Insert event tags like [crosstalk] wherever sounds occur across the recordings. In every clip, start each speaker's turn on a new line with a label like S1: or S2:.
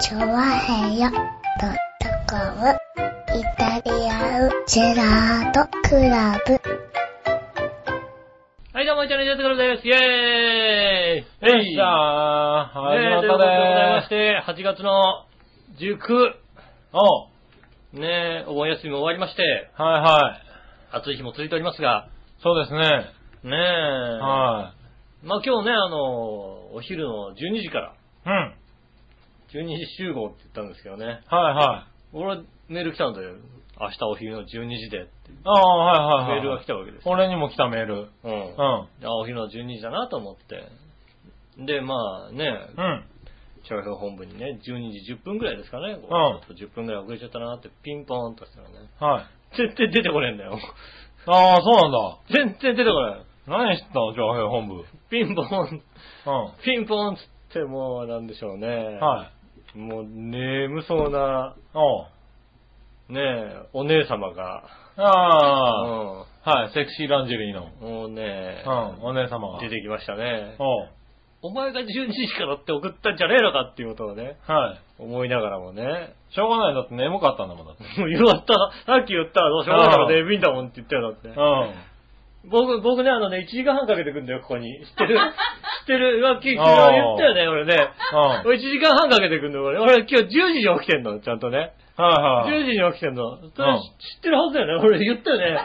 S1: チョワヘヨドットコムイタリアンジェラートクラブ。
S2: はい、どうも、イタリアンジェラートクラブです。イェーイ
S3: よっしゃー。はい、
S2: ねえ
S3: ま
S2: ということでございま
S3: た
S2: し
S3: でーす。
S2: て、8月の19、
S3: おう
S2: ねえ、お盆休みも終わりまして、
S3: はいはい。
S2: 暑い日も続いておりますが、
S3: そうですね。
S2: ねえ、
S3: は
S2: まあ今日ね、あの、お昼の12時から、
S3: い。うん。はい
S2: 12時集合って言ったんですけどね、
S3: は
S2: 俺メール来たんだよ。明日お昼の12時でっていう
S3: い。ああ、はいはいはい。
S2: メールが来たわけですよ。
S3: 俺にも来たメール。うん。
S2: うん。
S3: うん。
S2: あお昼の12時だなと思って。で、まあね、
S3: うん。
S2: 調票本部にね、12時10分ぐらいですかね。こちょっと10分ぐらい遅れちゃったなってピンポーンとしたらね。
S3: はい。
S2: 全然出てこねえんだよ。
S3: ああ、そうなんだ。
S2: 全然出てこない。
S3: 何してたの上平本部。うん。
S2: ピンポーン、
S3: は
S2: ピンポーンっつってもうなんでしょうね。
S3: い。
S2: もう眠そうな、
S3: おう
S2: ねえ、お姉様が。
S3: ああ、はい、セクシーランジェリーの。
S2: うん。もうね
S3: うん、お姉様が。
S2: 出てきましたね。
S3: おう
S2: お前が12時からって送ったんじゃねえのかっていうことをね、
S3: はい。
S2: 思いながらもね。
S3: しょうがない。だって眠かったんだもんだって。
S2: [laughs] もう言わった、さっき言ったらどうしようもないから
S3: う
S2: 眠いんだもんって言ったよだって。
S3: う
S2: 僕、僕ね、あのね、1時間半かけてくんだよ、ここに。知
S3: [laughs]
S2: ってる知ってる浮気、昨日言ったよね、俺ね。
S3: ん。うん。
S2: 俺1時間半かけてくんだよ、俺。俺今日10時に起きてんの、ちゃんとね。
S3: はいはい。
S2: 10時に起きてんの。それ
S3: うん
S2: 知ってるはずだよね、俺言ったよね。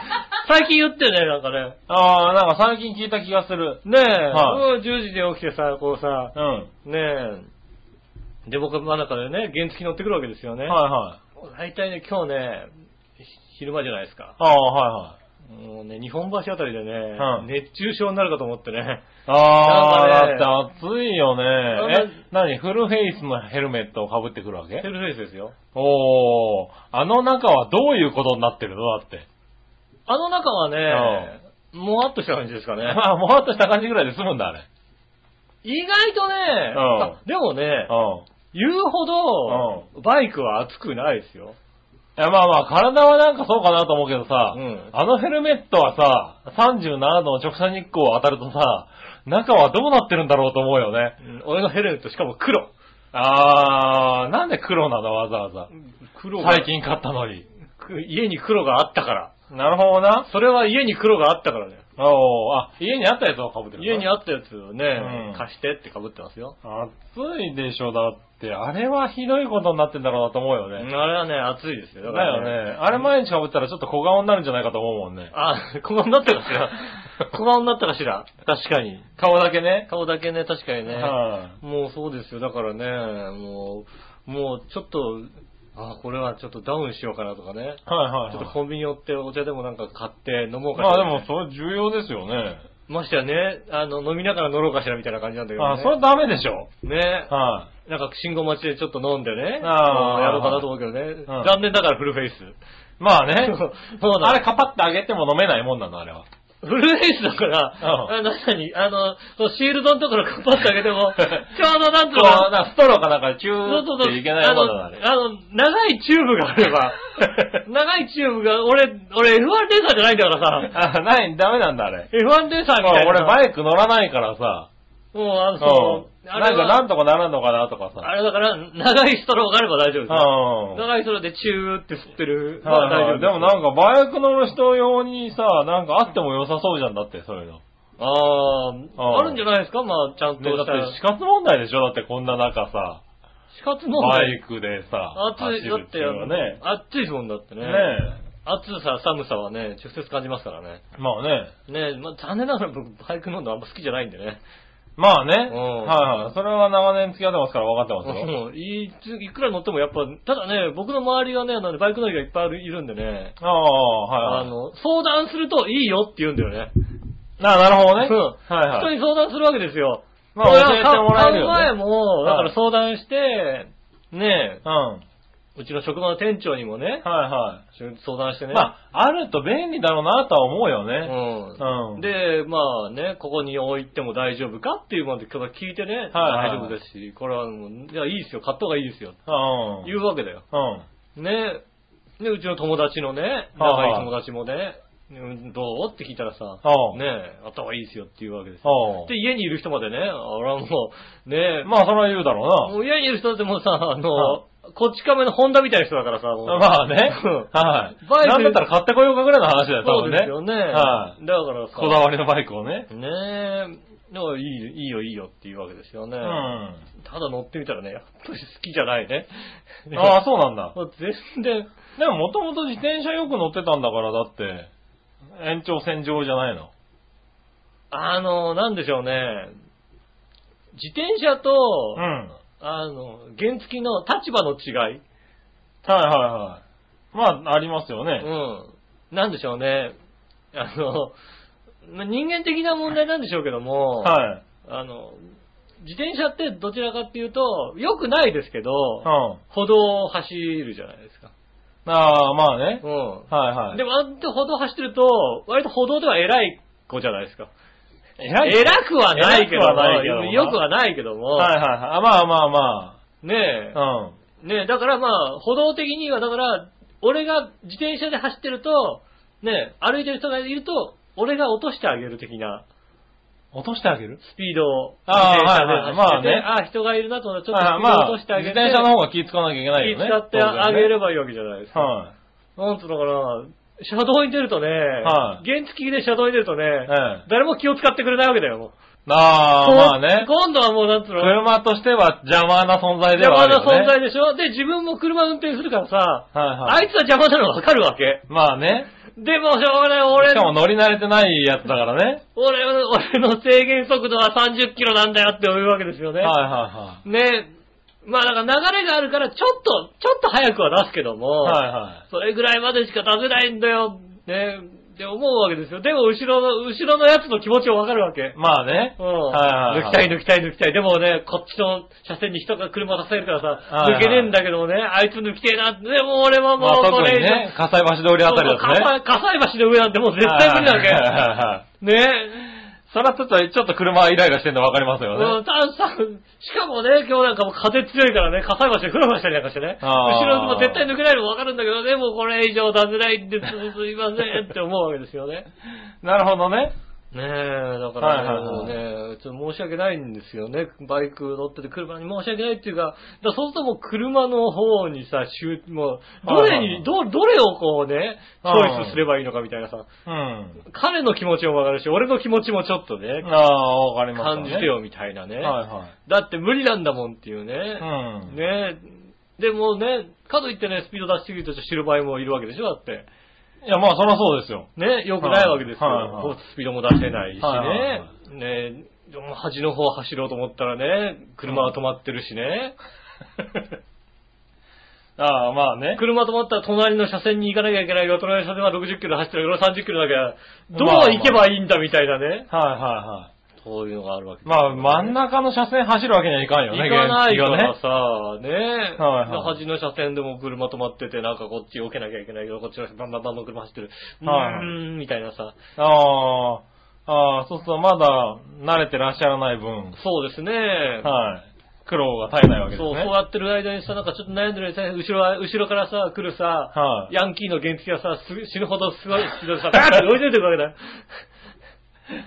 S2: 最近言ったよね、なんかね。
S3: ああ、なんか最近聞いた気がする。
S2: ねえ、
S3: は
S2: うん10時に起きてさ、こうさ、
S3: うん。は
S2: ねえ。で、僕は真ん中でね、原付き乗ってくるわけですよね。
S3: いはい。
S2: 大体ね、今日ね、ひ昼間じゃないですか。
S3: ああ、はいはい。
S2: もうね、日本橋あたりでね、
S3: うん
S2: 熱中症になるかと思ってね。
S3: あ
S2: な
S3: あ、
S2: ん
S3: だって暑いよ
S2: なん
S3: ね。え、なにフルフェイスのヘルメットをかぶってくるわ
S2: ヘ
S3: け
S2: ルフェイスですよ。
S3: おー、あの中はどういうことになってるのだって。
S2: あの中はね、もわっとした感じですかね。
S3: ま [laughs] あ、もわっとした感じぐらいで済むんだ、あれ。
S2: 意外とね、
S3: うん
S2: あでもね、
S3: うん。
S2: 言うほど、バイクは熱くないですよ。
S3: いや、まあまあ、体はなんかそうかなと思うけどさ、
S2: うん
S3: あのヘルメットはさ、37度の直射日光を当たるとさ、中はどうなってるんだろうと思うよね。
S2: うん俺のヘルメットしかも黒。
S3: あー、なんで黒なのわざわざ。
S2: 黒が
S3: 最近買ったのに。
S2: く家に黒があったから。
S3: なるほどな。
S2: それは家に黒があったからだよ。
S3: おー、あ、家にあったやつを被ってる
S2: 家に
S3: あ
S2: あったやつをね、
S3: うん
S2: 貸してって被ってますよ。
S3: 暑いでしょ、だって。あれはひどいことになってんだろうなと思うよ
S2: あ
S3: ね。
S2: れはね、熱いですよ。
S3: だ
S2: から
S3: よね。あれ毎日被ったらちょっと小顔になるんじゃないかと思うもんね。
S2: あ、小顔になったかし
S3: [laughs]
S2: ら。小顔になったかしら。確かに。
S3: 顔だけね。
S2: 顔だけね、確かにね。
S3: は
S2: もうそうですよ。だからね、もう、もうちょっと、あ、これはちょっとダウンしようかなとかね。
S3: いはい
S2: ちょっと
S3: は
S2: コンビニ寄ってお茶でもなんか買って飲もう
S3: い。
S2: か
S3: ま
S2: し
S3: あ
S2: ら
S3: で
S2: みたいな。
S3: も、それ重要ですよね。
S2: ましてやね、あの、飲みながら乗ろうかしらみたいな感じなんだけどね。
S3: あ、それダメでしょ。
S2: ね。
S3: は
S2: なんか信号待ちでちょっと飲んでね。
S3: あー
S2: こうやろうかなと思うけどね。
S3: ん
S2: 残念だからフルフェイス。
S3: い。まあね。
S2: [laughs] そうなの
S3: あれカパってあげても飲めないもんなの、あれは。
S2: フルフェイスだから、
S3: うん
S2: あなに、あの、そのシールドのところかっぱってあげて
S3: [laughs]
S2: も、ちょうどなんと
S3: そう、
S2: か、
S3: なストローかなんかチュ
S2: そうそう
S3: ーっ
S2: そう
S3: ていけないもんなの、あれ。
S2: あの、あの長いチューブがあれ
S3: [laughs]
S2: ば、長いチューブが、俺、俺 F1 レーサーじゃないんだからさ、
S3: あ、ない、ダメなんだ、あれ。
S2: F1 レーサーみたいな。
S3: 俺バ
S2: イ
S3: イク乗らないからさ。
S2: もう、あの、その
S3: うん。
S2: あ
S3: なん
S2: れ
S3: か
S2: は
S3: なんとかならんのかなとか
S2: あ
S3: さ。
S2: れだから、長いストローがあれば大丈夫ですよ。
S3: うん。
S2: 長いストローでチューって吸ってる。まあ
S3: はい
S2: 大
S3: は
S2: 丈夫
S3: いでもなんかバイク乗る人用にさ、なんかあっても良さそうじゃんだって、そういうの。
S2: あ
S3: うん
S2: あ、あるんじゃないですかまあ、ちゃんと
S3: ね、だ
S2: し。
S3: ったて死活問題でしょだってこんな中さ、
S2: 死活問
S3: バ
S2: 題
S3: イ。クでさ、
S2: 暑い、だって
S3: いう
S2: あ
S3: のは
S2: の
S3: ね。
S2: 暑いですもんだってね。
S3: ね
S2: 暑さ、寒さはね、直接感じますからね。
S3: え。まあね。
S2: ねえ、まあ、残念ながら僕、バイク乗るのあんま好きじゃないんでね。
S3: まあね。はい
S2: うん
S3: はい。それは長年付き合ってますから分かってますよ。
S2: もういつ、いくら乗ってもやっぱ、ただね、僕の周りがね、あのバイク乗りがいっぱいあるいるんでね、
S3: ああ、
S2: あ
S3: はいはい。
S2: の、相談するといいよって言うんだよね。
S3: な、なるほどね。
S2: うん
S3: はいはい。
S2: 人に相談するわけですよ。
S3: まあ
S2: これ
S3: 教えてもらえる
S2: 買う前
S3: よね。
S2: も、だか
S3: は
S2: ら
S3: い
S2: 相談して、ね
S3: うん。はい
S2: え、うちの職場の店長にもね、
S3: は
S2: 相談して
S3: い。
S2: ね。
S3: まあ、あると便利だろうなとは思うよね。
S2: うん。
S3: うん
S2: で、まあね、ここに置いても大丈夫かっていうまで聞いてね、
S3: はいはい
S2: 大丈夫ですし、これはもう、いや、いいですよ、買った方がいいですよ、
S3: うん。
S2: 言うわけだよ。
S3: うん。
S2: ね。で、うちの友達のね、仲いい友達もね、うんどうって聞いたらさ、
S3: うん
S2: ねえ、頭いいですよって言うわけですよ。
S3: あ
S2: で、家にいる人までね、俺はもう、ねえ、
S3: あ。まあ、それは言うだろ
S2: もう家にいる人ってもうさ、あ
S3: は
S2: の、こっち亀のホンダみたいな人だからさ、
S3: う
S2: もう
S3: な。まあね
S2: うん。
S3: はい。
S2: バイク
S3: なんだったら買ってこようかぐらいの話だよ、多
S2: そう
S3: 分
S2: です
S3: ね。
S2: よね。
S3: は
S2: だからさ、
S3: こだわりのバイクをね。
S2: ねえ、だからいいいいよいいよっていうわけですよね。
S3: うん。
S2: ただ乗ってみたらね、やっぱり好きじゃないね。
S3: ああ、そうなんだ。
S2: [laughs] もう全然、
S3: でももともと自転車よく乗ってたんだから、だって、延長線上じゃないの。
S2: あの、なんでしょうね。自転車と、
S3: うん。はい
S2: あの、原付きの立場の違い。
S3: はいはい。まあ、ありますよね。
S2: うん。なんでしょうね。あの、ま人間的な問題なんでしょうけども、
S3: はい。
S2: あの、自転車ってどちらかっていうと、良くないですけど、
S3: うん。
S2: 歩道を走るじゃないですか。
S3: ああ、まあね
S2: う。ん。
S3: はいはい。
S2: でも、あんた歩道走ってると、割と歩道では偉い子じゃないですか。
S3: 偉い
S2: 偉くはないけど
S3: 偉くはないけど
S2: も、
S3: な
S2: よくはないけども、
S3: はいはいはい。あまあまあま
S2: ねえ、
S3: あ。うん。
S2: ねえ、だからまあ、歩道的には、だから、俺が自転車で走ってると、ねえ、歩いてる人がいると、俺が落としてあげる的な
S3: 落としてあげる
S2: スピードを、
S3: ああ
S2: 自転車で走ってて
S3: はいはいまあ
S2: あ人がいるなと思ったら、ちょっとス
S3: あ
S2: ピー
S3: ま
S2: ドを
S3: あ、
S2: 落としてあげ
S3: 自
S2: て、
S3: 転車の方が気使わなきゃいけないよね。
S2: 気使ってあげ
S3: る。
S2: ればいいわけじゃないですか。
S3: は
S2: なんつうのかな、車道に出るとね、
S3: は
S2: 原付で車道に出るとね、
S3: い。ええ
S2: 誰も気を使ってくれないわけだよ、もう。
S3: ああ、まあね。
S2: 今度はもうなんつうの、
S3: 車としては邪魔な存在で
S2: 邪
S3: はあ
S2: 魔
S3: る
S2: な
S3: よね。
S2: 存在でしょで、自分も車運転するからさ、
S3: はい
S2: あ
S3: はい。
S2: いつは邪魔なのわかるわけ。
S3: まあね。
S2: でも、しょうがない、
S3: し
S2: 俺
S3: かも乗り慣れてないやつだからね。
S2: 俺の、俺の制限速度は30キロなんだよって思うわけですよ
S3: は
S2: ね。
S3: いは
S2: ね。まあ、なんか流れがあるから、ちょっと、ちょっと早くは出すけども、
S3: いはい。はいはい。
S2: それぐらいまでしか出せないんだよ、ね。って思うわけですよ。でも、後ろの、後ろのやつの気持ちをわかるわけ。
S3: まあね。
S2: うん
S3: はいはいはい
S2: 抜きたい抜きたい抜きたい。でもね、こっちの車線に人が車出されるからさ、
S3: はいは
S2: 抜
S3: い
S2: けねえんだけどもね、あいつ抜きてえな。でも俺はも
S3: まあ
S2: うこ
S3: 特
S2: れ
S3: に
S2: 以上、
S3: ね、火災橋通りあたりだとね。
S2: そうそう火災火災橋の上なんてもう絶対無理なわけ。
S3: はいはいはいはい。
S2: ね
S3: [laughs] それはちょっと、ちょっと車イライラしてるの分かりますよね。
S2: うん、たさしかもね、今日なんかもう風強いからね、火災橋でフラフラしたりなんかしてね。
S3: あー
S2: 後ろも絶対抜けないのもわかるんだけどね、もうこれ以上出せないんです、すいませんって思うわけですよね。
S3: なるほどね。
S2: [laughs] ねえ、だからね、
S3: はいはい
S2: もうね、ちょっと申し訳ないんですよね。バイク乗ってて車に申し訳ないっていうか、だからそうするともう車の方にさ、集もう、どれに、ど、どれをこうね、チョイスすればいいのかみたいなさ、
S3: うん。
S2: 彼の気持ちもわかるし、俺の気持ちもちょっとね、
S3: ああ、わかります
S2: 感じて。よみたいなね。
S3: はいはい。
S2: だって無理なんだもんっていうね。
S3: うん。
S2: ねえ。でもね、かといってね、スピード出しすぎると知る場合もいるわけでしょだって。
S3: いや、まあ、そりゃそうですよ。
S2: ね、良くないわけですよ。
S3: はいはいはい
S2: スピードも出せないしね。
S3: はいはいは
S2: ねでも端の方走ろうと思ったらね、車は止まってるしね。
S3: ああ、まあね。
S2: [laughs] 車止まったら隣の車線に行かなきゃいけないよ。隣の車線は60キロで走ってるから30キロだけどう
S3: まあまあ
S2: 行けばいいんだみたいなね。
S3: はいはいはい。
S2: そういうのがあるわけです
S3: ま
S2: よ
S3: あ、真ん中の車線走るわけにはいかんよね、
S2: 行かないか
S3: 原
S2: ら
S3: 付
S2: さ、ねえ、
S3: はいはい
S2: 端の車線でも車止まってて、なんかこっち避けなきゃいけないけど、こっちのバンバンバンバン車走ってる。う
S3: はいはい
S2: ーん、みたいなさ。
S3: きはね。ああ、ああ、そうするとまだ慣れてらっしゃらない分、
S2: そうですね。
S3: はい。苦労が絶えないわけですね。
S2: そう、そうやってる間にさ、なんかちょっと悩んでる間に後ろは、後ろからさ、来るさ、
S3: はい
S2: ヤンキーの原付がさ、す死ぬほどすごいスピードで
S3: [laughs]
S2: さ、バーって追い出てくるわけだよ。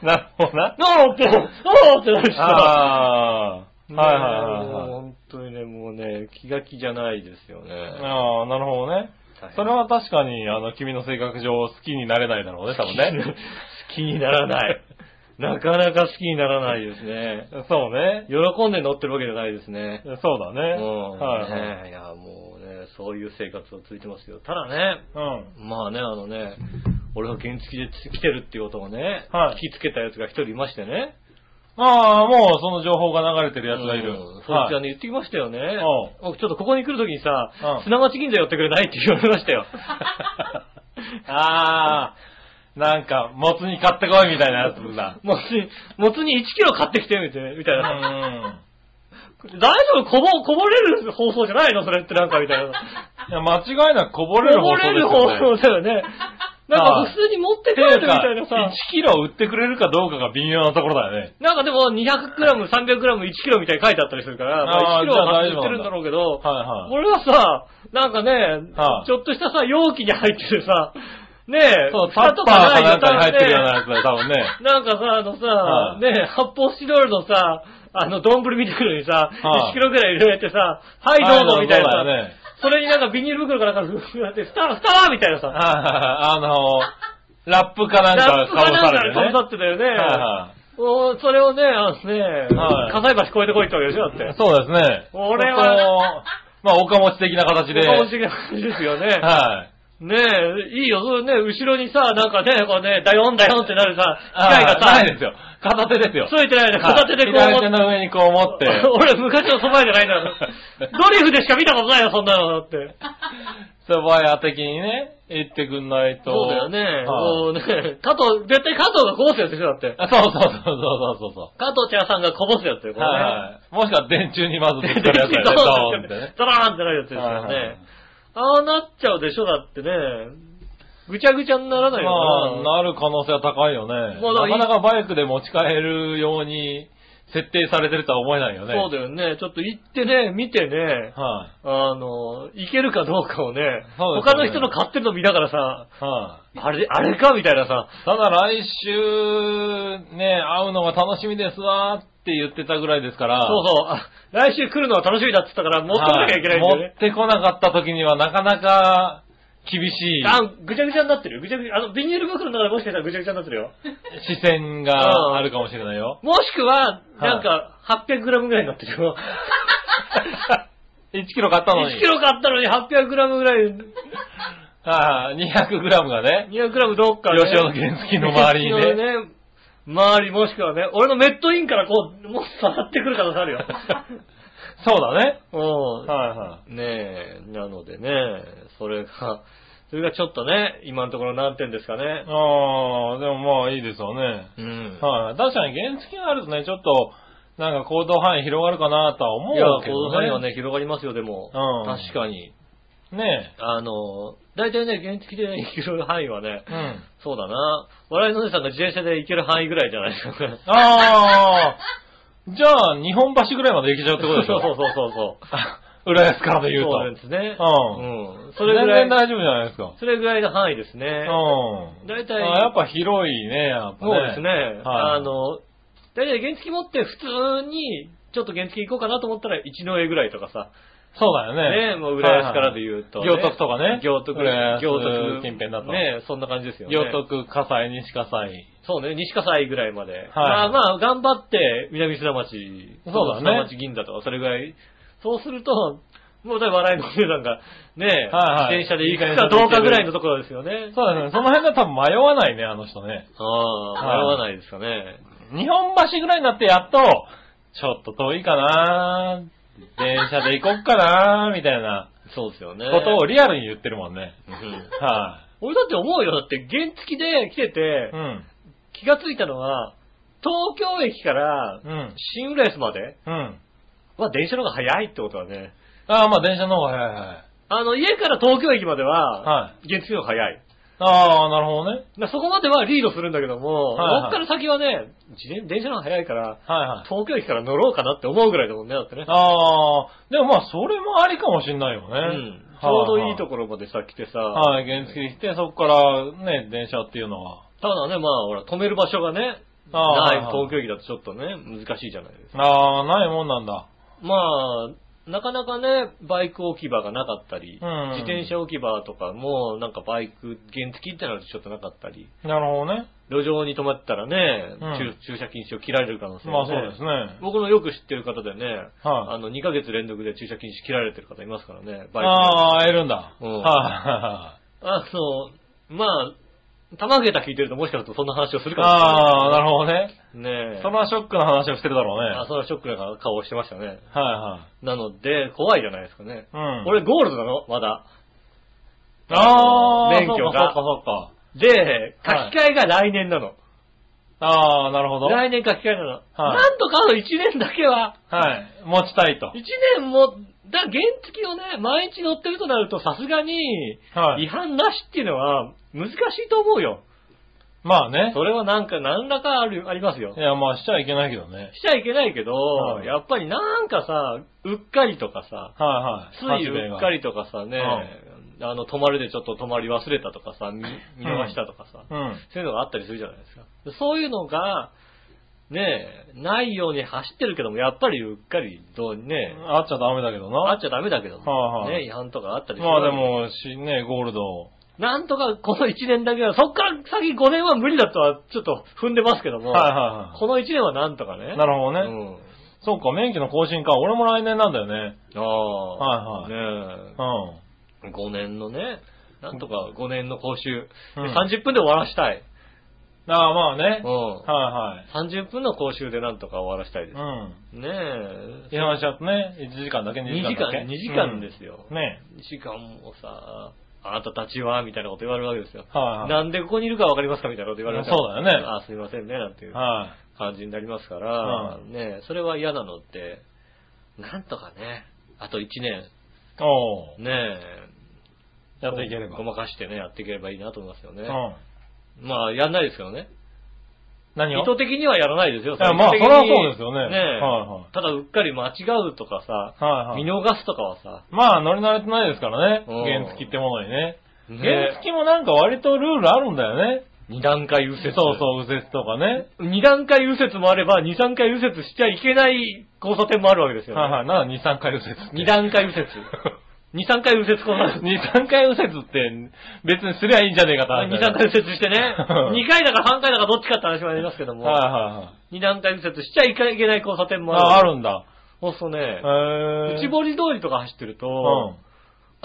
S3: なるほどな。
S2: ノーって、ノーってなるしさ。
S3: ああ、はいはいはい
S2: もう
S3: はい。
S2: 本当にね、もうね、気が気じゃないですよね。
S3: ああ、なるほどね。それは確かに、あの、君の性格上好きになれないだろうね、多分ね。
S2: [laughs] 好きになら
S3: [laughs]
S2: ない。なかなか好きにならないですね。
S3: そうね。
S2: 喜んで乗ってるわけじゃないですね。
S3: そうだね。
S2: うん。
S3: はいはい。
S2: ねいや、もうね、そういう生活をついてますよ。ただね、
S3: うん。
S2: まあね、あのね、俺が原付きで来てるっていうことをね、
S3: はい
S2: 聞きつけたやつが一人いましてね。
S3: ああ、もうその情報が流れてるやつがいる。
S2: うんそいつ
S3: はい
S2: がね、言ってきましたよね。
S3: う
S2: 僕ちょっとここに来るときにさ
S3: う、ん
S2: 砂町銀座寄ってくれないって言われましたよ。
S3: [laughs] ああ、なんか、もつに買ってこいみたいなやつ
S2: [laughs]
S3: だ。
S2: もつに、もつに1キロ買ってきてみたいなみたいうな。
S3: ん。
S2: 大丈夫こぼ、こぼれる放送じゃないのそれってなんかみた
S3: [laughs]
S2: いな。
S3: いや、間違いなくこぼれる
S2: こぼ
S3: 放送
S2: れ
S3: です
S2: る
S3: よ、
S2: 放
S3: ね。
S2: 送だよね。なんか普通に持って帰るみたいな
S3: 1
S2: さ。
S3: キロ売ってくれるかどうかが微妙なところだよね。
S2: なんかでも 200g、300g、1キロみたいに書いてあったりするから、まあ、1
S3: あー
S2: キロは
S3: じゃあ大
S2: 売
S3: 丈夫なんだ
S2: ってるんだろうけど、
S3: はいはい。
S2: 俺はさ、なんかね、
S3: はい
S2: ちょっとしたさ、容器に入っててさ、ねえ、
S3: そう、タ
S2: 蓋
S3: ッ
S2: と
S3: パーかなんかに入ってるよう
S2: ない
S3: なやつだよ、多分ね。
S2: なんかさ、あのさ、
S3: はい
S2: ねえ、発泡スチロールのさ、あの、丼みたいなのにさ、
S3: はい
S2: 1キロぐらい入れてさ、はい、どうぞみたいな
S3: は
S2: さ、
S3: いどうぞだよね
S2: それになんかビニール袋からなんか、ふふふって、ふた、ふたみたいなさ、
S3: あの、ラップかなん
S2: ラッ
S3: か
S2: プ
S3: か
S2: か
S3: ぶ
S2: な
S3: さ
S2: んかに
S3: れて
S2: 飛び
S3: ね。
S2: 立ってたよね。
S3: はいは
S2: おそれをね、あのね、
S3: はい
S2: 火災橋越えてこいってわけでしょ、だって
S3: い。。そうですね。
S2: 俺は
S3: こう、まあ、岡持ち的な形で。
S2: 本的な感じですよね。
S3: はい。
S2: ねえ、いいよ、それね、後ろにさ、なんかね、こうね、だよんだよんってなるさ、機械が
S3: あ
S2: さ
S3: ない、ですよ。片手ですよ。
S2: 添えてないの、片手でこう
S3: はい
S2: 持っ
S3: 左手の上にこう持って。
S2: [laughs] 俺、昔のそば屋じゃないんだよ。ドリフでしか見たことないよ、そんなのだって。
S3: そば屋的にね、行ってくんないと。
S2: そうだよね。
S3: はい
S2: もうね、加藤、絶対加藤がこぼすやつでしょ、だって。
S3: あそうそうそうそうそうそ
S2: 加藤茶さんがこぼすやつだよ、
S3: う。
S2: これね。
S3: はい。もしくは電柱にまずぶ
S2: [laughs] で
S3: つかるやつやね。ドーンってね。
S2: ドラーンってなるやつですよ
S3: はいはい
S2: ね。ああなっちゃうでしょ、だってね。ぐちゃぐちゃにならないよ
S3: まあ、
S2: な。
S3: なる可能性は高いよね。
S2: まあだからい
S3: なかなかバイクで持ち帰るように設定されてるとは思えないよね。
S2: そうだよね。ちょっと行ってね、見てね、
S3: はい、
S2: あの、行けるかどうかをね、
S3: そうですね
S2: 他の人の買ってるの見ながらさ、
S3: はい、
S2: あれ、あれかみたいなさ、
S3: ただ来週、ね、会うのが楽しみですわーって言ってたぐらいですから。
S2: そうそうあ。来週来るのは楽しみだって言ったから、持ってこなきゃいけないんだよ
S3: は
S2: ね
S3: 持。ってこなかった時にはなかなか厳しい
S2: あ、ぐちゃぐちゃになってるよ。ぐちゃぐちゃ。あの、ビニール袋の中でもしかしたらぐちゃぐちゃになってるよ。
S3: 視線があるかもしれないよ。
S2: もしくは、なんか、800g ぐらいになってるよ。
S3: 1キロ買ったのに。
S2: 1キロ買ったのに 800g ぐらい、
S3: はい、200グラムがね。
S2: 200g どっかね
S3: 吉尾の原付の周りにね
S2: 原付のね周りもしくはね、俺のメットインからこう、もう下がってくる可能性ある
S3: [laughs]
S2: よ。
S3: そうだね。
S2: うん。
S3: はいは
S2: ねえ、なのでね、それが、それがちょっとね、今のところ難点ですかね
S3: い。。ああ、でもまあいいですよね。
S2: うん。
S3: はい、確かに原付があるとね、ちょっと、なんか行動範囲広がるかなとは思う
S2: い
S3: け
S2: や
S3: ど、ね。、
S2: この範囲はね、広がりますよ、でも。
S3: うん
S2: 確かに。
S3: ね
S2: あの、大体ね、原付でね行ける範囲はね
S3: え。、うん。
S2: そうだな。笑いのお姉さんが自転車で行ける範囲ぐらいじゃないですかね。
S3: ああ。
S2: [laughs]
S3: じゃあ、日本橋ぐらいまで行けちゃうってことでし
S2: そうそう
S3: ょ
S2: そうそうそう。
S3: 浦安からで言うと。
S2: そうなんですね。。
S3: うん
S2: うん。それぐら
S3: 全然
S2: い、
S3: 大丈夫じゃないですか。
S2: それぐらいの範囲です
S3: う
S2: ね。
S3: ん。
S2: 大体
S3: あやっぱ広いね、やっぱね。
S2: そうですね。
S3: はい
S2: あの、大体原付持って普通に、ちょっと原付行こうかなと思ったら、一の江ぐらいとかさ。
S3: そうだよね。
S2: ねもう浦安からで言うとね、
S3: はいはい行徳とかね。
S2: 行徳、
S3: 浦安
S2: 行徳。
S3: 近辺だと。
S2: ねそんな感じですよね。
S3: 行徳、火災、西火災。
S2: そうね、西葛西ぐらいまで。まあまあ、頑張って、南砂町、
S3: そうだね
S2: 砂町銀だとか、それぐらい。そうすると、もうだいぶ笑いのお姉さんが、ねえ、
S3: はいはい
S2: 自転車で行くかどうかぐらいのところですよね。
S3: そうだね。その辺が多分迷わないね、あの人ね。
S2: ああ、迷わないですかね。
S3: 日本橋ぐらいになってやっと、ちょっと遠いかな電車で行こっかな
S2: [laughs]
S3: みたいな
S2: そうですよね。
S3: ことをリアルに言ってるもんね。
S2: うん
S3: は
S2: 俺だって思うよ。だって原付で来てて
S3: い、、うん。
S2: 気がついたのは、東京駅から
S3: うん。
S2: 新浦安まで
S3: うん。
S2: は電車の方が早いってことはね。
S3: ああ、まあ電車の方が早いはい。
S2: あの、家から東京駅までは
S3: は、
S2: 原付の方が早い。
S3: ああ、なるほどね。
S2: だからそこまではリードするんだけども、
S3: はいはい
S2: そっから先はね、自転電車の方が早いから、
S3: はいはい。
S2: 東京駅から乗ろうかなって思うぐらいだもんね、だってね。
S3: ああ、でもまあそれもありかもしんないよね。
S2: うん。ちょうどいいと
S3: こ。
S2: ころまでさ、来てさ、
S3: はい、原付で来て、そこからね、電車っていうのは。
S2: ただね、まあ、ほら、止める場所がね、
S3: あー
S2: ない東京駅だとちょっとね、難しいじゃないですか。
S3: ああ、ないもんなんだ。
S2: まあ、なかなかね、バイク置き場がなかったり、
S3: うん
S2: 自転車置き場とかも、なんかバイク、原付ってなるとちょっとなかったり、
S3: なるほどね。
S2: 路上に止まったらね、
S3: うん
S2: 駐駐車禁止を切られる可能性
S3: まあ
S2: も
S3: そうですね。
S2: 僕のよく知ってる方でね、
S3: はい
S2: あの、2ヶ月連続で駐車禁止切られてる方いますからね、バイクで。あ
S3: ああ、いるんだ。
S2: うん
S3: は
S2: そう、まあ、玉下駄聞いてるともしかするとそんな話をす
S3: い。
S2: るかもし
S3: ああ、なるほどね。
S2: れない。ねえ。
S3: そのショックの話をしてるだろうね。
S2: あ、そのショックな顔をしてましたね。
S3: は
S2: なので、怖いじゃないですかね。
S3: いはい。うん。
S2: 俺ゴールドなのまだ。
S3: ああ、
S2: 免許が
S3: そうかそうかそうか。
S2: で、書
S3: はい
S2: き換えが来年なの。
S3: ああ、なるほど。は
S2: 来
S3: い。
S2: 年書き換えなの。なんとかの1年だけは、
S3: 持ちたいと。
S2: 1年も、だ原付をね、毎日乗ってるとなるとさすがに、
S3: は
S2: 違
S3: い。
S2: 反なしっていうのは難しいと思うよ。
S3: まあね。
S2: それはなんか何らかある、ありますよ
S3: い。や、まあしちゃいけないけどね。
S2: しちゃいけないけど、
S3: はい
S2: やっぱりなんかさ、うっかりとかさ、
S3: はいはい。
S2: ついうっかりとかさね、
S3: う
S2: あの、泊まるでちょっと泊まり忘れたとかさ、見見逃したとかさ、
S3: うん。
S2: そういうのがあったりするじゃないですか。そういうのが、ねえ、ないように走ってるけども、やっぱりうっかりどうね、
S3: あっちゃダメだけど
S2: あ
S3: な
S2: っ。ちゃダメだけども、
S3: はいはい
S2: ね、違反とかあったりする
S3: まあ
S2: わ
S3: で
S2: け
S3: も、し、ね、ゴールド。
S2: なんとかこの1年だけは、そっから先5年は無理だとはちょっと踏んでますけども、
S3: はいはいは
S2: この1年はなんとかね。
S3: い。なるほどね。
S2: ね。
S3: そうか、免許の更新か。俺も来年なんだよね。
S2: うん。ああ。
S3: はい
S2: ね
S3: うん。
S2: え。5年のね、なんとか5年の講習、
S3: うん
S2: 30分で終わらしたい。
S3: ああ、まあね
S2: う。ん。
S3: はい
S2: 30分の講習でなんとか終わらしたいです。
S3: はい。
S2: ね
S3: うん。
S2: え。
S3: 違反しちゃうとね、1時間だけ、2
S2: 2
S3: 時
S2: 時
S3: 間だけ。
S2: 間、2時間ですよ。
S3: うん。ね
S2: 2時間もさ、あなたたちは、みたいなこと言われるわけですよ。
S3: はいはい。
S2: なんでここにいるかわかりますかみたいなこと言われる
S3: そうだよね
S2: あ、すいませんね、なんていう
S3: は
S2: 感じになりますから、
S3: う
S2: ねえそれは嫌なのって、なんとかね、あと1年、
S3: い。おー。
S2: ねえ
S3: やっていければ。
S2: ごまかしてね、やっていければいいなと思いますよね。
S3: うん。
S2: まあ、やんないですけどね。
S3: 何を
S2: 意図的にはやらないですよ。
S3: いやまあ
S2: 意図的に
S3: それはそうですよね
S2: ねえ
S3: はいはい
S2: ただ、うっかり間違うとかさ、
S3: はいはい。
S2: 見逃すとかはさ、
S3: まあ、乗り慣れてないですからね。
S2: うん
S3: 原付ってものにね。
S2: ねえ
S3: 原付もなんか割とルールあるんだよね。
S2: 二段階右
S3: そう
S2: 折。
S3: そう、右折とかね。
S2: う。二段階右折もあれば、二三回右折しちゃいけない交差点もあるわけですよ、ね。
S3: はいはい。なんだ、2、3回右折って。
S2: 二段階右
S3: [laughs]
S2: 折。二三回右折交差点。
S3: 2、3回右折って別にすりゃいいんじゃねえかと話
S2: 二
S3: だ
S2: 段
S3: よ。
S2: 階右折してね
S3: [laughs]
S2: 二回だか三回だかどっちかって話もありますけども。
S3: はいはいはい。
S2: 二段階右折しちゃいけない交差点も
S3: あ、
S2: あ
S3: あ
S2: る。
S3: るんだ。
S2: そうするとね、
S3: へ
S2: 内
S3: う
S2: 堀通りとか走ってると、
S3: ん。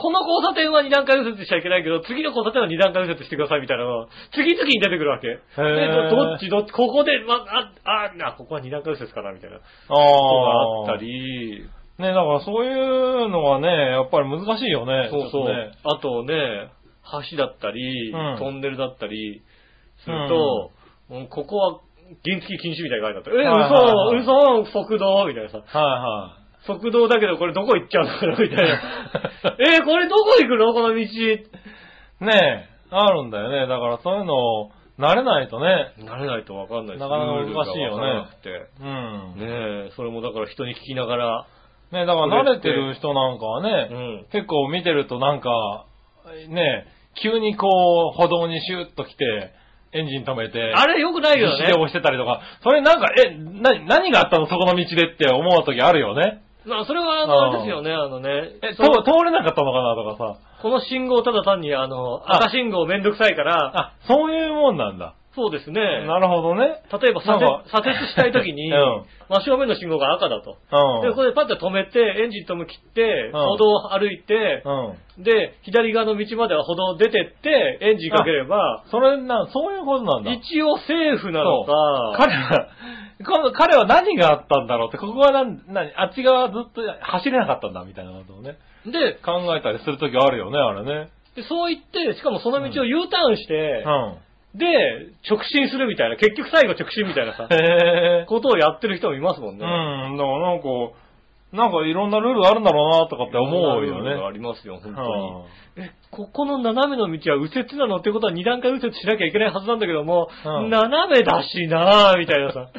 S2: この交差点は二段階右折しちゃいけないけど、次の交差点は二段階右折してくださいみたいなのが、次々に出てくるわけ。でどどっちどっち、ここで、ま、あ、あ、あ、ここは二段階右折かなみたいな。
S3: あ
S2: と
S3: あ。
S2: かあった。り、
S3: ね、だからそういうのはね、やっぱり難しいよね。
S2: そう
S3: ちょ
S2: そ
S3: っ
S2: う。
S3: とね
S2: あとね、橋だったり、
S3: うん
S2: トンネルだったりすると、もうここは原付禁止みたいなの書いてあった。え、
S3: はいはいはい
S2: 嘘、嘘、速道みたいなさ。
S3: は
S2: 速道だけどこれどこ行っちゃうのかなみたい
S3: [laughs]
S2: な。え、これどこ行くのこの道。
S3: いはい。ねあるんだよね。だからそういうのを慣れないとね。
S2: 慣れないとわかんないです
S3: なかなか難しい
S2: ルー
S3: よね
S2: ルがわからなく
S3: うん。
S2: て。ねえ、それもだから人に聞きながら、
S3: ね、だから慣れてる人なんかは
S2: う
S3: ね、
S2: ん。
S3: 結構見てるとなんか、ね、急にこう、歩道にシュッと来て、エンジン止めて、
S2: あれ良くないよ
S3: 自で
S2: ね。
S3: 押してたりとか、それなんか、え、な、何があったのそこの道でって思う時あるよね。
S2: まあ、それはあの、あれですよね、あのね。
S3: え、
S2: そ
S3: 通
S2: の
S3: 通れなかったのかなとかさ。
S2: この信号ただ単にあの、
S3: あ
S2: 赤信号めんどくさいから、
S3: あ、そういうもんなんだ。
S2: そうですね。
S3: なるほどね。
S2: 例えば左
S3: なん
S2: 折
S3: か
S2: 左折したい時に、
S3: [laughs] うん
S2: 真正面の信号が赤だと。
S3: うん。
S2: で、ここでパッと止めて、エンジン止め切って、
S3: うん
S2: 歩道を歩いて
S3: う、ん。
S2: で、左側の道までは歩道出てって、エンジンかければ、
S3: それな、そういうことなんだ。
S2: 一応セーフな
S3: そ
S2: の
S3: う
S2: か、
S3: 彼は、この彼は何があったんだろうって、ここはなん、何、あっち側ずっと走れなかったんだみたいなことをね、
S2: で
S3: 考えたりするときあるよね、あれね。
S2: でそう言って、しかもその道を U ターンして、
S3: うん。、
S2: で、直進するみたいな、結局最後直進みたいなさ
S3: へえ。
S2: ことをやってる人もいますもん
S3: うん、
S2: ね。
S3: だからなんか、なんかいろんなルールあるんだろうなとかって思うよ
S2: そんなルールがあ
S3: ね。
S2: りますよ、本当に。
S3: は
S2: え、ここの斜めの道は右折なのってことは二段階右折しなきゃいけないはずなんだけども、
S3: うん、
S2: 斜めだしなぁ、みたいなさ。 [laughs]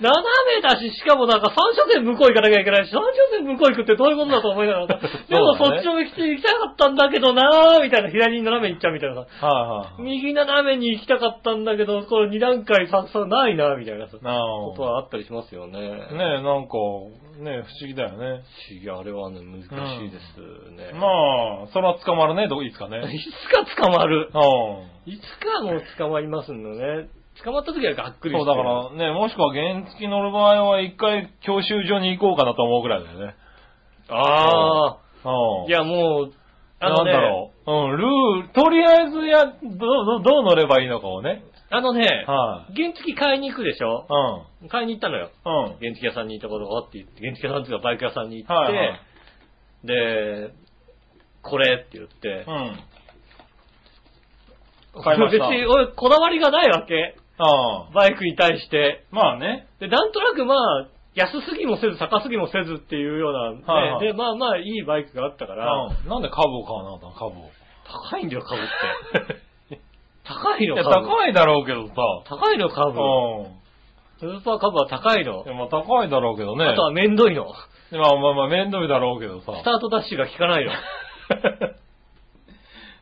S2: 斜めだし、しかもなんか三車線向こう行かなきゃいけないし、三車線向こう行くってどういうことだと思いながらさ
S3: [laughs]
S2: でも
S3: そう
S2: そ
S3: だね
S2: っちの道に行きたかったんだけどなぁ、みたいな、左に斜めに行っちゃうみたいなさ。
S3: いはいはい。
S2: 右斜めに行きたかったんだけど、これ二段階さ、さ、ないなぁ、みたいなさ。
S3: なあ。
S2: ことはあったりしますよね。
S3: ねえ、なんか、ねえ、不思議だよね。
S2: 不思議あれはね、難しいですね。
S3: まあ、それは捕まるね、どういつかね。
S2: [laughs] いつか捕まる。
S3: うん。
S2: いつかもう捕まりますんでね。捕まった時はがっくりして。
S3: そう、だか。らね、もしくは原付乗る場合は一回教習所に行こうかなと思うぐらいだよね。
S2: あ
S3: う
S2: あ。
S3: ん。
S2: いや、もう、あ
S3: な
S2: の
S3: ん
S2: ね、
S3: だろう。うん、ルール、とりあえずや、どう、どうどう乗ればいいのかをね。
S2: あのね、
S3: はい、
S2: 原付買いに行くでしょ買いに行ったのよ。
S3: うん。うん。
S2: 原付屋さんに行ったことがあって言って、原付屋さんっていうかバイク屋さんに行って、
S3: はいはい
S2: で、これって言って
S3: う、ん。買いました
S2: 別に俺こだわりがないわけ。
S3: ああ。
S2: バイクに対して。
S3: まあね。
S2: で、なんとなくまあ、安すぎもせず高すぎもせずっていうような、ね
S3: はいはい
S2: で、まあまあいいバイクがあったか
S3: う
S2: ら、
S3: ん。なんで株を買わなかったの株を。
S2: 高いんだよ、株って。 [laughs] 高い
S3: い
S2: の、
S3: や、
S2: 株。
S3: 高いだろうけどさ。
S2: 高いの、
S3: う
S2: 株。
S3: ん。
S2: スーパー株は高いの
S3: い。やまあ高いだろうけどね。
S2: あとはめんどいの。
S3: まあまあまあ、面倒いだろうけどさ。
S2: [laughs] スタートダッシュが効かないの。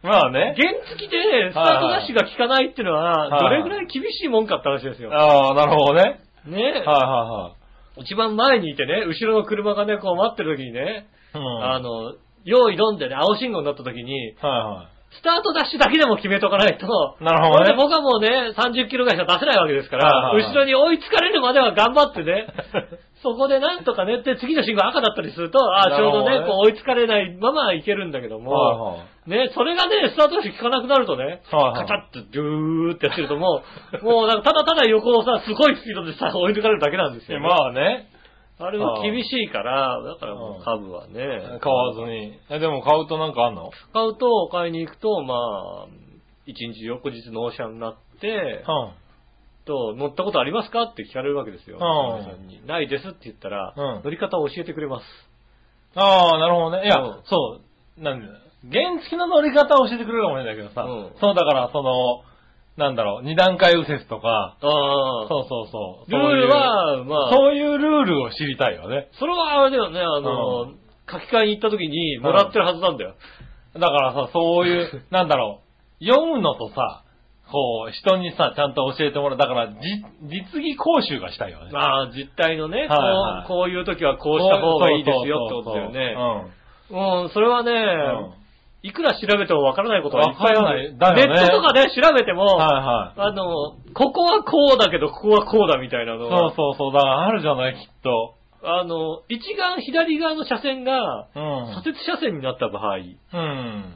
S3: まあね。
S2: 原付きでスタートダッシュが効かないっていうのは、
S3: はい
S2: どれぐらい厳しいもんかって話ですよ。
S3: ああ、なるほどね。
S2: ね
S3: は
S2: 一番前にいてね、後ろの車がね、こう待ってる時にね、
S3: いはいは
S2: あ
S3: い。
S2: の、用意どんでね、青信号になった時に、
S3: うん。は
S2: スタートダッシュだけでも決めとかないと、
S3: いはい。なるほど
S2: だって
S3: ね。
S2: 僕はもうね、30キロぐらいしか出せないわけですから、
S3: はいはいはい
S2: 後ろに追いつかれるまでは頑張って
S3: [laughs]
S2: ね、そこでなんとかねって、次の信号赤だったりすると、ああ、
S3: な
S2: ち
S3: る
S2: ょう
S3: ほど
S2: ど
S3: ね
S2: ね、こう追いつかれないままいけるんだけども、
S3: はいはい
S2: ね、それがね、スタートダッシュ効かなくなるとね、
S3: はいはい
S2: カチャッとドゥーってやってるともう、 [laughs] もうなんかただただ横をさ、すごいスピードでさ、追い抜かれるだけなんです
S3: いや
S2: よ、
S3: まあね、
S2: あれも厳しいから、だからもうカブはね、
S3: 買わずに。え、でも買うとなんかあんの
S2: 買うと、買いに行くと、まあ、一日翌日納車になって、
S3: うん。
S2: と、乗ったことありますかって聞かれるわけですよ。
S3: うん
S2: 皆さんにないですって言ったら、
S3: うん
S2: 乗り方を教えてくれます。
S3: ああ、なるほどね。いや
S2: うん、
S3: そう、なんだ原付の乗り方を教えてくれるかもしれないけどさ、
S2: うん
S3: そうだから、その、なんだろう、二段階右折とか、
S2: あ
S3: そうそうそう。
S2: ルールは、まあ、
S3: そういうルールを知りたいよね。
S2: それはあれだよね、あの、
S3: う
S2: 書き換えに行った時にもらってるはずなんだよ。
S3: だからさ、そういう、
S2: [laughs]
S3: なんだろう、読むのとさ、こう、人にさ、ちゃんと教えてもらう。だから、じ、実技講習がしたいよね。
S2: まあ、実態のね、
S3: はいはい
S2: こう、こういう時はこうした方がいいですよってことだよね。うん、それはね、
S3: うん。
S2: いくら調べてもわからないことはいっぱいある。
S3: わからないだよね
S2: ネットとかで調べても、
S3: うん。はいはい。
S2: あの、ここはこうだけど、ここはこうだみたいなの
S3: そ
S2: は
S3: うそうそう、だからあるじゃない、きっと。
S2: あの、一眼左側の車線が、
S3: うん。
S2: 左折車線になった場合、
S3: うん。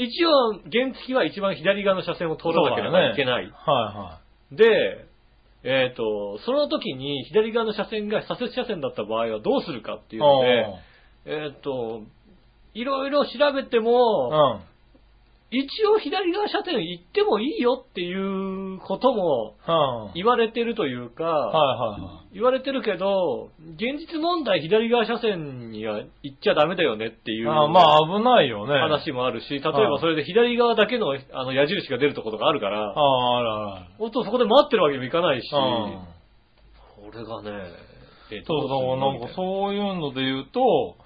S2: 一応、原付は一番左側の車線を通らなけれ
S3: そうだ
S2: ば
S3: よね
S2: いけない。
S3: はいはい。
S2: で、えっ、と、その時に左側の車線が左折車線だった場合はどうするかっていうので、えっ、と、いろいろ調べて
S3: うん。
S2: も、
S3: は
S2: 一応左側車線行ってもいいよっていうことも
S3: い
S2: 言われてるというか、
S3: はいはい。
S2: 言われてるけど、現実問題左側車線には行っちゃダメだよねっていう
S3: あまあ危ないよね。
S2: 話もあるし、例え
S3: は
S2: ば
S3: い
S2: それで左側だけのあの矢印が出るところがあるから、
S3: ああ、あらあら。
S2: おっとそこで待ってるわけにもいかないし、
S3: うん。
S2: これがね、え
S3: そうそう、なんかそういうので言うと、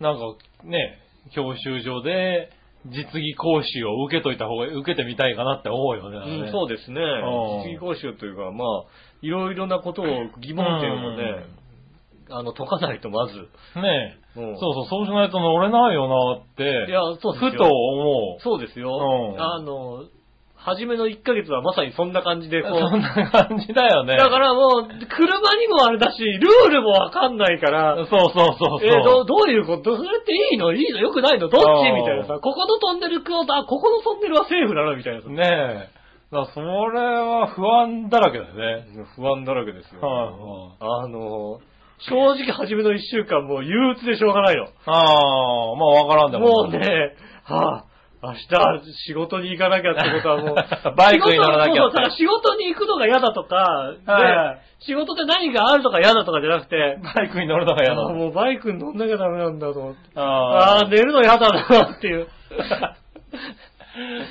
S3: なんかね、教習所で実技講習を受けといた方が、受けてみたいかなって思うよね。
S2: うん、そうですね。
S3: ん
S2: 質疑講習というか、まあ、いろいろなことを疑問点をね、あの、解かないとまず。
S3: う。ね
S2: うん
S3: そうそう、そうしないと乗れないよなって、
S2: いや、そうですよ
S3: ふと思う。
S2: そうですよ。
S3: うん
S2: あの、初めの1ヶ月はまさにそんな感じで、こ
S3: [laughs] そん
S2: う。
S3: な感じだよね。
S2: だからもう、車にもあれだし、ルールもわかんないから、
S3: そうそうそうそう。
S2: えーどう、どういうことそれっていいのいいのよくないのどっち
S3: うん
S2: みたいなさ、ここのトンネルクオーター、ここのトンネルはセーフなのみたいなさ。
S3: ねえ。だからそれは不安だらけだよね。
S2: 不安だらけですよ。
S3: はい
S2: あの、正直初めの1週間もう憂鬱でしょうがないの。
S3: ああ、まあわからんで
S2: もう
S3: ない。、
S2: ね、はぁ、明日仕事に行かなきゃってことはもう
S3: [laughs] バイクに乗らなきゃ
S2: 仕事そうそうだから仕事に行くのが嫌だと
S3: は
S2: か、で仕事で何があるとか嫌だとかじゃなくて、
S3: バイクに乗るのが嫌だ。
S2: あーもうバイクに乗んなきゃダメなんだと思って。
S3: あ
S2: ああー、寝るの嫌だなっていう。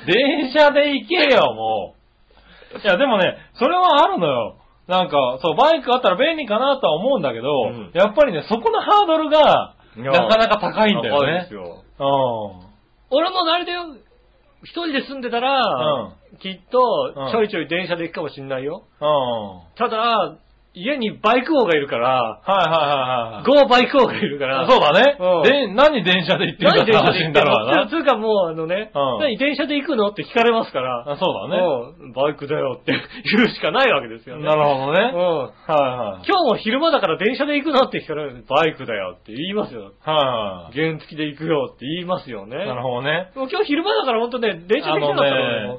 S3: 電車で行けよ、もう。いや、でもね、それはあるのよ。なんか、そう、バイクあったら便利かなとは思うんだけど、
S2: うん
S3: やっぱりね、そこのハードルが、
S2: いや
S3: なかなか高いんだよ
S2: 高いで
S3: ね
S2: す。よ
S3: う
S2: 俺もあれだよ、一人で住んでたら、きっと
S3: うん
S2: ちょいちょい電車で行くかもしんないよ。
S3: ん。うん。
S2: ただ、家にバイク王がいるから、
S3: はいはいはいはい。
S2: ゴーバイク王がいるから、
S3: そうだね。
S2: うん
S3: で、何電車で行ってるか
S2: 何
S3: って
S2: 電車で
S3: 話
S2: 行
S3: に
S2: って
S3: なる
S2: る
S3: わ
S2: の [laughs]
S3: な。
S2: つうかもうあのね、
S3: うん
S2: 何電車で行くのって聞かれますから、
S3: あそうだね。
S2: うんバイクだよって言うしかないわけですよね。
S3: なるほどね。はい
S2: うん
S3: はい。
S2: 今日も昼間だから電車で行くのって聞かれるバイクだよって言いますよ。
S3: はいはい。
S2: 原付きで行くよって言いますよね。
S3: なるほどね。
S2: もう今日昼間だから本当ね、電車で行くのったからね。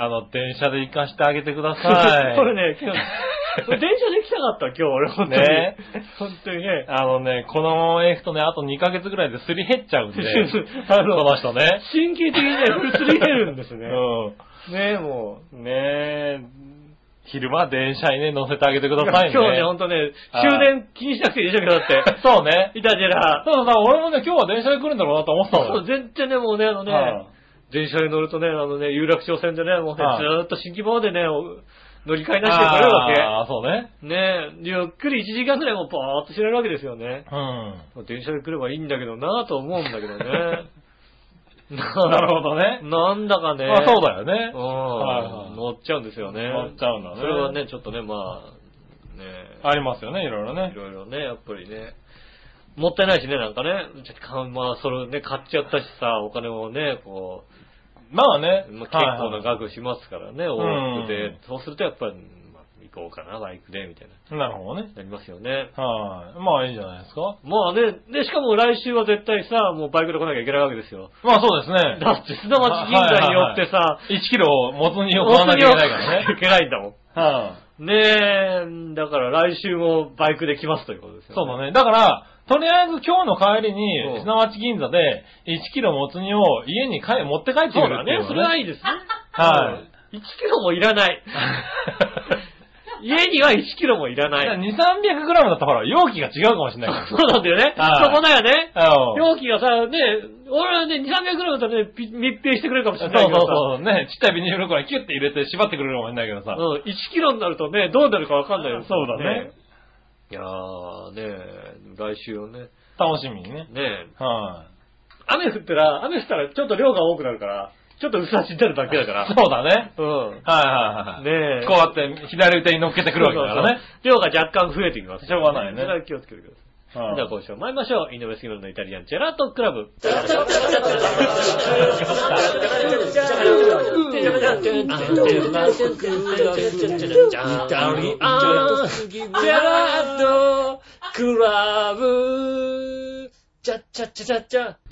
S3: あの、電車で行かしてあげてください。
S2: [laughs] これね、今日、
S3: [laughs]
S2: 電車で行きたかった今日俺本当に。
S3: ね
S2: 本当にね。、
S3: あのね、このまま行くとね、あと2ヶ月ぐらいですり減っちゃうんで
S2: [laughs] あ
S3: あ
S2: の
S3: のこの人ね。
S2: 神経的にね、すり減るんですね。
S3: う
S2: ねえ、もう。
S3: ん。ねえ、昼間電車にね、乗せてあげてくださいね。
S2: 今日ね、ほんとね、終電気にしなくていいでしょ、だって。
S3: そうね。
S2: いたじら。
S3: たださ、俺もね、今日は電車で来るんだろうなと思ってたの
S2: そう
S3: よ。
S2: 全然ね、もうね、あのね、
S3: はい
S2: 電車に乗るとね、あのね、有楽町線でね、もうね、
S3: はい
S2: ずーっと新規棒でね、お乗り換えなしで来れるわ
S3: ああ、そうね。
S2: け。ねえ、ゆっくり1時間くらいもうぼーっと知れるわけですよね。
S3: うん。
S2: [laughs]
S3: [laughs]
S2: 電車で来ればいいんだけどなぁと思うんだけどね。
S3: なるほど
S2: [laughs]
S3: ね。
S2: なんだかね。
S3: まあそうだよね
S2: う。ん
S3: はいはい
S2: 乗っちゃうんですよね。
S3: 乗っちゃうんだね
S2: それはね、ちょっとね、まあ、ね
S3: ありますよね、いろいろ
S2: い
S3: ね。
S2: ろいろね、やっぱりね。もったいないしね、なんかね。ちょっとかまあ、それね、買っちゃったしさ、お金もね、こ
S3: まあね。
S2: う、まあ、結構
S3: はい
S2: な
S3: は
S2: 額しますからね、
S3: ん
S2: 往復で。そうするとやっぱり、まあ、行こうかな、バイクで、みたいな。
S3: いなるほどね。
S2: なりますよね。
S3: はい。まあいいんじゃないですか。
S2: まあね、で、しかも来週は絶対さ、もうバイクで来なきゃいけないわけですよ。
S3: まあそうですね。 [laughs]
S2: だって、砂町銀座によってさ、
S3: 1キロを元に置かなきゃいけない
S2: [laughs]
S3: からね。
S2: いけないんだもん。
S3: はい。
S2: ねえ、だから来週もバイクで来ますということですよ、ね。
S3: そうだね。だから、とりあえず今日の帰り
S2: うん
S3: に、すなわち銀座で、1キロもつ煮を家に帰持って帰ってく
S2: そう
S3: る
S2: だ
S3: ってい
S2: ね。
S3: う
S2: そ
S3: の。
S2: れはいいいですね。
S3: は
S2: 1キロもいら
S3: [laughs]
S2: ない。家には1キロもいらない。
S3: い。2、300グラムだったらほら、容器が違うかもしれないか
S2: そうなんだよね。
S3: はい
S2: そこだよね。
S3: ら。うん
S2: 容器がさ、ね、俺はね、2、300グラムだったらね、ぴ密閉してくれるかもし
S3: そ
S2: れ
S3: う
S2: ない
S3: そう
S2: けどさ。
S3: そう。ね、ちっちゃいビニール袋にキュッて入れて縛ってくれるかもしれないけどさ。
S2: うん、1キロになるとね、どうなるかわかんないよ。
S3: そうだね。
S2: いやーね、来週をね、
S3: 楽しみにね。
S2: ね、
S3: は
S2: 雨降ったら、雨降ったらちょっと量が多くなるから、ちょっと薄味になるだけだか
S3: い。
S2: ら。
S3: そうだね。
S2: うん。
S3: はいはいはいはい。
S2: ねえ
S3: こうやって左腕に乗っけてくるわけだからね。
S2: そうそうそう。量が若干増えてきます。
S3: しょうがないね
S2: それは気をつけてください。
S3: はい
S2: じゃあ今週も参りましょう。井上杉村のイタリアンジェラートクラブ。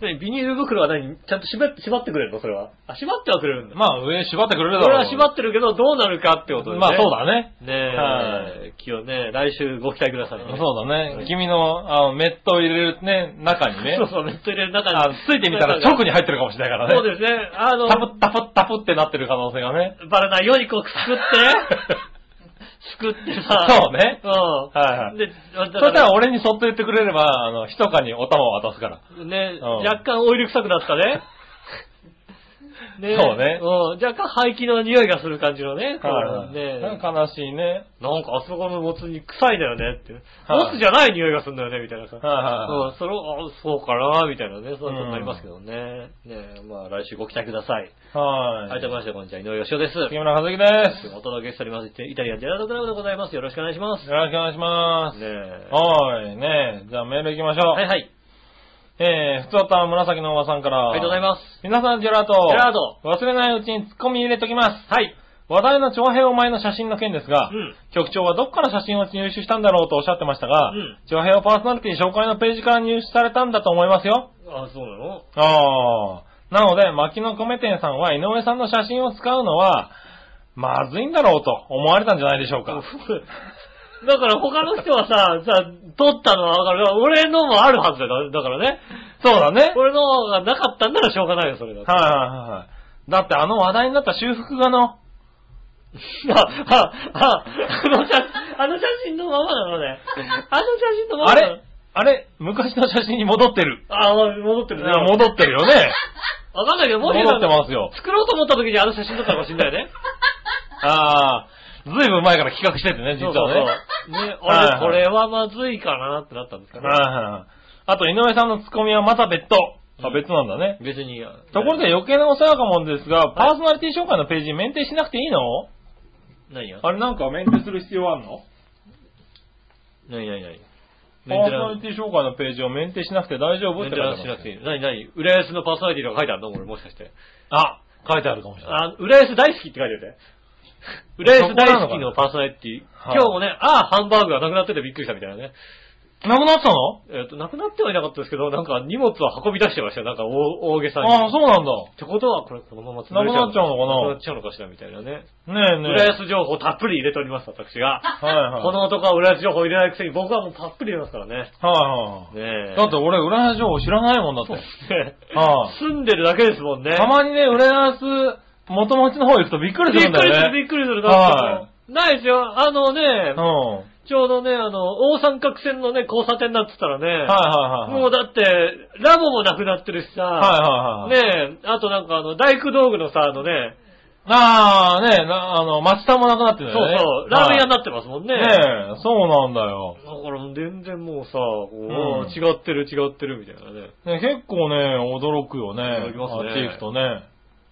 S2: ねビニール袋は何ちゃんと縛って、縛ってくれるのそれは。あ、縛ってはくれるんだ。
S3: まあ上縛ってくれるだろう。
S2: それは縛ってるけど、どうなるかってことでね。
S3: まあそうだね。は
S2: ねえ、気をね、来週ご期待くださいね。
S3: そうだ
S2: う
S3: ね
S2: ん。
S3: 君の、あの、メットを入れるね、中にね
S2: そ。うそう、ネット入れる中
S3: あ
S2: に
S3: のついてみたら直に入ってるかもしれないからね。
S2: そうですね。あの、
S3: タプタプタプってなってる可能性がね。
S2: バレないようにこう、くすくっ
S3: [laughs]
S2: て、すくってさ。
S3: そうね
S2: う
S3: はいはい
S2: ん。。で、だ
S3: そ
S2: か
S3: した
S2: ら
S3: ら俺にそっと言ってくれれば、あの、ひとかにお玉を渡すから。
S2: ね、
S3: うん
S2: 若干オイル臭くなった
S3: [laughs]
S2: ね。
S3: そうね
S2: うん若干排気の匂いがする感じのね。
S3: はい
S2: ね
S3: なんか悲しいね。
S2: なんかあそこのもつに臭いんだよねって。
S3: はい
S2: モスじゃない匂いがするんだよね、みたいなさ。
S3: はいはいは
S2: うん、それを、あそうかな、みたいなね、そういうことになりますけどね。ねまあ来週ご期待ください。
S3: はい。
S2: はい、どうもみなさんこんにちは、井上芳雄です。
S3: 杉村和樹です。
S2: お届けしております、イタリアンジェラートクラブでございます。よろしくお願いします。ね
S3: よろしくお願いします。
S2: え
S3: はい、ねえじゃあメール行きましょう。
S2: はいはい。
S3: えー、ふつおた紫のおばさんから。
S2: ありがとうござい
S3: す。
S2: ます。
S3: 皆さん、ジェラート。
S2: ジェラート。
S3: 忘れないうちにツッコミ入れときます。
S2: はい。
S3: 話題の長編お前の写真の件ですが、
S2: うん
S3: 局長はどっから写真を入手したんだろうとおっしゃってましたが、
S2: うん
S3: 長編をパーソナリティ紹介のページから入手されたんだと思いますよ。
S2: あ、そうな
S3: [laughs]
S2: の
S3: ああ。なので、牧野米店さんは井上さんの写真を使うのは、まずいんだろうと思われたんじゃないでしょうか。
S2: だから他の人はさ、さ、 [laughs] 撮ったのはわかる。俺のもあるはずだよ。だからね。
S3: そうだね。
S2: 俺のがなかったんならしょうがないよ、それだって。
S3: はいはいはいはい。だってあの話題になった修復画
S2: あ、あ、
S3: の、
S2: あ、あの写あの写真のままなのね。あの写真のまま
S3: あ
S2: なの
S3: れあれ昔の写真に戻ってる。
S2: あ、戻ってるね。
S3: 戻ってる
S2: [laughs]
S3: よね。
S2: わかんないけど、もしかした
S3: 戻って
S2: ら
S3: ますよ。
S2: 作ろうと思った時にあの写真だったかもしれないね。
S3: ああ、ずいぶん前から企画しててね、 [laughs] 実はね。
S2: そうそうそうね、
S3: はいは
S2: 俺、
S3: い
S2: これはまずいかなってなったんですか
S3: は
S2: ね。
S3: いはいはいあと、井上さんのツッコミはまた別途。
S2: う
S3: あ、
S2: ん
S3: 別なんだね。
S2: 別に。
S3: ところで、余計なお世話かもんですが、パーソナリティ紹介のページ免停しなくていいの
S2: 何や
S3: あれなんか免停する必要あんの
S2: 何何何
S3: パ
S2: メン
S3: ー
S2: テ
S3: ソ
S2: ナ
S3: ナ
S2: ン
S3: リティ紹介のページを免停しなくて大丈夫
S2: メ
S3: っ
S2: ン
S3: て
S2: テ
S3: 書いて
S2: ナ
S3: あ
S2: ンスしなくてい
S3: る。
S2: い。何何浦安のパーソナリティとか書いてあるの俺もしかして。
S3: あ、書いてあるかもしれない。
S2: あ、浦安大好きって書いてあるね。浦安大好きのパーソナリティ。
S3: はい
S2: 今日もね、ああ、ハンバーグがなくなっててびっくりしたみたいなね。
S3: なくなったの
S2: えっ、と、なくなってはいなかったですけど、なんか荷物を運び出してましたよ。なんか大大げさに。
S3: ああ、そうなんだ。
S2: ってことは、これこのまま
S3: なくなっちゃうのかな
S2: くなっちゃうのかしらみたいなね。
S3: ねえねえ。
S2: 浦安情報たっぷり入れております、私が。
S3: はいはい。
S2: この男は浦安情報入れないくせに僕はもうたっぷり入れますからね。
S3: はいはい。
S2: ねえ。
S3: だって俺、浦安情報知らないもんだって。
S2: [laughs] ね
S3: は
S2: 住んでるだけですもんね。
S3: たまにね、浦安、元町の方行くとびっくり
S2: びっ
S3: す
S2: く
S3: るんだ
S2: りす
S3: よ
S2: る、
S3: ね。
S2: びっくりする。
S3: は
S2: ないですよ。あのね
S3: うん。、は
S2: ちょうどね、あの、大三角線のね、交差点になってたらね、
S3: いはいはい。
S2: もうだって、ラボもなくなってるしさ、
S3: はいはいはい。
S2: ねえ、あとなんかあの、大工道具のさ、あのね、
S3: ああ、ねなあの、町田もなくなってる
S2: そ
S3: ん
S2: う
S3: だよね。
S2: そう、ラーメン屋に
S3: な
S2: なってますもんね。
S3: ねえ、そうなんだよ。
S2: だから全然もうさ、こう
S3: うん
S2: ああ違ってる違ってるみたいなね。
S3: ね、結構ね、驚くよね。
S2: 驚きますね
S3: あっち行くとね。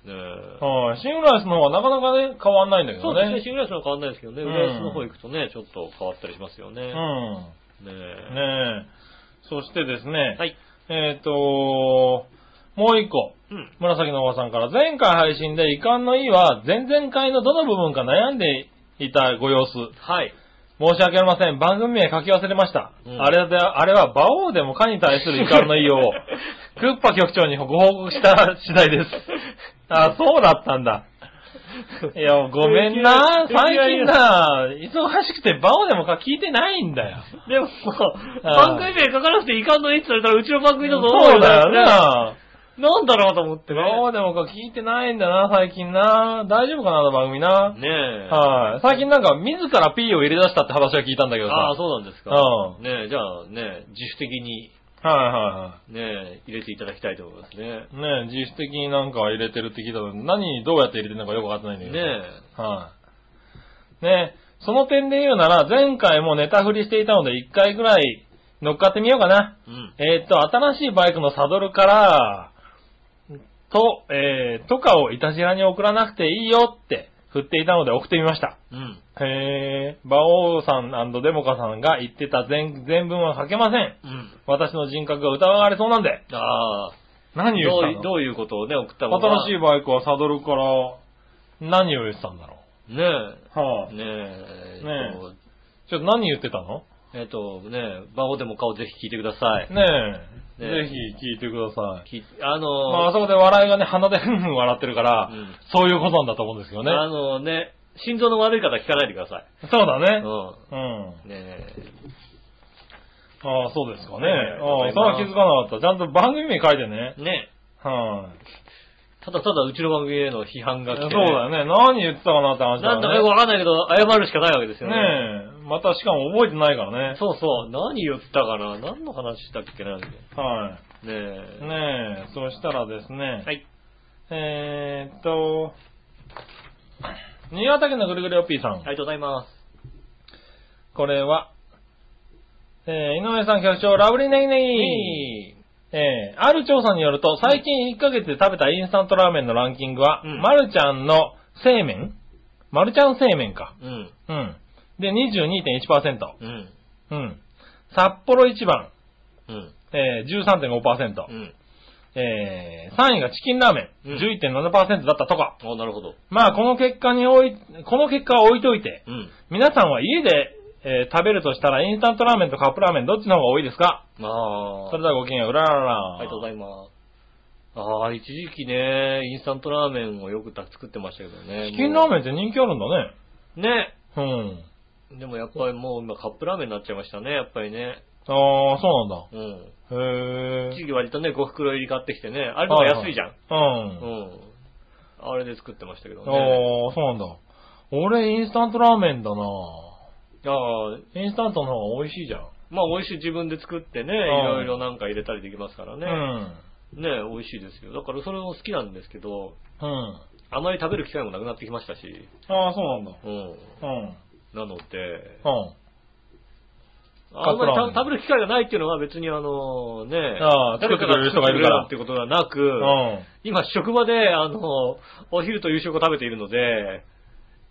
S2: ねえ
S3: はい、シングライスの方がなかなかね、変わんないんだけ
S2: そ
S3: ど
S2: う
S3: ね。
S2: ですね、新浦安は変わんないですけどね、
S3: うん
S2: 浦安の方行くとね、ちょっと変わったりしますよね。
S3: う
S2: ね
S3: ん。
S2: え。
S3: ねえ。そしてですね、
S2: はい。
S3: えっ、ともう一個。
S2: うん。
S3: 紫のおばさんから、前回配信で遺憾の意は、前々回のどの部分か悩んでいたご様子。
S2: はい。
S3: 申し訳ありません。番組名書き忘れました。
S2: うん
S3: あれで、あれは、馬王でもかに対する遺憾の
S2: [laughs]
S3: 意を、クッパ局長にご報告した次第です。あ、そうだったんだ。いや、ごめんな。
S2: [laughs] いやい
S3: 最
S2: やい
S3: 近
S2: や
S3: な、忙しくて馬王でもか聞いてないんだよ。
S2: でも、
S3: ああ
S2: 番組名書かなくていかんのいいって言われたら、うちの番組だと思う
S3: そうだよ
S2: な。
S3: な。
S2: なんだろうと思ってね。
S3: 馬王でもか聞いてないんだな、最近な。大丈夫かな、あの番組な。
S2: ねえ。
S3: はい。最近なんか、自ら P を入れ出したって話は聞いたんだけどさ。
S2: ああ、そうなんですか。
S3: う
S2: ねえ、じゃあね、自主的に
S3: はいはいはい。
S2: ね、入れていただきたいと思いますね。
S3: ねえ、自主的になんか入れてるって聞いたのに何どうやって入れてるのかよくわかってないんだ
S2: ね
S3: け
S2: え
S3: ど。。はい、ねえ、その点で言うなら、前回もネタ振りしていたので、一回ぐらい乗っかってみようかな。
S2: うん。
S3: えーっと、新しいバイクのサドルから、と、えー、とかをいたしらに送らなくていいよって振っていたので送ってみました。
S2: うん。
S3: へー、馬王さんデモカさんが言ってた全全文は書けません。
S2: うん。
S3: 私の人格が疑われそうなんで。
S2: ああ、どう
S3: 何言った
S2: い
S3: の
S2: どういうことをね、送ったのか。
S3: 新しいバイクはサドルから何を言ってたんだろ
S2: ね
S3: う。は
S2: え。ねえ。
S3: ねえ
S2: えっと
S3: ちょっと何言ってたの
S2: えっとね、バオでも顔ぜひ聞いてください。
S3: ねえ。
S2: ねえ
S3: ぜひ聞いてください。
S2: きあの
S3: まあ、あそこで笑いがね、鼻でふんふん笑ってるから、
S2: うん
S3: そういうことなんだと思うんですけどね。
S2: あのね、心臓の悪い方は聞かないでください。
S3: そうだ
S2: う
S3: ね。
S2: ん。
S3: うん。
S2: ねえ。
S3: ああ、そうですか
S2: ね
S3: ね。
S2: え
S3: ああ、それは気づかなかった。ちゃんと番組名書いてね。
S2: ね
S3: はい、
S2: ただただうちの番組への批判が来
S3: そう
S2: て、
S3: だよね。何言ってたかなって話だ
S2: な
S3: よ
S2: んだ
S3: ね。
S2: かよくわかんないけど、謝るしかないわけですよね。
S3: ねえ。またしかも覚えてないからね。
S2: そうそう。何言ったかな何の話したっけなね
S3: は
S2: え。
S3: い。ねえ。そしたらですね。
S2: はい。
S3: えーっと、新潟県のぐるぐるおっぴーさん。
S2: ありがとうございます。
S3: これは、えー井上さん局長、ラブリーネギネギ、
S2: い
S3: えーある調査によると、最近1ヶ月で食べたインスタントラーメンのランキングは、
S2: うん
S3: マルちゃんの製麺マルちゃん製麺か。
S2: うん。
S3: うん。で、22.1%。
S2: うん。
S3: うん。札幌一番、
S2: うん。
S3: えー、13.5%。
S2: うん。
S3: えー、3位がチキンラーメン、
S2: うん
S3: 11.7%だったとか。
S2: あ、なるほど。
S3: まあ、この結果におい、この結果は置いといて、
S2: うん。
S3: 皆さんは家で、えー食べるとしたらインスタントラーメンとカップラーメンどっちの方が多いですか
S2: ああ。
S3: それではごきげんよう、うららら。
S2: ありがとうございます。ああ、一時期ね、インスタントラーメンをよく作ってましたけどね。
S3: チキンラーメ
S2: ン
S3: ンって人気あるんだね。
S2: ね。
S3: うん。
S2: でもやっぱりもう今カップラーメンになっちゃいましたね、やっぱりね。
S3: ああ、そうなんだ。
S2: うん。
S3: へ
S2: 一
S3: え。
S2: 時期割とね、5袋入り買ってきてね、あれの方が安いじゃん。
S3: うん。
S2: う
S3: あ
S2: ん。あれで作ってましたけど
S3: あ、
S2: ね。
S3: そうなんだ。俺インスタントラーメンだな
S2: ああ、
S3: インスタントの方が美味しいじゃん。
S2: まあ美味しい自分で作ってね、いろいろなんか入れたりできますから
S3: う
S2: ね。
S3: ん。
S2: ね、美味しいですよ。だからそれも好きなんですけど、
S3: うん。
S2: あまり食べる機会もなくなってきましたし、
S3: ああ、そうなんだ。
S2: うん。
S3: うん。
S2: なので、
S3: うん。
S2: あんまり
S3: カップラーメン
S2: た食べる機会がないっていうのは別にあのね、
S3: ああ
S2: 誰か
S3: 作ってくれる人がいるから
S2: 作ってくれるってことはなく、
S3: うん。
S2: 今職場であの、お昼と夕食を食べているので、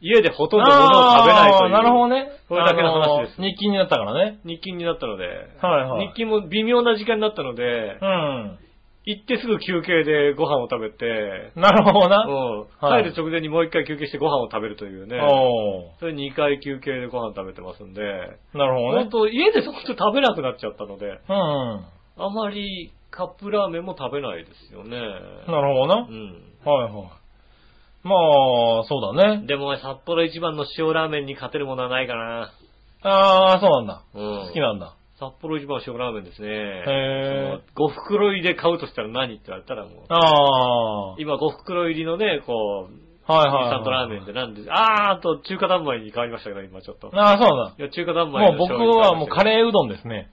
S2: 家でほとんど物を食べないとい
S3: あー
S2: う。
S3: なるほどね。
S2: それだけの話です
S3: あの日記になったからね。
S2: 日勤になったので、
S3: はいはい
S2: 日勤も微妙な時間になったので、
S3: うん。
S2: 行ってすぐ休憩でご飯を食べて、
S3: なるほどな。
S2: うん
S3: はい
S2: 帰る直前にもう一回休憩してご飯を食べるというね。
S3: お
S2: それ2回休憩でご飯食べてますんで、
S3: ーなるほどね
S2: 本。当家で本当食べなくなっちゃったので、
S3: うんうん。
S2: あまりカップラーメンも食べないですよね。
S3: なるほどな。
S2: うん。
S3: はいはい。まあ、そうだね。
S2: でも札幌一番の塩ラーメンに勝てるものはないかな。
S3: ああ、そうなんだ。
S2: うん。
S3: 好きなんだ。
S2: 札幌一番の塩ラーメンですね。
S3: へー
S2: 5袋入りで買うとしたら何って言われたらもう、
S3: ああ、はい
S2: 今5袋入りのね、こう、
S3: はいはい。
S2: インスタントラーメンってなんで、あーあと中華三昧に変わりましたけど、今ちょっと。
S3: ああ、そうなん
S2: いや、中華三
S3: だ。
S2: 昧
S3: もう
S2: の
S3: 僕はもうカ
S2: ー。
S3: レーうどんですね。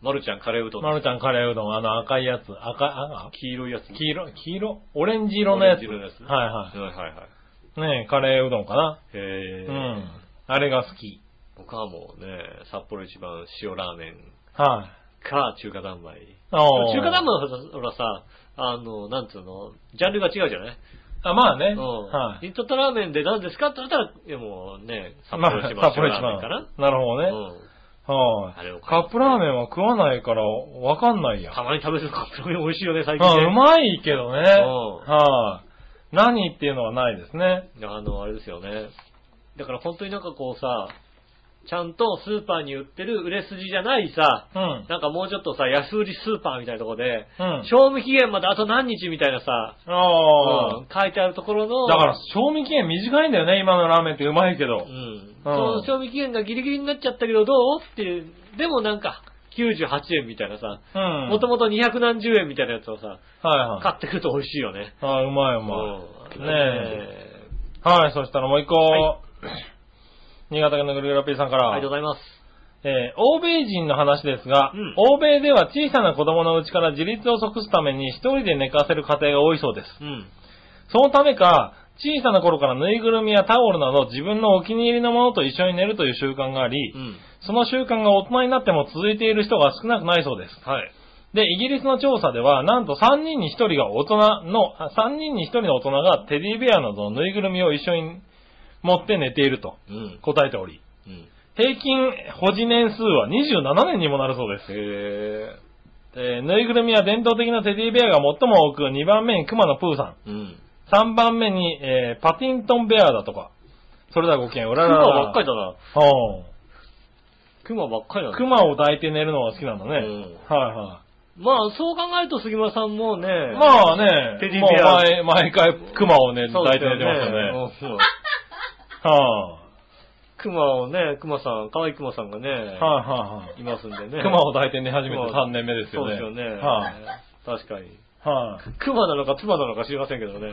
S2: まるちゃんカレーうどん。
S3: まるちゃんカレーうどん、あの赤いやつ。赤、あ
S2: 黄色いやつ。
S3: 黄色、黄色オレンジ色のやつ。
S2: オレンジ色のやつ
S3: はいは
S2: はいはいはい。
S3: い。ねえ、カレーうどんかな。
S2: へ
S3: う
S2: え、
S3: ん。あれが好き。
S2: 僕はもうね、札幌一番塩ラーメン
S3: はい。
S2: か中華三昧。
S3: あ
S2: 中華三昧
S3: 昧
S2: のほらさ、あの、なんつうの、ジャンルが違うじゃない
S3: あ、まあね。
S2: うん。
S3: はい。
S2: リトトラーメンで何ですかって言ったら、いやもうね、札
S3: ま
S2: 幌
S3: あ
S2: 一番
S3: 札
S2: 塩
S3: 幌一
S2: ラーメンか
S3: 番
S2: な。。
S3: なるほどね。
S2: うん
S3: は
S2: あれを
S3: い。
S2: 買
S3: カ
S2: う
S3: ップラーメンは食わないから、わかんないや。
S2: たまに食べるカップラーメン美味しいよね、最近
S3: あ、
S2: ね。
S3: うまいけどね。
S2: うん
S3: はい。何っていうのはないですね。
S2: あの、あれですよね。だから本当になんかこうさ、ちゃんとスーパーに売ってる売れ筋じゃないさ、
S3: うん。
S2: なんかもうちょっとさ、安売りスーパーみたいなとこで、
S3: うん。
S2: 賞味期限まであと何日みたいなさ、
S3: ああ、
S2: うん書いてあるところの、
S3: だから、賞味期限短いんだよね、今のラーメンってうまいけど
S2: う。ん。その賞味期限がギリギリになっちゃったけどどうっていう、でもなんか、98円みたいなさ、
S3: うん。
S2: もともと200何十円みたいなやつをさ、
S3: はいはい。
S2: 買ってくると美味しいよね。
S3: あーうまいうまい。
S2: ん
S3: ねえ。はい、そしたらもう一個。
S2: は
S3: 新潟県のグルグラピーさんから。
S2: ありがとうございます。
S3: えー欧米人の話ですが、
S2: うん
S3: 欧米では小さな子供のうちから自立を即すために一人で寝かせる家庭が多いそうです。
S2: うん。
S3: そのためか、小さな頃からぬいぐるみやタオルなど自分のお気に入りのものと一緒に寝るという習慣があり、
S2: うん。
S3: その習慣が大人になっても続いている人が少なくないそうです。
S2: はい。
S3: で、イギリスの調査では、なんと3人に1人が大人の、あ3人に1人の大人がテディベアなどのぬいぐるみを一緒に持って寝ていると
S2: うん。
S3: 答えており、
S2: うん。
S3: 平均保持年数は27年にもなるそうです。
S2: へ
S3: えーぬいぐるみは伝統的なテディベアが最も多く、2番目にクマのプーさ
S2: ぇー。うん。
S3: ん、3番目に、えーパティントンベアだとか、それではごきげん、うらららら。
S2: 熊ばっかりだな。
S3: う
S2: 熊ばっかりだ
S3: ん
S2: な。
S3: クマを抱いて寝るのが好きなんだね。
S2: う
S3: はい
S2: ん
S3: は
S2: まあ、そう考えると杉村さんもね。
S3: い。まあね、
S2: テディベア
S3: もう毎毎回クマをね、
S2: そう
S3: 抱い
S2: です
S3: て寝てますよね。
S2: ね。うん
S3: は
S2: 熊をね、熊さん、可愛い熊さんがね、
S3: いはいはい
S2: ますんで
S3: い。
S2: ね。
S3: 熊を抱いて寝始めて
S2: 熊を
S3: 3年目ですよ
S2: そうです
S3: ね。
S2: よね。
S3: はい。
S2: 確かに。
S3: はい。
S2: 熊なのか妻なのか知りませんけどね。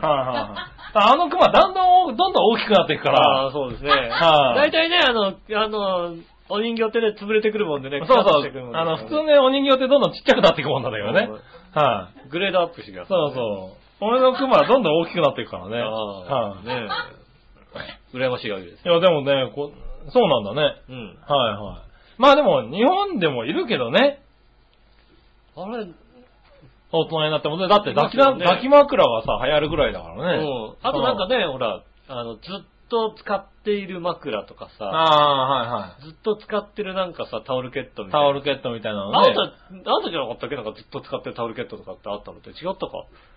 S3: はいはいはい。あの熊だんだん、どんどん大きくなっていくか
S2: あ
S3: ら。
S2: あ、そうですね。
S3: は
S2: 大
S3: い
S2: 体ね、あの、あの、お人形ってね、潰れてくるもんでね。
S3: そうそ
S2: 腐ってくるもん
S3: う。
S2: です
S3: あ
S2: から
S3: の、
S2: ね
S3: 普通ね、お人形ってどんどんちっちゃくなっていくもんなんだけどね。はい。
S2: グレードアップしてください
S3: そうそう。俺の熊はどんどん大きくなっていくからね。
S2: あ
S3: は
S2: あ、
S3: い。
S2: ねえ。羨ましい限りです。
S3: いや、でもね、こそうなんだね。
S2: うん。
S3: はいはい。まあでも、日本でもいるけどね。
S2: あれ、
S3: 大人になってもね。だって抱きな、
S2: いますよね
S3: 抱き枕がさ、流行るぐらいだからね。
S2: うん。あとなんかね、ほら、あの、ずっと使っている枕とかさ、
S3: ああ、はいは
S2: ずっと使ってるなんかさ、タオルケットみ
S3: い。
S2: たい
S3: タ
S2: な。
S3: オルケットみたいな
S2: あ
S3: の
S2: な
S3: ね。
S2: た、あなたじゃなかったっけなんかずっと使ってるタオルケットとかってあったのって違ったか。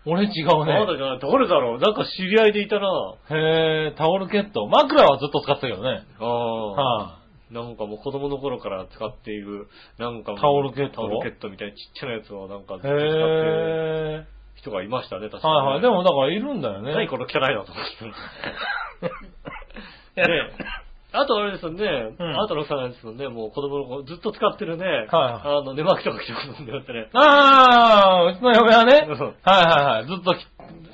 S3: 俺違
S2: あ
S3: う
S2: なた
S3: ね。
S2: じゃない。誰だろうなんか知り合いでいたな。
S3: へえ、タオルケット。枕はずっと使ってたけどね。
S2: ああ。
S3: は
S2: なんかもう子供の頃から使っている、なんかもう
S3: タオルケット
S2: タオルケットみたいなちっちゃなやつをなんかずっ
S3: い。
S2: と使
S3: へ
S2: ってる
S3: え。
S2: 人がいましたね、確かに。
S3: はいはい。でもだからいるんだよね。
S2: 何このキャラやなと思
S3: [laughs]
S2: って。ねあとあれですよね、
S3: ん
S2: あなたのさんですよね、もう子供の頃ずっと使ってるね、
S3: は
S2: あの、寝巻きとか着てますもんね、だってね。
S3: ああ、うちの嫁はね。
S2: うん
S3: はいはいはい。ずっとき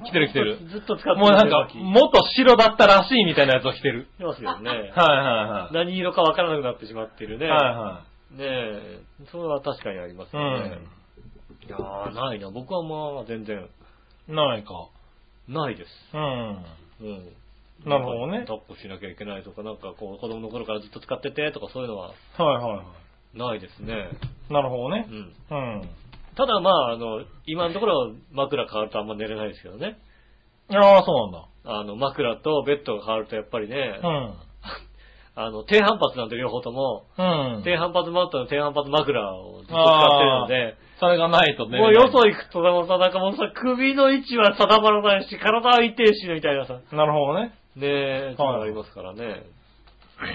S3: 着てる着て
S2: [laughs]
S3: る。
S2: ずっと使ってる
S3: もうな
S2: [laughs]
S3: んか、
S2: 寝巻
S3: 元白だったらしいみたいなやつを着てる。
S2: き着てますよね。
S3: [laughs] はいはいは
S2: 何色かわからなくなってしまっている
S3: い。
S2: ね。
S3: はいは
S2: ねえ、それは確かにありますよね。いやー、ないな。僕はまあ、全然、
S3: い。ないか。
S2: ないです。
S3: うん。
S2: うん。
S3: なるほどね
S2: なんか抱っこしなきゃいけないとか、なんかこう、子供の頃からずっと使っててとかそういうのは
S3: はいはいは
S2: ないですね。
S3: い。なるほどね
S2: う。ん。
S3: うん。
S2: ただまあ、あの、今のところ枕変わるとあんま寝れないですけどね。
S3: ああ、そうなんだ。
S2: あの、枕とベッドが変わるとやっぱりね、
S3: うん。
S2: あの、低反発なんで両方とも、
S3: うん。
S2: 低反発マットの低反発枕をずっと使ってる
S3: それがないと
S2: ので、
S3: ね。
S2: もうよそ行くとでもさ、なんかもうさ、首の位置は定まらないし、体は痛いし、みたいなさ、
S3: なるほどね。
S2: ねえ、そういうのありますからね。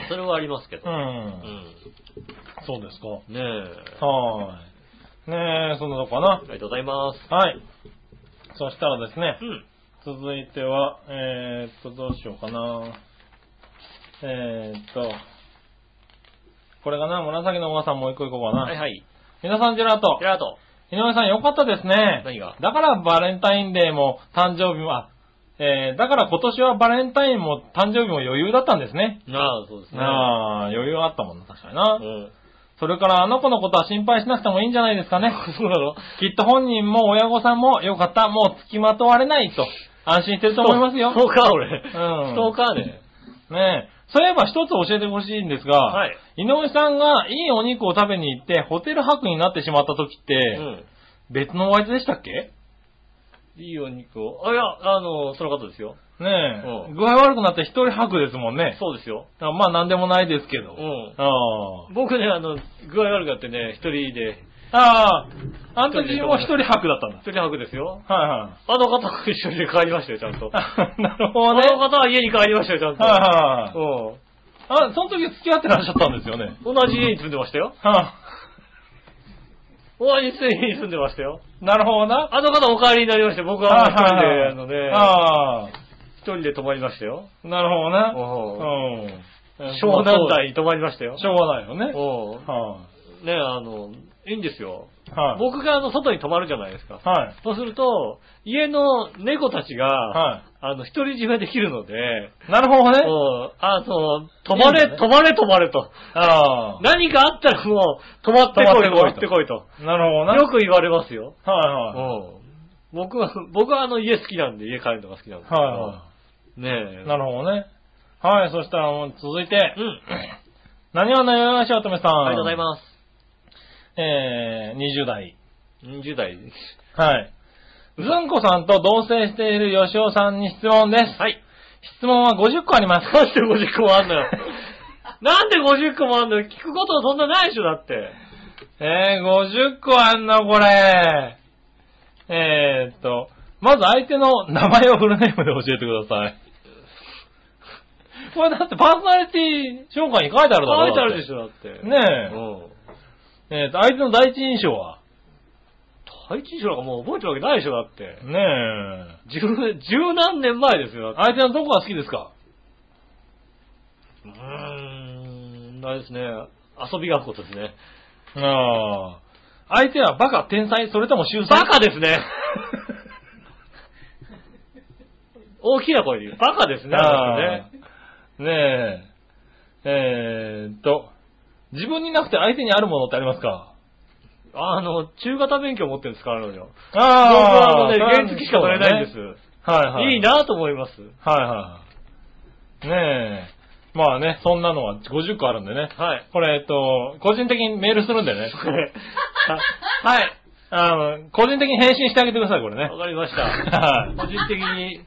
S2: それはありますけど。
S3: う。
S2: うんん。
S3: そうですか。
S2: ねえ。
S3: はーい。ねえ、そんなとこかな
S2: あ。りがとうございます。
S3: はい。そしたらですね
S2: う、ん。
S3: 続いては、えー、っと、どうしようかな。えー、っと、これかな、紫のおばさんもう一個行こうかな。
S2: はいはい。
S3: 皆さん、ジェラート
S2: ジェ。ラート。
S3: 井上さん、よかったですね。
S2: 何が
S3: だからバレンタインデーも誕生日も、あ、えー、だから今年はバレンタインも誕生日も余裕だったんですね。
S2: ああ、そうですね。
S3: ああ、余裕あったもんな、確かにな。
S2: うん。
S3: それからあの子のことは心配しなくてもいいんじゃないですかね。
S2: [laughs] そうなの
S3: きっと本人も親御さんもよかった、もう付きまとわれないと安心してると思いますよ。
S2: ストーカー俺。
S3: うん
S2: ストーカーね。
S3: ねえ。そういえば一つ教えてほしいんですが、
S2: はい
S3: 井上さんがいいお肉を食べに行って、ホテル泊になってしまった時って、
S2: うん。
S3: 別のお相手でしたっけ
S2: いいお肉を。あ、いや、あの、その方ですよ。
S3: ねえ、
S2: うん
S3: 具合悪くなって一人泊ですもんね。
S2: そうですよ。
S3: あまあなんでもないですけど。
S2: うん
S3: あ
S2: 僕ね、あの、具合悪くなってね、一人で、
S3: あ。ああ、あの時も一人泊だったんだ
S2: 一。人泊ですよ。
S3: はいはい。
S2: あの方が一緒に帰りましたよ、ちゃんと。あ
S3: あ [laughs] なるほど
S2: の
S3: ね。
S2: 方は家に帰りましたよ、ちゃんと。
S3: はいはいはい。
S2: うん。
S3: あ、その時付き合ってらっしゃったんですよね。
S2: 同じ家に住んでましたよ。
S3: はあ、
S2: 同じ家に住んでましたよ。
S3: なるほどな。
S2: あの方お帰りになりまして、僕はもう一人で、あのね、
S3: ああ、
S2: 一人で泊まりましたよ。
S3: なる
S2: う
S3: ほど
S2: ん
S3: な。うん。
S2: 湘南台に泊まりましたよ。
S3: しょうがないよね。
S2: う
S3: は
S2: んねあの、いいんですよ。
S3: い。はい。
S2: 僕があの、外に泊まるじゃないですか。
S3: はい。
S2: そうすると、家の猫たちが、
S3: は
S2: あの、独り占めできるので、
S3: い。なるほどね
S2: う。ん、あの、泊まれ、
S3: いいんだね
S2: 泊まれ泊まれと。
S3: あ
S2: 何かあったらもう、泊まってこいと、
S3: 泊
S2: 泊
S3: ま
S2: ま
S3: っ
S2: ってて
S3: こ
S2: こいと。
S3: あ。なるほどな。
S2: よく言われますよ。う
S3: はいはい。
S2: ん。僕は、僕はあの家好きなんで家帰るのが好きなんですけど。
S3: は
S2: ねえ。
S3: い。なるほどね。はい。そしたらもう続いて
S2: う、ん。
S3: 何はないよしおとめさん。
S2: ありがとうございます。
S3: す。えー、20代。
S2: 20代。
S3: はい。ずんこさんと同棲しているよしおさんに質問です。
S2: はい。
S3: 質問は50個あります。
S2: なんで50個もあんの
S3: [laughs]
S2: よ。なんで50個もあんのよ。聞くことそんなないでしょ、だって。
S3: えー、50個あんのこれ。えーっと、まず相手の名前をフルネームで教えてください。これだってパーソナリティ紹介に書いてあるだろ
S2: 書いてあるで
S3: ょ。
S2: しょ、だって。
S3: ねえ
S2: うん。
S3: えーっと、相手の第一印象は
S2: 第一印象なんかもう覚えてるわけないでしょ、だって。
S3: ねえ。
S2: 十、十何年前ですよ、だって。
S3: 相手のどこが好きですか
S2: うーん、あれですね。遊び学校ですね。
S3: ああ。相手はバカ、天才、それとも秀才
S2: バカですね。大きな声で言う。バカですね、あの
S3: あ
S2: 人ね。
S3: ー [laughs] ねえ。えーっと、自分になくて相手にあるものってありますか
S2: あの、中型免許持ってるんですから、彼女。僕
S3: あ
S2: はあの
S3: そ
S2: ね、
S3: れは
S2: 原付しか乗れないんです。
S3: そうだねはいはい。
S2: いい。なと思います。
S3: はいはい。ねえ。まあね、そんなのは50個あるんでね。
S2: はい。
S3: これ、えっと、個人的にメールするん
S2: [laughs]
S3: でね。 [laughs]
S2: はい。
S3: あの、個人的に返信してあげてください、これね
S2: わ。かりまし
S3: はい
S2: た。個人的に。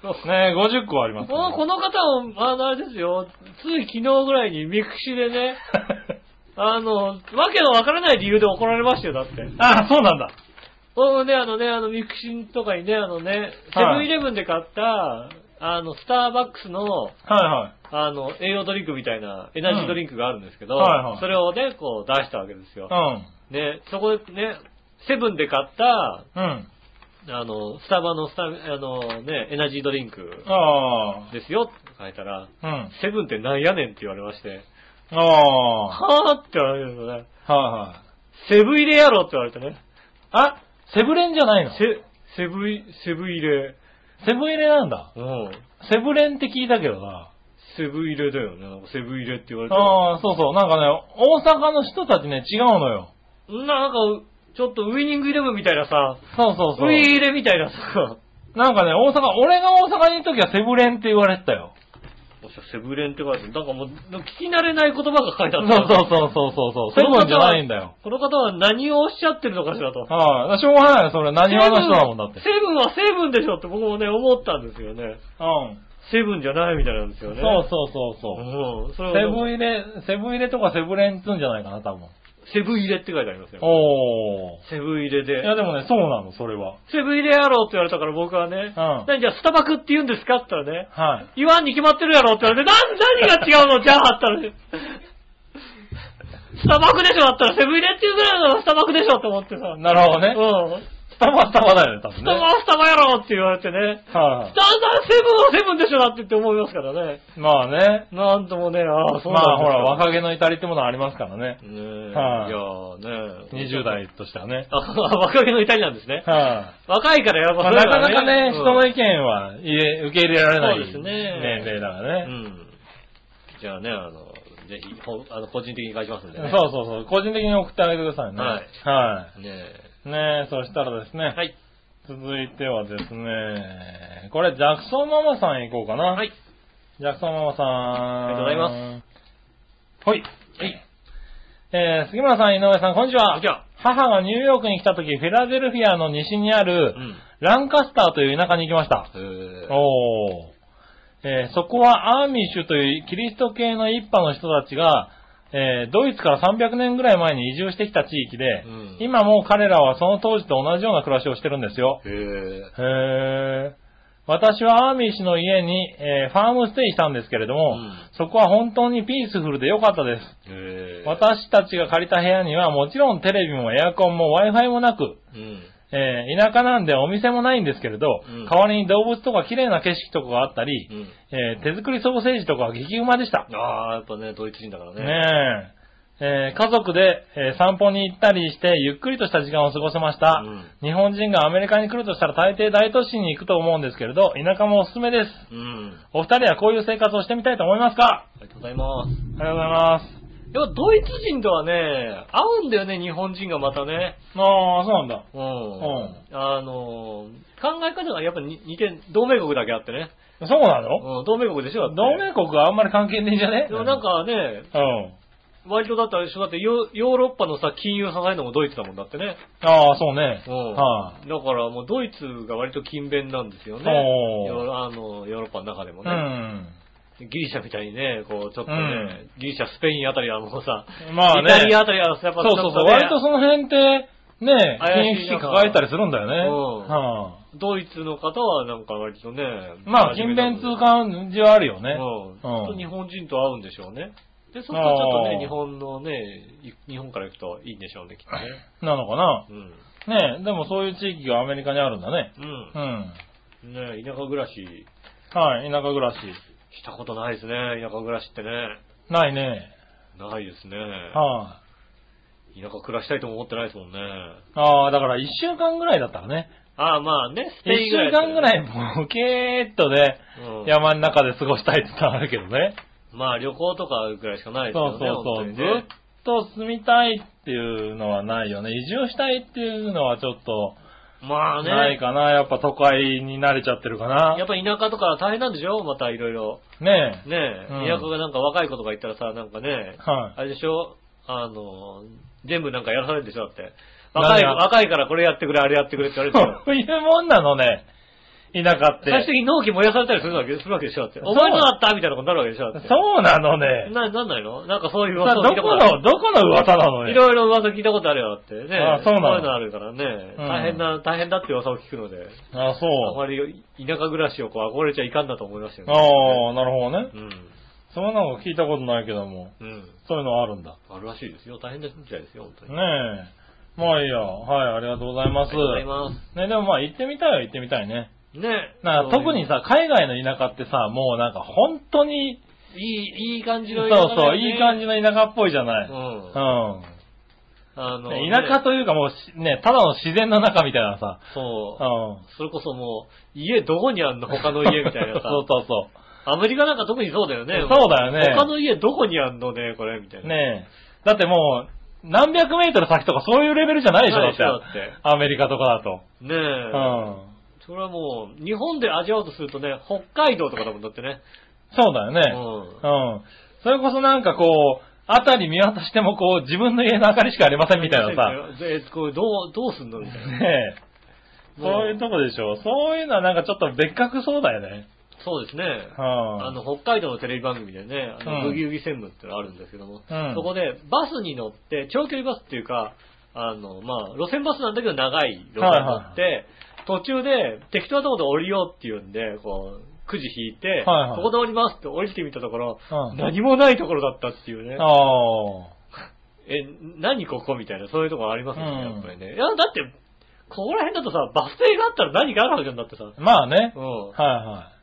S3: ねえ、50個あります、
S2: もうこの方も、あの、あれですよ。つい昨日ぐらいにミクシでね、あの、わけのわからない理由で怒られましたよ、だって。
S3: [laughs] あそうなんだ。
S2: 僕もね、あのね、あの、ミクシンとかにね、あのね、セ
S3: はい
S2: ブンイレブンで買った、あの、スターバックスの、
S3: は
S2: あの、栄養ドリンクみたいな、エナジードリンクがあるんですけど、
S3: うんはいはい
S2: それをね、こう出したわけですよ
S3: い。はい。
S2: ね、そこでね、セブンで買った、
S3: うん。うん。
S2: あの、スタバのスタ、あのね、エナジードリンク
S3: あ
S2: ですよって書いたら、
S3: あ。うん。
S2: セブンってなんやねんって言われまして、
S3: あ
S2: はぁって言われるのね、
S3: あ。はいはい。
S2: セブン入れやろって言われてね、
S3: あ、セブレンじゃないのセ
S2: セ、セブイ、セブン入れ、
S3: ブ入れなんだ。
S2: うん。
S3: セブレンって聞いたけどな。
S2: セブン入れだよね。なんかセブン入れって言われて。
S3: ああ、そうそう。なんかね、大阪の人たちね、違うのよ。
S2: ななんか、ちょっとウィニングイレブンみたいなさ、
S3: そうそう
S2: ウ
S3: そう。
S2: ィー入れみたいなさ、
S3: なんかね、大阪、俺が大阪にいる時はセブレンって言われてたよ。
S2: もしかセブレンって書いてある。なんかもう、聞き慣れない言葉が書いて
S3: そ
S2: あ
S3: う
S2: っ
S3: そ
S2: た。
S3: うそうそうそうそう。セブンじゃないんだよ。
S2: この方は何をおっしゃってるのかしらと。
S3: はい、しょうがないよ、それ。何話の人だもんだって
S2: セ。ブンはセブンでしょって僕もね、思ったんですよね。
S3: うん。
S2: セブンじゃないみたいなんですよ
S3: そう
S2: ね。
S3: そうそうそう。
S2: うん。それ
S3: セ
S2: を
S3: ブン入れ、セブン入れとかセブレンっつうんじゃないかな、多分。
S2: セブン入れって書いてありますよ。
S3: おー。
S2: セブン入れ
S3: いや
S2: で。
S3: でもね、そうなの、それは。
S2: セブン入れやろうって言われたから僕はね、
S3: うん
S2: 何じゃあスタバクって言うんですかって言ったらね、
S3: はい。
S2: 言わんに決まってるやろって言われて、なん、何が違
S3: [laughs]
S2: うのじゃあ、あったら、スタバクでしょだったらセブンイレっていうぐらいのスタバクでしょって思ってさ。
S3: なるほどね
S2: うん。
S3: スタバスタバだよね、多分
S2: ス
S3: ね。
S2: タバはスタバやろって言われてね。
S3: はい
S2: だんだんセブンはセブンでしょだってって思いますからね。
S3: まあね。
S2: なんともね、ああ、そう
S3: ま
S2: な
S3: あ
S2: ん
S3: ほら、
S2: か
S3: 若気の至りってものありますからね。
S2: ねえ、
S3: はい
S2: い、やーね
S3: 20代としてはね。
S2: あ、若気の至りなんですね。
S3: はい。
S2: 若いからやっぱ
S3: ま
S2: そ
S3: あ
S2: れ
S3: なか
S2: は
S3: なかね、人の
S2: うん
S3: 意見は入れ受け入れられない
S2: そうですね
S3: 年齢だか
S2: う
S3: らね。
S2: ん。じゃあね、あの、ぜひ、ほあの個人的に返しますんで
S3: そう
S2: ね。
S3: そうそう。個人的に送ってあげてくださいね。
S2: はい
S3: は
S2: ねえ。
S3: い。ねえ、そしたらですね。
S2: はい。
S3: 続いてはですね、これ、ジャクソンママさん行こうかな。
S2: はい。
S3: ジャクソンママさん。。
S2: ありがとうございます
S3: はい。
S2: はい。
S3: えー、杉村さん、井上さん、こんにちは。
S2: こんにちは
S3: 母がニューヨークに来た時、フィラデルフィアの西にある、
S2: うん。
S3: ランカスターという田舎に行きました。
S2: えー
S3: おー。えーそこはアーミッシュというキリスト系の一派の人たちが、えードイツから300年ぐらい前に移住してきた地域で、
S2: うん
S3: 今もう彼らはその当時と同じような暮らしをしてるんですよ。
S2: へえ。
S3: へー私はアーミッシュの家に、えーファームステイしたんですけれども、
S2: うん
S3: そこは本当にピースフルで良かったです。
S2: へえ。
S3: 私たちが借りた部屋にはもちろんテレビもエアコンも Wi-Fi もなく、
S2: うん。
S3: えー田舎なんでお店もないんですけれど、
S2: うん
S3: 代わりに動物とか綺麗な景色とかがあったり、
S2: うん。
S3: えー手作りソーセージとかは激うまでした。
S2: ああ、やっぱね、ドイツ人だからね。
S3: ねええー家族で、えー散歩に行ったりして、ゆっくりとした時間を過ごせました、
S2: うん
S3: 日本人がアメリカに来るとしたら大抵大都市に行くと思うんですけれど、田舎もおすすめです。
S2: うん。
S3: お二人はこういう生活をしてみたいと思いますか
S2: ありがとうございます。
S3: ありがとうございます。
S2: やっぱドイツ人とはね、合うんだよね、日本人がまたね。
S3: ああ、そうなんだ。
S2: うん。
S3: ん
S2: あのー、考え方がやっぱに似て、同盟国だけあってね。
S3: そうなの、
S2: うん、同盟国でしょ、だって
S3: 同盟国はあんまり関係ねえんじゃね
S2: でもなん、かね、
S3: うん。
S2: 割とだったら一緒だってヨ、ヨーロッパのさ、金融支えるのもドイツだもんだってね。
S3: ああ、そうね。
S2: うん。
S3: はい、
S2: だからもうドイツが割と勤勉なんですよね。
S3: おー
S2: ヨーロあの、ヨーロッパの中でも
S3: う
S2: ね。
S3: ん。
S2: ギリシャみたいにね、こう、ちょっとね、
S3: うん
S2: ギリシャ、スペインあたりはもうさ、
S3: まあね。
S2: イタリアあたりはやっぱ
S3: そう
S2: ちょっ
S3: そうそ
S2: と
S3: う。
S2: ね
S3: 割とその辺って、ね、
S2: 怪
S3: 金
S2: しい
S3: 融危機抱えたりするんだよね。
S2: うん
S3: はあ
S2: ドイツの方はなんか割とね、
S3: まあ、勤勉通感じはあるよ
S2: ね。
S3: ね。
S2: うん。ち
S3: うん
S2: ょっと日本人と合うんでしょうね。で、そっからちょっと
S3: あ
S2: ね、
S3: ー
S2: 日本のね、い日本から行くといいんでしょうね、きっとね。
S3: なのかな
S2: うん。
S3: ねえ、でもそういう地域がアメリカにあるんだね。う。
S2: うんん。ね田舎暮らし、
S3: はい、田舎暮らし。
S2: したことないですね、田舎暮らしってね。
S3: ないね。
S2: ないですね。
S3: は
S2: 田舎暮らしたいとも思ってないですもんね。
S3: あ。ああ、だから一週間ぐらいだったらね。
S2: ああ、まあね、ス
S3: 一週間ぐらいボケーっとね、
S2: うん
S3: 山の中で過ごしたいってのはあるけどね。
S2: まあ旅行とかぐらいしかないです
S3: そ
S2: よ
S3: う
S2: ね。
S3: そうそ
S2: 本当
S3: う。
S2: に
S3: ず
S2: ね
S3: っと住みたいっていうのはないよね。移住したいっていうのはちょっと、
S2: まあね。
S3: ないかな。やっぱ都会に慣れちゃってるかな
S2: や。っぱ田舎とか大変なんでしょまたいろいろ。
S3: ねえ。
S2: ねえ、
S3: うん
S2: 田舎がなんか若い子とか言ったらさ、なんかね、
S3: はい。
S2: あれでしょあの、全部なんかやらされるんでしょだって。若い、
S3: 何が
S2: 若いからこれやってくれ、あれやってくれって言われてよ
S3: そういうもんなのね。田舎って。
S2: 最終的に納期燃やされたりするわけするわけでしょだって。
S3: そう
S2: お前のだったみたいなことになるわけでしょだって。
S3: そうなのね。
S2: な、なんないのなんかそういう
S3: さあ
S2: 噂を聞い
S3: ど
S2: た
S3: こ
S2: ことあ
S3: の、
S2: る。
S3: どこの噂なの
S2: い
S3: ね。
S2: ろいろ噂聞いたことあるよだってね。
S3: あそうなの
S2: こういうのあるからね。
S3: うん
S2: 大変な、大変だって噂を聞くので、
S3: あ、そ
S2: あ
S3: う。
S2: まり田舎暮らしをこう憧れちゃいかんだと思いましたよね。
S3: ああ、なるほどね。
S2: うん。
S3: そんなの聞いたことないけども、
S2: うん。
S3: そういうのあるんだ。
S2: あるらしいですよ。大変ですみたいですよ、本当に。
S3: ねえ。まあいいや。はい、ありがとうござい
S2: あ
S3: ま
S2: り
S3: す
S2: がとうござい。ます。
S3: ね、でもまあ行ってみたいは行ってみたいね。
S2: ね
S3: な
S2: そ
S3: ん
S2: う
S3: か
S2: いう
S3: 特にさ、海外の田舎ってさ、もうなんか本当に、
S2: いい、いい感じ
S3: そ
S2: の
S3: う
S2: 田舎
S3: そう、いい感じ
S2: じ。
S3: の田舎っぽいじゃな
S2: う
S3: い。
S2: ん。
S3: うん。
S2: あの、
S3: ね田舎
S2: ね
S3: というかもうしね、ただの自然の中みたいなさ。
S2: そうう。
S3: ん。
S2: それこそもう、家どこにあんの他の家みたいなさ。
S3: [laughs] そうそうそ
S2: アメリカなんか特にそうだよね。
S3: そうだよね。
S2: 他の家どこにあんのね、これ、みたいうな。
S3: ねえ。だってもう、何百メートル先とかそういうレベルじゃないでしょ、
S2: な
S3: だ
S2: いで
S3: っ
S2: しょだって
S3: て。アメリカとかだと。
S2: ねえ。
S3: うん。
S2: それはもう、日本で味わおうとするとね、北海道とかだもんだってね。
S3: そうだよね。
S2: う
S3: うん。それこそなんかこう、あたり見渡してもこう、自分の家の明かりしかありませんみたいなさ。
S2: さ。え、これどう、どうすんのみたいな。
S3: ねえ。そういうとこでしょ。そういうのはなんかちょっと別格そうだよね。
S2: そうですね。
S3: うん。
S2: あの、北海道のテレビ番組でね、あの、
S3: うん
S2: ブギウギ専務ってのがあるんですけども、
S3: うん
S2: そこでバスに乗って、長距離バスっていうか、あの、まあ、路線バスなんだけど長い路線に乗って、途中で適当なところで降りようっていうんで、こう、くじ引いて、
S3: はいはい
S2: そこで降りますって降りてみたところ、
S3: うん
S2: 何もないところだったっていうね。
S3: あ
S2: え、何ここみたいな、そういうところありますよね、
S3: うん
S2: やっぱりね。いや、だって、ここら辺だとさ、バス停があったら何かあるはずなんだってさ。
S3: あ。まあね。
S2: うん。
S3: はいはい。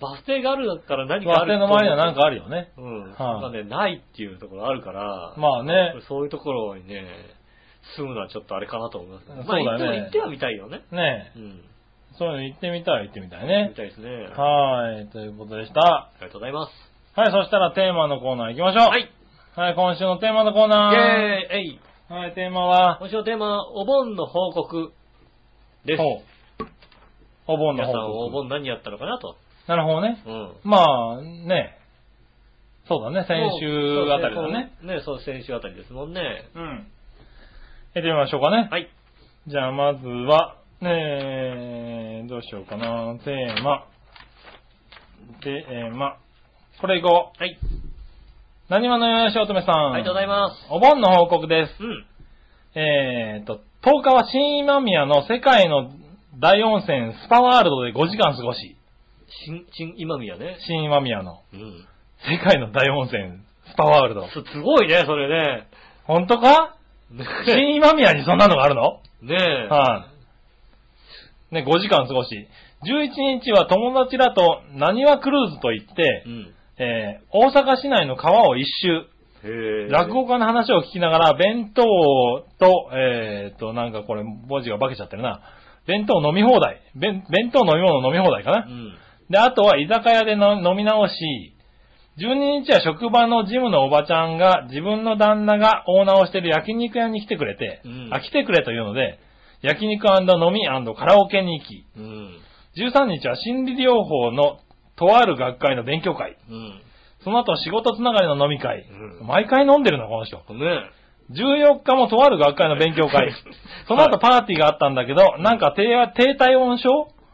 S2: バス停があるだったら何かあ
S3: バス
S2: ると
S3: 停の
S2: 思う
S3: 周りにはなんかあるよね。
S2: うん。
S3: は
S2: そ
S3: い
S2: んなね、ないっていうところあるから、
S3: まあね。
S2: そういうところにね、住むのはちょっとあれかなと思いますね。
S3: そう
S2: まあ
S3: だね
S2: 行っては行ってはみたいよね。
S3: ねえ
S2: う。ん。
S3: そういうの行ってみたい、行ってみたい
S2: み
S3: ね。
S2: たいですね。あ
S3: はい。ということでした。
S2: りがとうございます。
S3: はい。そしたらテーマのコーナー行きましょう。
S2: はい。イ。
S3: はい。今週のテーマのコーナー。
S2: ェーイえい
S3: はい。テーマは、
S2: 今週のテーマ、お盆の報告です。
S3: ほうお盆の
S2: 皆
S3: 報
S2: さんお
S3: 告。
S2: 盆何やったのかなと。
S3: なるほどね。
S2: うん。
S3: まあ、ね。そうだね、先週あたりだね。
S2: そう。ね、そう、先週あたりですもんね。
S3: うん。やってみましょうかね。
S2: はい。
S3: じゃあ、まずは、ねえ、どうしようかな。テーマ。テーマ。これいこ
S2: はい。
S3: う。何者よしおとめさん。
S2: ありがとうございま
S3: お盆の報告です。
S2: す。うん。
S3: えーと、10日は新今宮の世界の大温泉スパワールドで5時間過ごし、
S2: 新、新、今宮ね。
S3: 新今宮の
S2: うん。
S3: 世界の大温泉スパワールド。
S2: す、すごいね、それね。
S3: 本当か
S2: ね
S3: 新今宮にそんなのがあるの
S2: え。ねえ。
S3: はい、ね、5時間過ごし、11日は友達らと何はクルーズと言って
S2: う、ん。
S3: えー大阪市内の川を一周、
S2: へえ。
S3: 落語家の話を聞きながら、弁当と、えーと、なんかこれ、文字が化けちゃってるな。弁当飲み放題。弁弁当飲み物飲み放題か
S2: う
S3: な。
S2: ん。
S3: で、あとは居酒屋での飲み直し、12日は職場のジムのおばちゃんが自分の旦那がオーナーをしている焼肉屋に来てくれて、
S2: うん
S3: あ、来てくれというので、焼肉飲みカラオケに行き、
S2: うん。
S3: 13日は心理療法のとある学会の勉強会、
S2: うん。
S3: その後仕事つながりの飲み会、
S2: うん
S3: 毎回飲んでるな、この人。
S2: ねえ。
S3: 14日もとある学会の勉強
S2: [laughs]
S3: 会、その後パーティーがあったんだけど、なんか低低体温症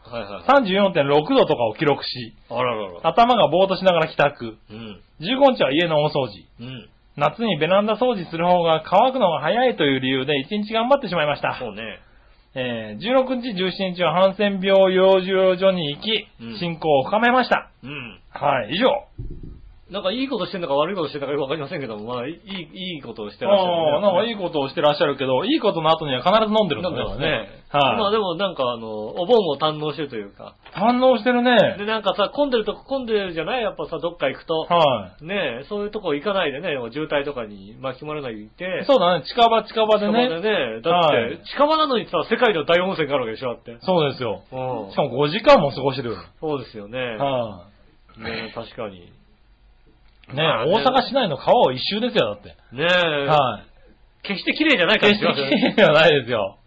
S2: はいはい。
S3: ?34.6 度とかを記録し、
S2: あららら。
S3: 頭がぼーっとしながら帰宅。
S2: うん。
S3: 15日は家の大掃除。
S2: うん。
S3: 夏にベランダ掃除する方が乾くのが早いという理由で1日頑張ってしまいました。
S2: そうね。
S3: えー16日、17日はハンセン病養生所に行き
S2: う、ん
S3: 進行を深めました。
S2: うん。
S3: はい、以上。
S2: なんかいいことしてんのか悪いことしてんのかよくわかりませんけども、まあ、いい、いいことをしてらっしゃる、
S3: ああ、なんかいい
S2: こ
S3: ことをしてらっしゃるけど、いいことの後には必ず飲んでるんだ
S2: なんですね。まあ
S3: はい、
S2: でもなんかあの、お盆を堪能してるというか。
S3: 反応してるね
S2: で、。なんかさ、混んでるとこ混んでるじゃないやっぱさ、どっか行くと。
S3: は
S2: ねえ、そういうとこ行かないでね、渋滞とかに巻き込まれないでいて
S3: い。。そうだね、近場近場で
S2: 近場で
S3: ね。
S2: ね、だっ
S3: はい
S2: て、近場なのにさ、世界の大温泉があるわけでしょ、だって。
S3: そうですよ。
S2: うん
S3: し。かも5時間も過ごしてる。
S2: そうですよね。
S3: は
S2: ねえ確かに。
S3: い。ね
S2: まあね
S3: 大阪市内の川を一周ですよ、だって。
S2: ねえ、
S3: はい。 [laughs]
S2: 決して綺麗じゃない感
S3: 決
S2: じ
S3: して
S2: がしますよね
S3: 綺麗ではないですよ。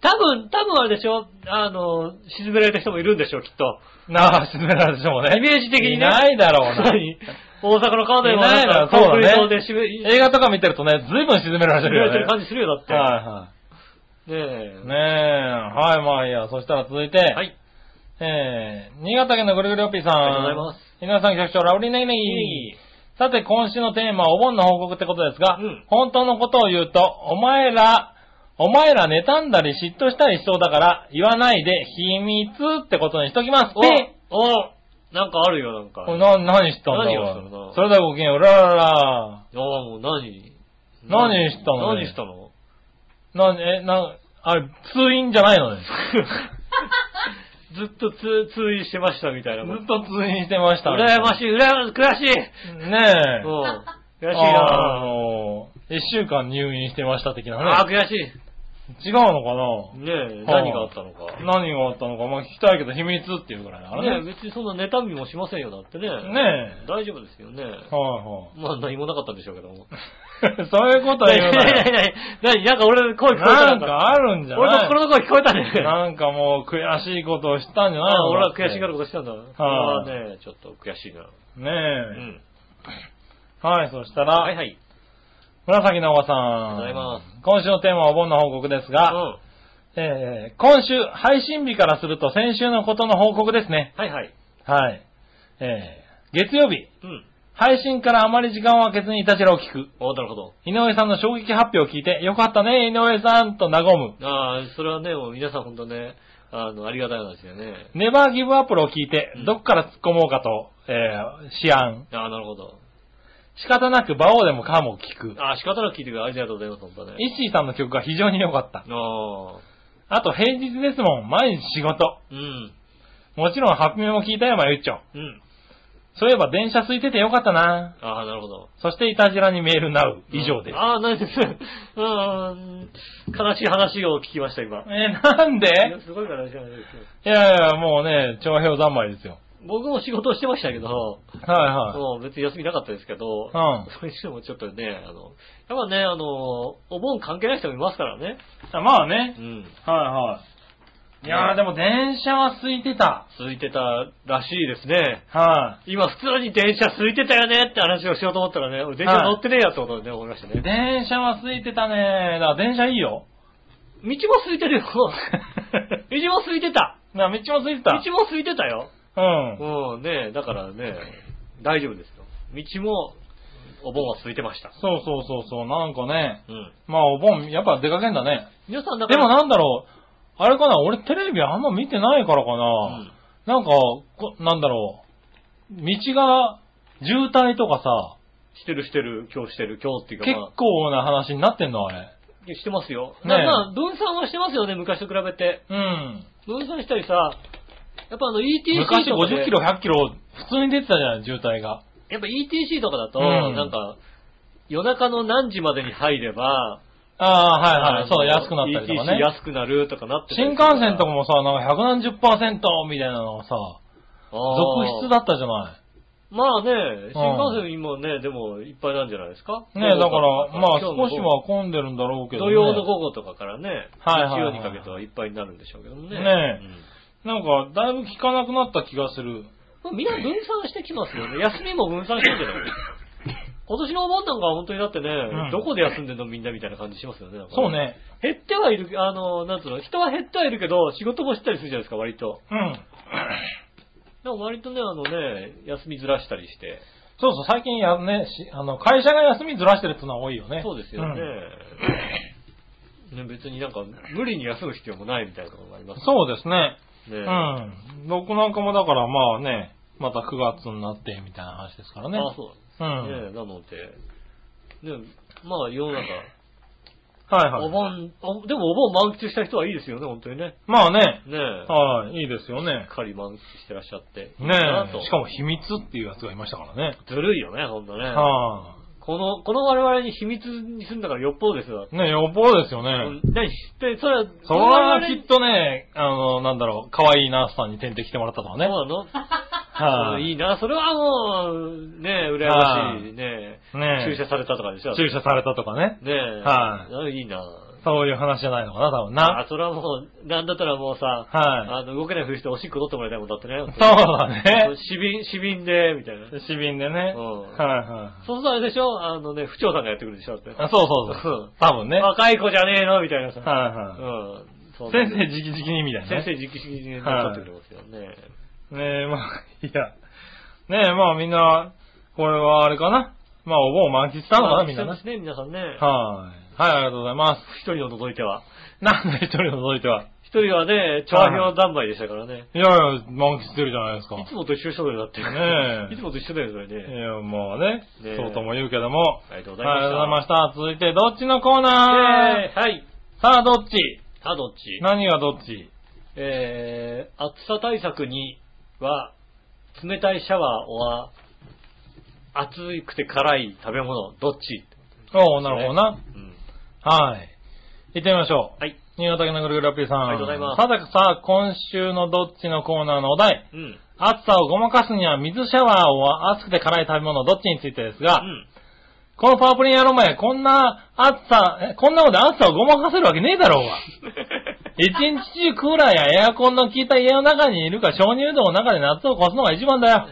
S2: 多分、多分あれでしょあの、沈められた人もいるんでしょう、きっと。
S3: なあ、沈められてしもね。
S2: イメージ的にね
S3: いないだろうな。
S2: 何大阪の川でも
S3: いないな
S2: なんか、コンクリートで
S3: そ
S2: 沈め、
S3: 映画とか見てるとね、ずいぶん沈められて
S2: 沈められて
S3: [laughs]
S2: る
S3: るよね。
S2: 感じするよ、だって。
S3: はいは
S2: ね
S3: い。
S2: え。
S3: ねえ、はい、まあいいや。そしたら続いて、
S2: はい。
S3: えー、新潟県のぐるぐるおっぴーさん。
S2: ありがとうございます。
S3: 井上さん局長、ラブリーネギネギ。さて、今週のテーマはお盆の報告ってことですが、
S2: うん
S3: 本当のことを言うと、お前ら、お前ら妬んだり嫉妬したりしそうだから、言わないで秘密ってことにしときます。え
S2: おおなんかあるよ、なんか。あ
S3: な、何したんだ
S2: 何をしたんだ
S3: おいそれではごきげんよう、うららら。
S2: あ、もう何
S3: 何したの
S2: 何したの
S3: な、え、な、あれ、通院じゃな
S2: [laughs]
S3: いのね。
S2: ずっと通、通院してましたみたいなこと。
S3: ずっと通院してました、
S2: 羨ましい、羨ましい、悔しい。
S3: い。ね
S2: う
S3: え。
S2: ん。悔しい
S3: あ
S2: な
S3: の一週間入院してました的なね。
S2: ああ、悔しい。
S3: 違うのかな
S2: ねえ、何があったのか。
S3: 何があったのか、まあ聞きたいけど秘密っていうぐらいだからね。
S2: ねえ、別にそんな妬みもしませんよ、だってね。
S3: ねえ
S2: 大丈夫ですよね。
S3: は
S2: まあ何もなかったんでしょうけども。
S3: いはい。 [laughs] そういうことは
S2: 何
S3: 言う
S2: 何何
S3: なよ。
S2: 何なんか俺の声聞こえた
S3: なんかあるんじゃ
S2: 俺の
S3: ない
S2: 心の声聞こえたね。
S3: なんかもう悔しいことをしたんじゃない
S2: あ
S3: の
S2: 俺は悔しがることしたんだ。
S3: は
S2: あ
S3: い
S2: ね、ちょっと悔しいな。
S3: と。
S2: う
S3: ね
S2: ん。
S3: え。はい、そした
S2: はい
S3: ら、
S2: はい。
S3: 紫のおばさん。
S2: りがとうございま
S3: 今週のテーマはお盆の報告です
S2: うん。
S3: が、
S2: は
S3: えー今週、配信日からすると先週のことの報告ですね。
S2: いはい。
S3: はい。えー月曜日、
S2: うん。
S3: 配信からあまり時間を空けずにいたちらを聞く。
S2: おなるほど。
S3: 井上さんの衝撃発表を聞いて、よかったね、井上さんと和む。
S2: ああ、それはね、もう皆さん本当ね、あの、ありがたい話だよね。
S3: ネバーギブアップルを聞いて
S2: うん、
S3: どこから突っ込もうかと、えー、試案。
S2: ああ、なるほど。
S3: 仕方なく馬王でもカーも聞く。
S2: ああ、仕方なく聞いてくれ。ありがとうございます、本当ね。
S3: イッシーさんの曲が非常に良かった。
S2: ああ、
S3: あと平日ですもん、毎日仕事。
S2: うん。
S3: もちろんハッピーも聞いたよ、まゆっちょ。
S2: うん。
S3: そういえば電車空いててよかったな。
S2: ああ、なるほど。
S3: そしていたじらにメールなう。以上です。
S2: ああ、何です。 [laughs] うーん。悲しい話を聞きました、今。
S3: えーなんで
S2: いやすごい悲しい話ですよ。
S3: いやいや、もうね、長平三昧ですよ。
S2: 僕も仕事をしてましたけど、
S3: は
S2: もう別に休みなかったですけど、
S3: いはい。
S2: それにしてもちょっとね、あの、やっぱね、あの、お盆関係ない人もいますからね。
S3: うん。まあね
S2: う。ん。
S3: はいはい。いやーでも電車は空いてた。
S2: 空いてたらしいですね。
S3: は
S2: 今普通に電車空いてたよねって話をしようと思ったらね、俺電車乗ってねえやってことでね、思いました
S3: い、
S2: ね。
S3: 電車は空いてたね。だから電車いいよ。
S2: 道も空い
S3: [laughs]
S2: てるよ。道も空いてた。
S3: な道も空
S2: 道
S3: いてた。
S2: も空いてたよ。
S3: うん。
S2: うん、ねえだからね、大丈夫ですよ。道も、お盆は空いてました。
S3: そうそうそうそう、なんかね。
S2: うん。
S3: まあお盆、やっぱ出かけんだね。
S2: 皆さんだか
S3: で
S2: ら、
S3: もなんだろう。あれかな、俺テレビあんま見てないからかな。
S2: うん
S3: なんかこ、なんだろう。道が渋滞とかさ、
S2: してるしてる、今日してる、今日っていうか、
S3: 結
S2: まあ
S3: 構な話になってんの、あれ。
S2: してますよ。
S3: ねえ
S2: まあ、分散はしてますよね、昔と比べて。
S3: うん。
S2: 分散したりさ、やっぱあの ETC とか
S3: 昔
S2: で。
S3: 50キロ、100キロ、普通に出てたじゃん、渋滞が。
S2: やっぱ ETC とかだと、
S3: うん
S2: なんか、夜中の何時までに入れば、
S3: ああ、はい
S2: あ
S3: は
S2: の
S3: い。そう、安くなったりとか
S2: ETC
S3: ね。
S2: 安くなるとかなってた
S3: 新
S2: りとか
S3: 幹線とかもさ、なんか170%みたいなのがさ、
S2: あー
S3: 続出だったじゃな
S2: まあね、新幹線今ね、でもいっぱいなんじゃないですか
S3: い。ねだから、
S2: 今
S3: まあ
S2: 日の午後
S3: 少しは混んでるんだろうけど
S2: 土
S3: ね。
S2: 曜の午後とかからね、
S3: はいはいは
S2: 日曜
S3: い
S2: にかけてはいっぱいになるんでしょうけどね。
S3: ね
S2: う
S3: え
S2: ん
S3: なんか、だいぶ効かなくなった気がする。
S2: まあみんな分散してきますよね。休みも分散してるけど。
S3: [laughs]
S2: 今年のお盆なんかは本当にだってね、
S3: うん
S2: どこで休んでんのみんなみたいな感じしますよね。なんか
S3: そう。ね。
S2: 減ってはいる、あの、なんつうの、人は減ってはいるけど、仕事もしてたりするじゃないですか、割と。
S3: うん。
S2: でも割とね、あのね、休みずらしたりして。
S3: そうそう、最近やね、しあの、会社が休みずらしてるってのは多いよね。
S2: そうですよね。
S3: ん
S2: ね別になんか、無理に休む必要もないみたいなところもあります
S3: そうですね。
S2: ね。
S3: う
S2: あ、
S3: ん。僕なんかもだからまあね、また9月になってみたいな話ですからね。
S2: そう
S3: うん。
S2: なんですね。なので、ね、まあ世の中、
S3: はいはい。
S2: お盆、おでもお盆満喫した人はいいですよね、本当にね。
S3: まあね、
S2: ねえ。
S3: はい、いいですよ
S2: し
S3: ね
S2: っ。かり満喫してらっしゃって。いいな
S3: ね
S2: と
S3: え、しかも秘密っていうやつがいましたからね。
S2: ずるいよね、ほんとね。
S3: は
S2: この、この我々に秘密にすんだからよっぽどですよ。
S3: い。ねえ、よっぽどですよ
S2: う
S3: ね
S2: ん。何って、それは、
S3: それは
S2: 我々に
S3: きっとね、あの、なんだろう、可愛いナースさんに点滴してもらったとかね。
S2: そうなの
S3: は
S2: うんい
S3: い。
S2: いな、それはもう、ねえ、羨ましい。ねえ
S3: ねえ
S2: 注射されたとかでしょ。
S3: 注射されたとかね。
S2: ねえ。。
S3: はい
S2: いいな。
S3: そういう話じゃないのかな、多分
S2: あ
S3: な。
S2: それはもう、なんだったらもうさ、
S3: は
S2: あの、動けないふりしておしっこ取ってもらいたいもんだってね。
S3: そうだね。
S2: 市民、市民で、みたいな。
S3: 市民でね。はい
S2: うん
S3: は
S2: そうするとあれでしょあのね、府長さんがやってくるでしょだって。
S3: い。。あそうそうそううん多分ね。はい
S2: 若い子じゃねえのみたいなさ。う
S3: は
S2: ん。そ
S3: い。
S2: うなん
S3: 先
S2: だ
S3: 生直々にみたいなね。
S2: 先生直々になっちゃってくれますよね。
S3: ねえ、まあ、いや。ねえ、まあみんな、これはあれかな。まあお盆満喫したのか
S2: ま
S3: な、
S2: あ
S3: みんな
S2: そう
S3: ね
S2: で。すね、皆さんね。
S3: はい。はい、ありがとうございま
S2: 一人を除いては。
S3: す。なんで一人の続いては。
S2: 一人はね、調和表三昧でしたからね。
S3: いやいや、満喫してるじゃないですか。
S2: いつもと一緒だよ、だって。
S3: ね
S2: [laughs]
S3: え
S2: いつもと一緒だよ、それ
S3: い
S2: ね。
S3: や、まあね
S2: ねえ
S3: そうとも言うけども。
S2: ありがとうご
S3: は
S2: ざ
S3: い、
S2: いま
S3: あ
S2: し
S3: り
S2: た。
S3: がとうございました。続いて、どっちのコーナー
S2: えーはい。
S3: さあ、どっち
S2: さあ、どっち
S3: 何がどっち
S2: えー、暑さ対策には、冷たいシャワーは、暑くて辛い食べ物、どっち
S3: おう、なるほどな。
S2: うん。
S3: はい。行ってみましょう。
S2: はい。
S3: 新潟県のぐるぐるラッピーさん。
S2: ありがとうございます
S3: さてさあ、今週のどっちのコーナーのお題。
S2: うん。
S3: 暑さをごまかすには水シャワーを熱くて辛い食べ物どっちについてで
S2: [laughs]
S3: すが、
S2: うん。
S3: このパワープリン野郎前、こんな暑さ、えこんなので暑さをごまかせるわけねえだろうが。一日中クーラーやエアコンの効いた家の中にいるか鍾乳洞の中で夏を越すのが一番だよ。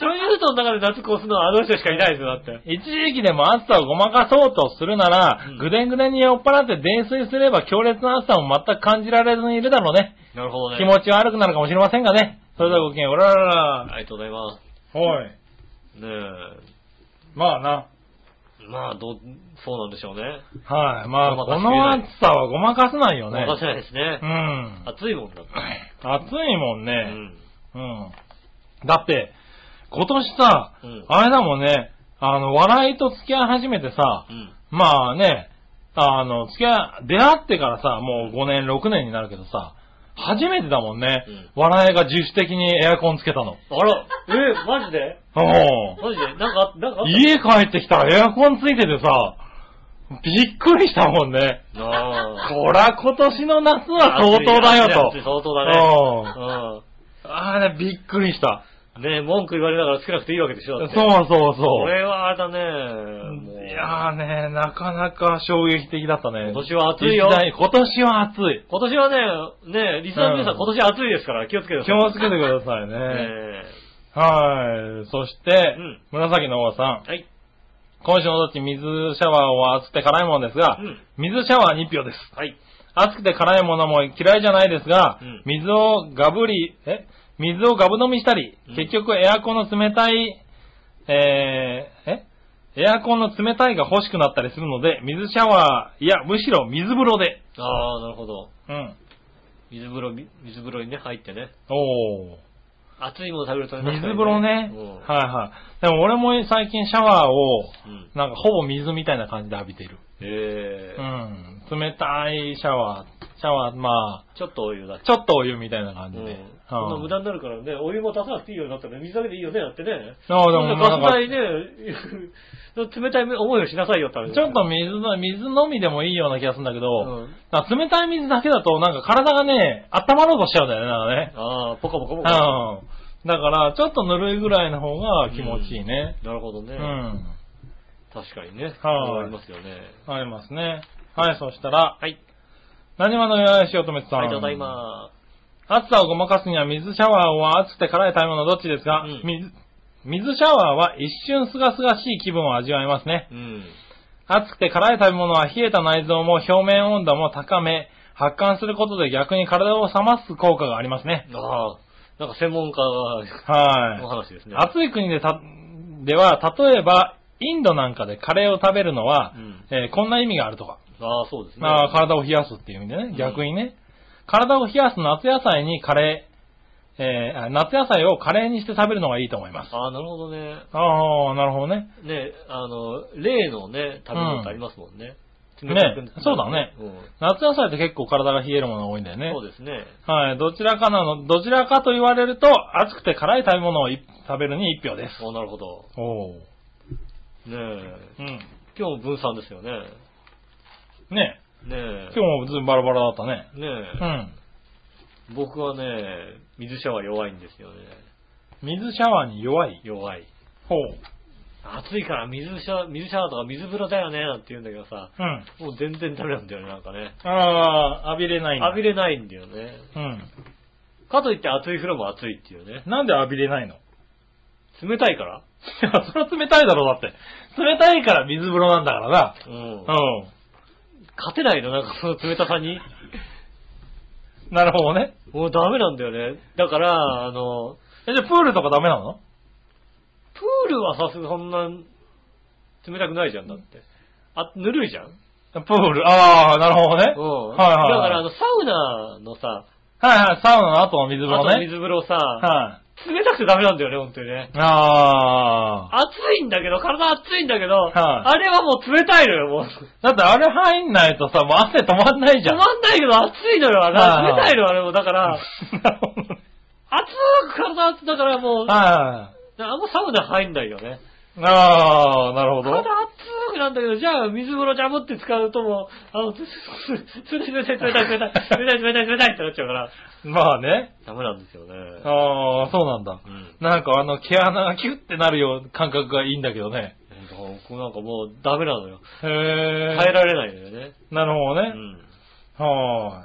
S2: そういうのの中で夏越すのはあの人しかいないですよ、だって。
S3: 一時期でも暑さをごまかそうとするなら、
S2: うん
S3: ぐでんぐでんに酔っ払って泥酔すれば強烈な暑さも全く感じられずにいるだろうね。
S2: なるほどね。
S3: 気持ち悪くなるかもしれませんがね。それではごきげんよう、おららら。
S2: ありがとうございます。
S3: はい。
S2: ねえ。
S3: まあな。
S2: まあ、どう、そうなんでしょうね。
S3: はい。まあ、
S2: ごまか
S3: こ
S2: しきれな
S3: の
S2: い
S3: 暑さはごまかせないよね。
S2: 任せないですね [laughs]
S3: う。ん。
S2: 暑いもんだって。
S3: 暑いもん
S2: う
S3: ね。
S2: ん。
S3: うん。だって、今年さ、
S2: うん
S3: あれだもんね、あの、笑いと付き合い始めてさ、
S2: うん。
S3: まあね、あの、付き合い、出会ってからさ、もう5年、6年になるけどさ、初めてだもんね、
S2: うん
S3: 笑いが自主的にエアコンつけたの。
S2: あら、え、マジで
S3: おう
S2: マジでなんかあ、なんかあった
S3: 家帰ってきたらエアコンついててさ、びっくりしたもんね。
S2: あ
S3: こら、今年の夏
S2: あ
S3: は相当だよ
S2: 暑い
S3: と。
S2: 相当だね。
S3: うんあれ、びっくりした。
S2: ね文句言われながらつけなくていいわけでしょ。
S3: そ
S2: だ
S3: う
S2: って
S3: そ
S2: こ
S3: うそ
S2: れはあれだね。もう
S3: う。いやーね、なかなか衝撃的だったね。
S2: 今年は暑いよ
S3: 実。際今年は暑い。
S2: 今年はね、ねリスナーの皆さん、
S3: うん
S2: 今年暑いですから気をつけてくだ
S3: [laughs] 気
S2: さい。
S3: をつけてください
S2: [laughs]
S3: ね。はい。そして、
S2: うん
S3: 紫の王さん。
S2: えはい。
S3: 今週のどっち水シャワーは暑くて辛いものですが、
S2: うん
S3: 水シャワー2票です。
S2: はい。
S3: 暑くて辛いものも嫌いじゃないですが、
S2: うん
S3: 水をガブり、え水をガブ飲みしたり、
S2: うん
S3: 結局エアコンの冷たい、えーえエアコンの冷たいが欲しくなったりするので、水シャワー、いや、むしろ水風呂で。
S2: ああ、なるほど。
S3: うん。
S2: 水風呂、み水風呂にね、入ってね。
S3: おー。
S2: 熱いもの食べると
S3: 水風呂ね。
S2: うん
S3: はいはい。でも俺も最近シャワーを、
S2: うん。
S3: なんかほぼ水みたいな感じで浴びてる。
S2: ええ
S3: うん。冷たいシャワー。シャワー、ま
S2: ちょっとお湯だ
S3: あ、ちょっとお湯みたいな感じ
S2: う
S3: で。
S2: ん
S3: うん。
S2: そんな無駄になるからね、お湯も足さなくていいようになったね。水だけでいいよね、だってね。
S3: ああでも
S2: そんなガス代ね、 [laughs] 冷たい思いをしなさいよって話
S3: ちょっと水の、水飲みでもいいような気がするんだけど、
S2: うん
S3: なんか冷たい水だけだとなんか体がね、温まろうとしちゃうんだよね、なん
S2: ああ、ポカポカポカ。
S3: かね。うん。だから、ちょっとぬるいぐらいの方が気持ちいいね。
S2: なるほどね。
S3: うん。
S2: 確かにね。
S3: はい
S2: ありますよね。
S3: ありますね。はい、そしたら、
S2: はい。
S3: 何話のよしおとめさん。
S2: はい、ただいま。
S3: 暑さをごまかすには水シャワーは暑くて辛い食べ物どっちですが、
S2: うん
S3: 水、水シャワーは一瞬すがすがしい気分を味わえますね。
S2: うん。
S3: 暑くて辛い食べ物は冷えた内臓も表面温度も高め、発汗することで逆に体を冷ます効果がありますね。
S2: ああ、なんか専門家の
S3: は
S2: 話です
S3: い。
S2: ね。
S3: 暑い国でた、では、例えば、インドなんかでカレーを食べるのは、
S2: うん
S3: えーこんな意味があるとか、
S2: ああ、そうですね。
S3: まあ、体を冷やすっていう意味で
S2: うん
S3: ね、逆にね、体を冷やす夏野菜にカレー、えーあ夏野菜をカレーにして食べるのがいいと思います。
S2: ああ、なるほどね。
S3: ああ、なるほどね。
S2: ね、あの、例のね、食べ物ってありますもんね。
S3: うん
S2: 冷たく
S3: ねそうだね
S2: うん
S3: 夏野菜って結構体が冷えるものが多いんだよね。
S2: そうですね。
S3: はい、どちらかなの、どちらかと言われると、暑くて辛い食べ物を一食べるに一票です。
S2: あなるほど。
S3: おう
S2: ねえ。
S3: ん。
S2: 今日も分散ですよね。
S3: ね
S2: ねえ
S3: 今。日もずいぶんバラバラだったね。
S2: ね
S3: う
S2: え、
S3: ん。
S2: 僕はね、水シャワー弱いんですよね。
S3: 水シャワーに弱い。
S2: 弱い。
S3: ほう。
S2: 暑いから水シャワー、水シャワーとか水風呂だよね、なんて言うんだけどさ、
S3: うん。
S2: もう全然ダメなんだよね、なんかね。
S3: ああ、浴びれないんだ。
S2: 浴びれないんだよね。
S3: うん。
S2: かといって熱い風呂も熱いっていうね。
S3: なんで浴びれないのい
S2: 冷たいから
S3: や、それは冷たいだろ、だって。冷たいから水風呂なんだからな。
S2: うん。
S3: う
S2: 勝てないの、なんかその冷たさに。
S3: ん。なるほどね。
S2: もうダメなんだよね。だから、あの、
S3: え、じゃあプールとかダメなの
S2: プールはさすがそんな冷たくないじゃん、だって。あ、ぬるいじゃん。
S3: プール、ああ、なるほどね。
S2: うん。
S3: はいはい。
S2: だから、あの、サウナのさ、
S3: はいはい、サウナの後の水風
S2: あ
S3: 呂
S2: と
S3: ね。
S2: 水風呂さ、
S3: は
S2: 冷たくてダメなんだよね、本当にね。
S3: い。ああ。
S2: 暑いんだけど、体暑いんだけど、
S3: い
S2: あれはもう冷たいのよ、もう。
S3: だってあれ入んないとさ、もう汗止まんないじゃ
S2: 止
S3: ん。
S2: まんないけど暑いのよ、あれ
S3: はい
S2: 冷
S3: はい
S2: たいのよ、あれも。だから、
S3: なるほどね
S2: 暑く体暑いだからもう、
S3: あ
S2: あんまサウナ入んないよね。
S3: あ、ああなるほど。
S2: 体暑くなんだけど、じゃあ水風呂ジャブって使うともう、あの、つつ冷たい冷たい冷たい冷たい冷たい冷たい冷たいってなっちゃうから、
S3: まあね。
S2: ダメなんですよね。
S3: ああ、そうなんだ
S2: う。ん。
S3: なんかあの毛穴がキュッてなるような感覚がいいんだけどね。
S2: 僕なんかもうダメなのよ。
S3: へ
S2: 耐
S3: え。
S2: えられないのよね。
S3: なるほど
S2: う
S3: ね。
S2: ん。
S3: は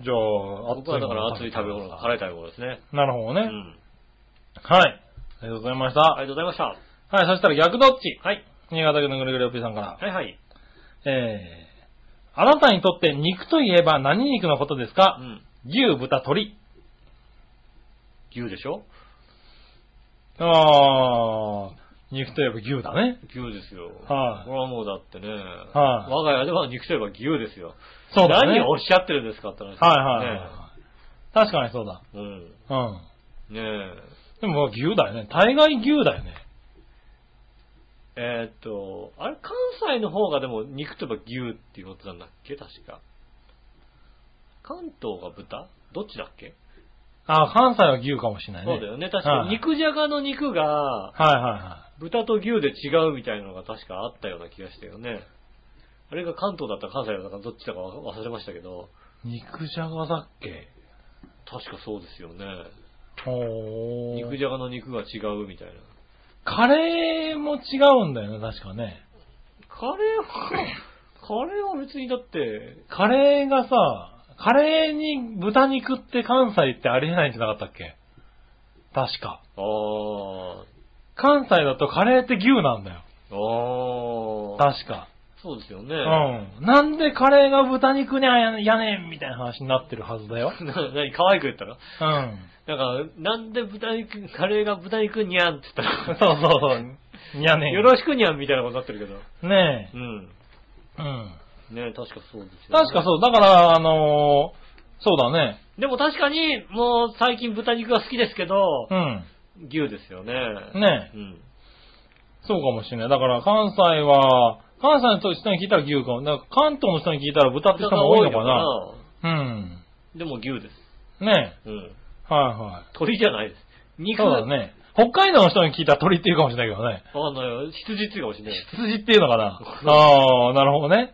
S3: ーい。じゃあ、
S2: 僕はだから熱い食べ物、
S3: が
S2: 辛い食べ物ですね。
S3: なるほど
S2: う
S3: ね。
S2: ん。
S3: はい。ありがとうございました。
S2: あ
S3: は
S2: りがとうございました。
S3: い、そしたら逆どっち
S2: はい。
S3: 新潟県のぐるぐるおっぴーさんから。
S2: はいはい。
S3: えー、あなたにとって肉といえば何肉のことですか
S2: うん。
S3: 牛、豚、鳥。
S2: 牛でしょ
S3: ああ、肉といえば牛だね。
S2: 牛ですよ。
S3: はい
S2: これはもうだってね。
S3: はい
S2: 我が家では肉といえば牛ですよ。
S3: そうだね。
S2: 何をおっしゃってるんですかって話ですよ
S3: はいはいはい、確かにそうだ。
S2: ね
S3: うん。
S2: うん。ねえ。
S3: でも牛だよね。大概牛だよね。
S2: えーっと、あれ、関西の方がでも肉といえば牛っていうことなんだっけ確か。関東が豚どっちだっけ、
S3: ああ、関西は牛かもしれないね。
S2: そうだよね。確か
S3: はい
S2: 肉じゃがの肉が
S3: はいはいは
S2: 豚と牛で違うみたいなのが確かあったような気がしたよね。あれが関東だったか関西だったかどっちだか忘れましたけど、
S3: い。肉じゃがだっけ
S2: 確かそうですよね。
S3: ほ
S2: 肉じゃがの肉が違うみたいな。
S3: カレーも違うんだよね、確かね。
S2: カレーは、カレーは別にだって、
S3: カレーがさ、カレーに豚肉って関西ってありえないんじゃなかったっけ確か。
S2: あー、
S3: 関西だとカレーって牛なんだよ。
S2: あー、
S3: 確か。
S2: そうですよね。
S3: うん。なんでカレーが豚肉にゃやねんみたいな話になってるはずだよ。
S2: [laughs] な、なに、可愛く言ったら
S3: うん。
S2: なんか、なんで豚肉、カレーが豚肉にゃんって言った
S3: そう
S2: ら、
S3: そうそう。にゃねん。
S2: よろしくにゃんみたいなことになってるけど。
S3: ね
S2: うん。
S3: え。うん。
S2: ね確かそうですよ、ね。
S3: 確かそう。だから、あのーそうだね。
S2: う。でも確かに、もう最近豚肉が好きですけど、
S3: うん。
S2: 牛ですよね。
S3: ねえ
S2: うん。
S3: そうかもしれない。だから関西は、関西の人に聞いたら牛かも。だから関東の人に聞いたら豚って人も多いのかな。
S2: 豚が多いのか
S3: うん。
S2: なでも牛です。
S3: ね
S2: うん。
S3: え。はいはい。
S2: 鳥じゃないです。肉
S3: そうだ。ね。北海道の人に聞いたら鳥って言うかもしれないけどね。
S2: わかんないよ。羊っていうかもしれない。
S3: 羊っていうのかな。ああ、なるほどね。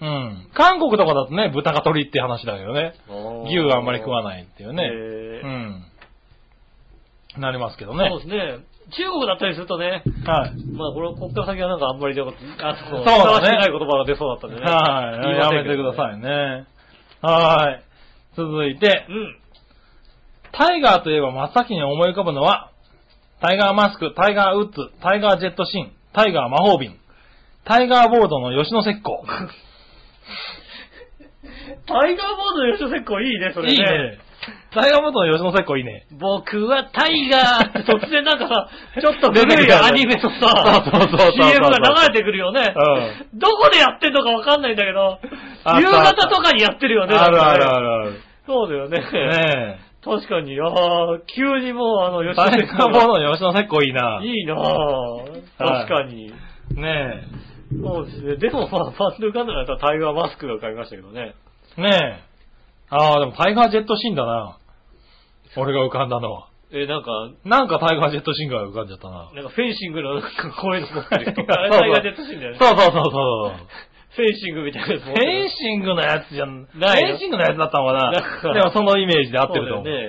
S3: うん。韓国とかだとね、豚が鳥っていう話だけどね。 [laughs] 牛はあんまり食わ
S2: い
S3: ないっていう
S2: よ
S3: ね。
S2: え
S3: うん。なりますけど
S2: ー
S3: ね。
S2: そうですね。中国だったりするとね、
S3: はい。
S2: まあこれ、こっから先はなんかあんまりでも、あそ
S3: そううだね
S2: してない言葉が出そうだったんでね。
S3: はい。やめてくださ
S2: い。
S3: いね。はい。続いて
S2: う、ん。
S3: タイガーといえば真っ先に思い浮かぶのは、タイガーマスク、タイガーウッズ、タイガージェットシン、タイガー魔法瓶、タイガーボードの吉野石膏。
S2: タイガーボードの吉野結構いい [laughs] ね、それ
S3: いいね。タイガーボードの吉野石膏いいね。
S2: 僕はタイガーって
S3: [laughs]
S2: 突然なんかさ、ちょっと
S3: 出て
S2: 古い
S3: きたね
S2: アニメとさ
S3: そうそうそうそう、
S2: CM が流れてくるよね。
S3: う
S2: どこでやってんのかわかんないんだけど
S3: あ、っ
S2: 夕
S3: たあった
S2: 方とかにやってるよね。
S3: あるある
S2: なんか
S3: あ
S2: ね
S3: る
S2: そうだよね。
S3: ある。ね
S2: 確かに、ああ、急にもうあの、
S3: え。
S2: [laughs] 吉
S3: タ
S2: 野
S3: イ
S2: 結
S3: ガーボードの吉野石膏いいな。
S2: いいなぁ。確かに。
S3: ね
S2: そうですね。でもまあ、パンドゥカンドだったらタイガーマスクが買いましたけどね。
S3: え。ねえ。ああ、でもタイガージェットシンだな。俺が浮かんだのは。
S2: え、なんか、
S3: なんかタイガージェットシンが浮かんじゃったな。
S2: なんかフェンシングのなんかこういうの持ってる人。
S3: そうそう
S2: あれタイガージェットシーンだよね。
S3: そうそうそうそう。
S2: フェンシングみたいなやつ持
S3: フ
S2: っ
S3: ェ
S2: てる
S3: ンシングのやつじゃん。フ
S2: ないよ
S3: ェンシングのやつだったのか
S2: なんか
S3: な。でもそのイメージで合ってると思う。
S2: そう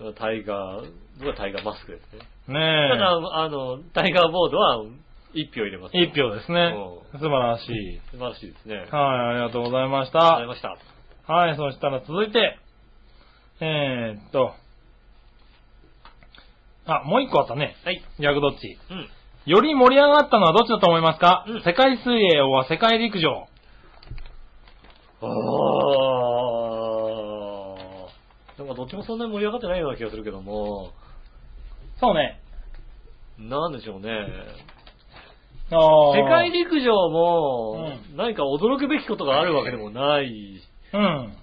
S2: だよタイガー、僕はタイガーマスクですね。
S3: うん
S2: ただ
S3: ね、
S2: あの、タイガーボードは一票入れます。
S3: え。一票ですね
S2: う。
S3: 素晴らしい。
S2: 素晴らしいですね。
S3: はい、ありがとうございまし
S2: あり
S3: た。
S2: がとうございました。
S3: はい、そしたら続いて、えーっと、あ、もう一個あったね。
S2: はい。
S3: 逆どっち。
S2: うん。
S3: より盛り上がったのはどっちだと思いますか、
S2: うん
S3: 世界水泳は世界陸上。
S2: あー。なんかどっちもそんなに盛り上がってないような気がするけども、
S3: そうね。
S2: なんでしょうね。
S3: ああ。
S2: 世界陸上も、
S3: う
S2: 何か驚くべきことがあるわけでもない。
S3: うん。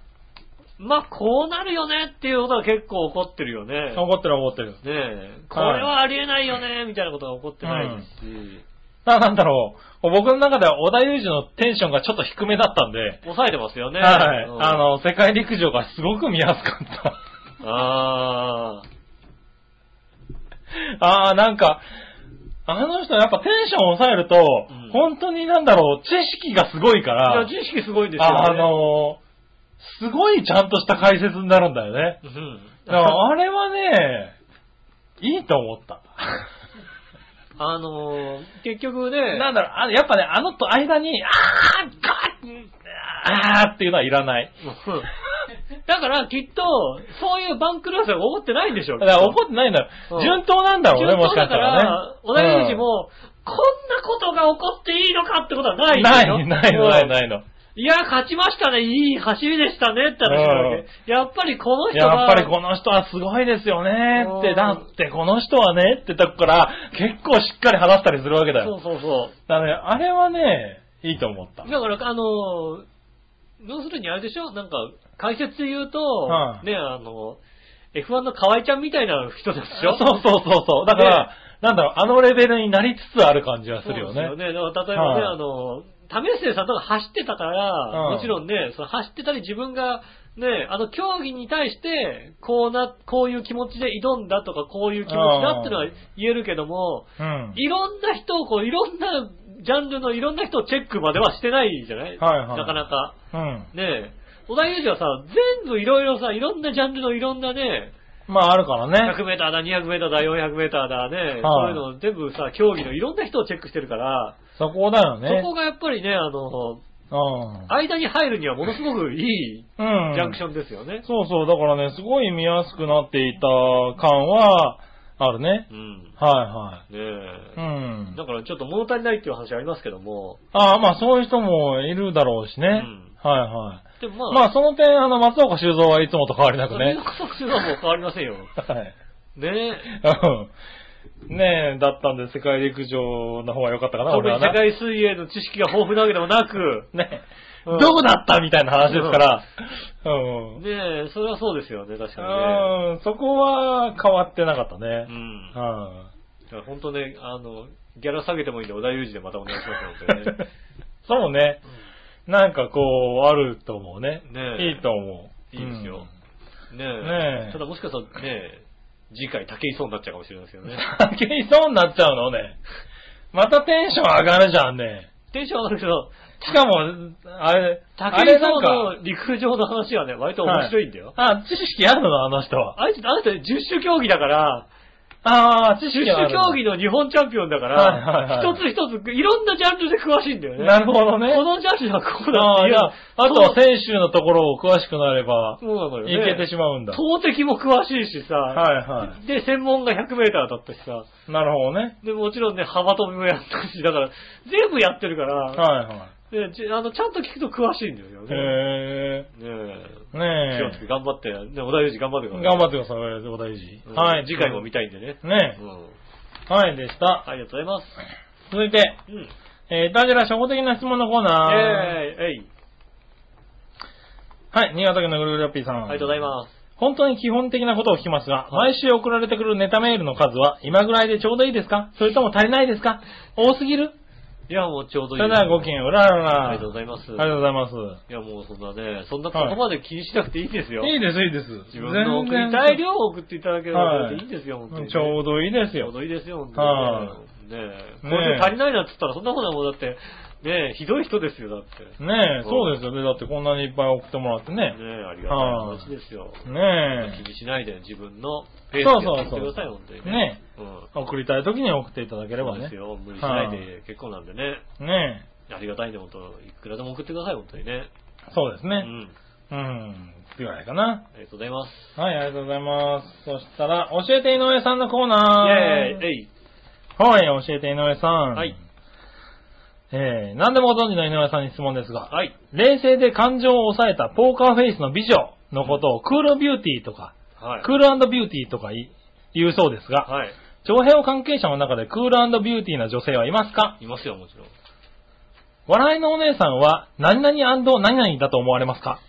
S2: まあ、こうなるよねっていうことは結構起こってるよね。
S3: 怒ってる怒ってる。
S2: ねえ、これはありえないよね、みたいなことが起こってないですし、
S3: な、なんだろう。僕の中では織田裕二のテンションがちょっと低めだったんで、
S2: 抑えてますよね。
S3: はい、
S2: うん
S3: あ、の、世界陸上がすごく見やすかった。
S2: あ
S3: ああ、なんか、あの人やっぱテンションを抑えると、
S2: うん
S3: 本当になんだろう、知識がすごいか
S2: あ。
S3: ら、
S2: いや、知識すごいですよ、ね。
S3: あのすごいちゃんとした解説になるんだよね。
S2: うん、
S3: だからあれはね、いいと思った。
S2: [laughs] あのー結局ね、
S3: なんだろう、あのやっぱね、あのと間に、あー、ガーあーっていうのはいらない。
S2: うん [laughs] だからきっと、そういう番狂わせが起こってないんでしょう。
S3: だから怒ってないんだよ
S2: うん。
S3: 順当なんだろうね、もしかしたらね。
S2: 小田裕二も、こんなことが起こっていいのかってことはない
S3: うん、
S2: んで
S3: ない
S2: しょ、
S3: ないの、ないの、
S2: い。
S3: ないの。
S2: いや、勝ちましたね、いい走りでしたねって話なわけ。やっぱりこ [laughs] の人が、
S3: やっぱりこの人はすごいですよねっ
S2: う
S3: て、
S2: ん
S3: だってこの人はねってとこから結構しっかり話したりするわけだ
S2: そう
S3: よ。
S2: そうそう。
S3: だからね、あれはね、いいと思った。
S2: だから、あのー、要するにあれでしょなんか、解説で言うと、
S3: はい
S2: ね、あの、F1 の河合ちゃんみたいな人です
S3: そ
S2: よ。
S3: うそうそうそう。だから、なんだろう、あのレベルになりつつある感じはす
S2: そう
S3: る
S2: で
S3: よ
S2: すよ
S3: ね。
S2: ね。だから例えばね、
S3: はい
S2: あの、為末さんとか走ってたから、
S3: うん
S2: もちろんね、その走ってたり自分が、ね、あの競技に対して、こうな、こういう気持ちで挑んだとか、こういう気持ちだってのは言えるけども、
S3: うん。
S2: いろんな人をこう、いろんなジャンルのいろんな人をチェックまではしてないじゃない、
S3: はいはい
S2: なかなか。
S3: うん。
S2: ねえ、小田裕二はさ、全部いろいろさ、いろんなジャンルのいろんなね、
S3: まああるからね。
S2: 100メーターだ、200メーターだ、400メーターだね、
S3: はい
S2: そういうの全部さ、競技のいろんな人をチェックしてるから、
S3: そこだよね。
S2: そこがやっぱりね、あの、
S3: う
S2: 間に入るにはものすごくいい
S3: ん。うん。
S2: ジャンクションですよね。
S3: そうそう、だからね、すごい見やすくなっていた感は、あるね。
S2: うん。ね
S3: は
S2: え。
S3: いはい。うん
S2: だ。からちょっと物足りないっていう話ありますけども、
S3: ああ、まあそういう人もいるだろうしね。
S2: ん
S3: はいはい。
S2: でもま
S3: ま
S2: あ、
S3: あその点、あの、松岡修造はいつもと変わりな
S2: そ
S3: く
S2: れ
S3: ね
S2: の。特集はもう変わりませんよ。
S3: はい。
S2: ねえ。
S3: うんねえ、だったんで世界陸上の方が良かったかな、
S2: 特
S3: 俺
S2: に
S3: は
S2: 世
S3: ね。
S2: 界水泳の知識が豊富なわけでもなく、
S3: ねえ、
S2: うん
S3: どこだったみたいな話ですから。うん。
S2: ねえ、それはそうですよね、確かにね。
S3: うん、そこは変わってなかった
S2: う
S3: ね。
S2: ん。だ
S3: うん。
S2: から本当ね、あの、ギャラ下げてもいいんで、小田裕二でまたお願いしますよ、本当にね
S3: [laughs] そうね。なんかこう、あると思うね。
S2: ねえ
S3: いいと思 [laughs] う。
S2: いいですよねえ。
S3: ねえ
S2: ただもしかしたらね、次回竹井そうになっちゃうかもしれないですよ
S3: うん。
S2: ね。 [laughs]
S3: 酒いそうになっちゃうのね。またテンション上がるじゃんね。
S2: テンション上がるけど、
S3: しかも、あれ、あ
S2: 竹井
S3: れ
S2: 壮
S3: なんか、
S2: の陸上の話はね、割と面白いんだよ。
S3: あ、知識あるのあの人は。
S2: あいつ、あなた十種競技だから、
S3: ああ、知
S2: 十
S3: 識あ
S2: 種
S3: る。
S2: 競技の日本チャンピオンだか
S3: はいはい
S2: ら、
S3: は
S2: 一つ
S3: い
S2: 一つ、いろんなジャンルで詳しいんだよね。
S3: なるほどね。
S2: このジャンルはここだっ
S3: あ
S2: て
S3: あ、
S2: い
S3: いうや、あとは選手のところを詳しくなれば、
S2: そうなのよ
S3: い
S2: ね。
S3: けてしまうんだ。
S2: 投擲も詳しいしさ、
S3: はいは
S2: で、専門が100メーターだったしさ、
S3: い。なるほどね。
S2: で、もちろんね、幅跳びもやったし、だから、全部やってるから、
S3: はいはい。
S2: でちあのちゃんと聞くと詳しいんですよね。
S3: へえ。
S2: ねえ。気をつけ
S3: ねえ。
S2: て頑張って、ね、小田裕二頑張ってください。
S3: 頑張
S2: っ
S3: ってください、お大事。
S2: は、
S3: はいい。
S2: 次回も見たいんでね。う
S3: ね
S2: ん。
S3: え。はい、でした。
S2: ありがとうございます。
S3: 続いて、
S2: うん。
S3: えー、いたじら初歩的な質問のコーナー。
S2: えー、えい。
S3: はい、新潟県のぐるぐるよっぴーさん。
S2: ありがとうございます。
S3: 本当に基本的なことを聞きますが、毎週送られてくるネタメールの数は今ぐらいでちょうどいいですかそれとも足りないですか多すぎる
S2: いや、もうちょうど
S3: そ
S2: いい。
S3: れではごきげんよう、うららら。
S2: ありがとうございます。
S3: ありがとうございます。
S2: いや、もうそんなね、そんなことまで気にしなくていいんですよ。
S3: いいです、いいです。
S2: 自分の送りたい
S3: 全然
S2: 量を送っていただければいいんですよ、本当にね。
S3: ちょうどいいです
S2: ちょう
S3: よ。
S2: どいいですよ、本
S3: は
S2: 当にね。ねえ。これで足りないなって言ったら、そんなことはもうだって、ねえ、ひどい人ですよ、だって。ね
S3: ねえ、そうですよね。だってこんなにいっぱい送ってもらってね。
S2: え、ありがたい話ですよ。
S3: ね
S2: 気にしないで自分のペースでやってください、本当に
S3: え。。ね
S2: うん。
S3: え。送りたい時に送っていただけれ
S2: そ
S3: ば
S2: う
S3: ね。
S2: です
S3: ね
S2: よ。無理しないで結構なんでね。
S3: え。
S2: ありがたいんで、本当いくらでも送ってください、本当にね。
S3: そうです
S2: う
S3: ね。
S2: ん。
S3: うん。ってぐらいかな。
S2: ありがとうございます。
S3: はい、ありがとうございます。そしたら、教えて井上さんのコー
S2: イェ
S3: ナー。
S2: ーイえい
S3: はい、教えて井上さん。
S2: はい。
S3: えー、何でもご存知の井上さんに質問ですが、
S2: はい。
S3: 冷静で感情を抑えたポーカーフェイスの美女のことをクールビューティーとか、
S2: はい。
S3: クールビューティーとかい言うそうですが、
S2: はい。
S3: 長編関係者の中でクールビューティーな女性はいますか
S2: いますよ、もちろん。
S3: 笑いのお姉さんは何々何々だと思われますか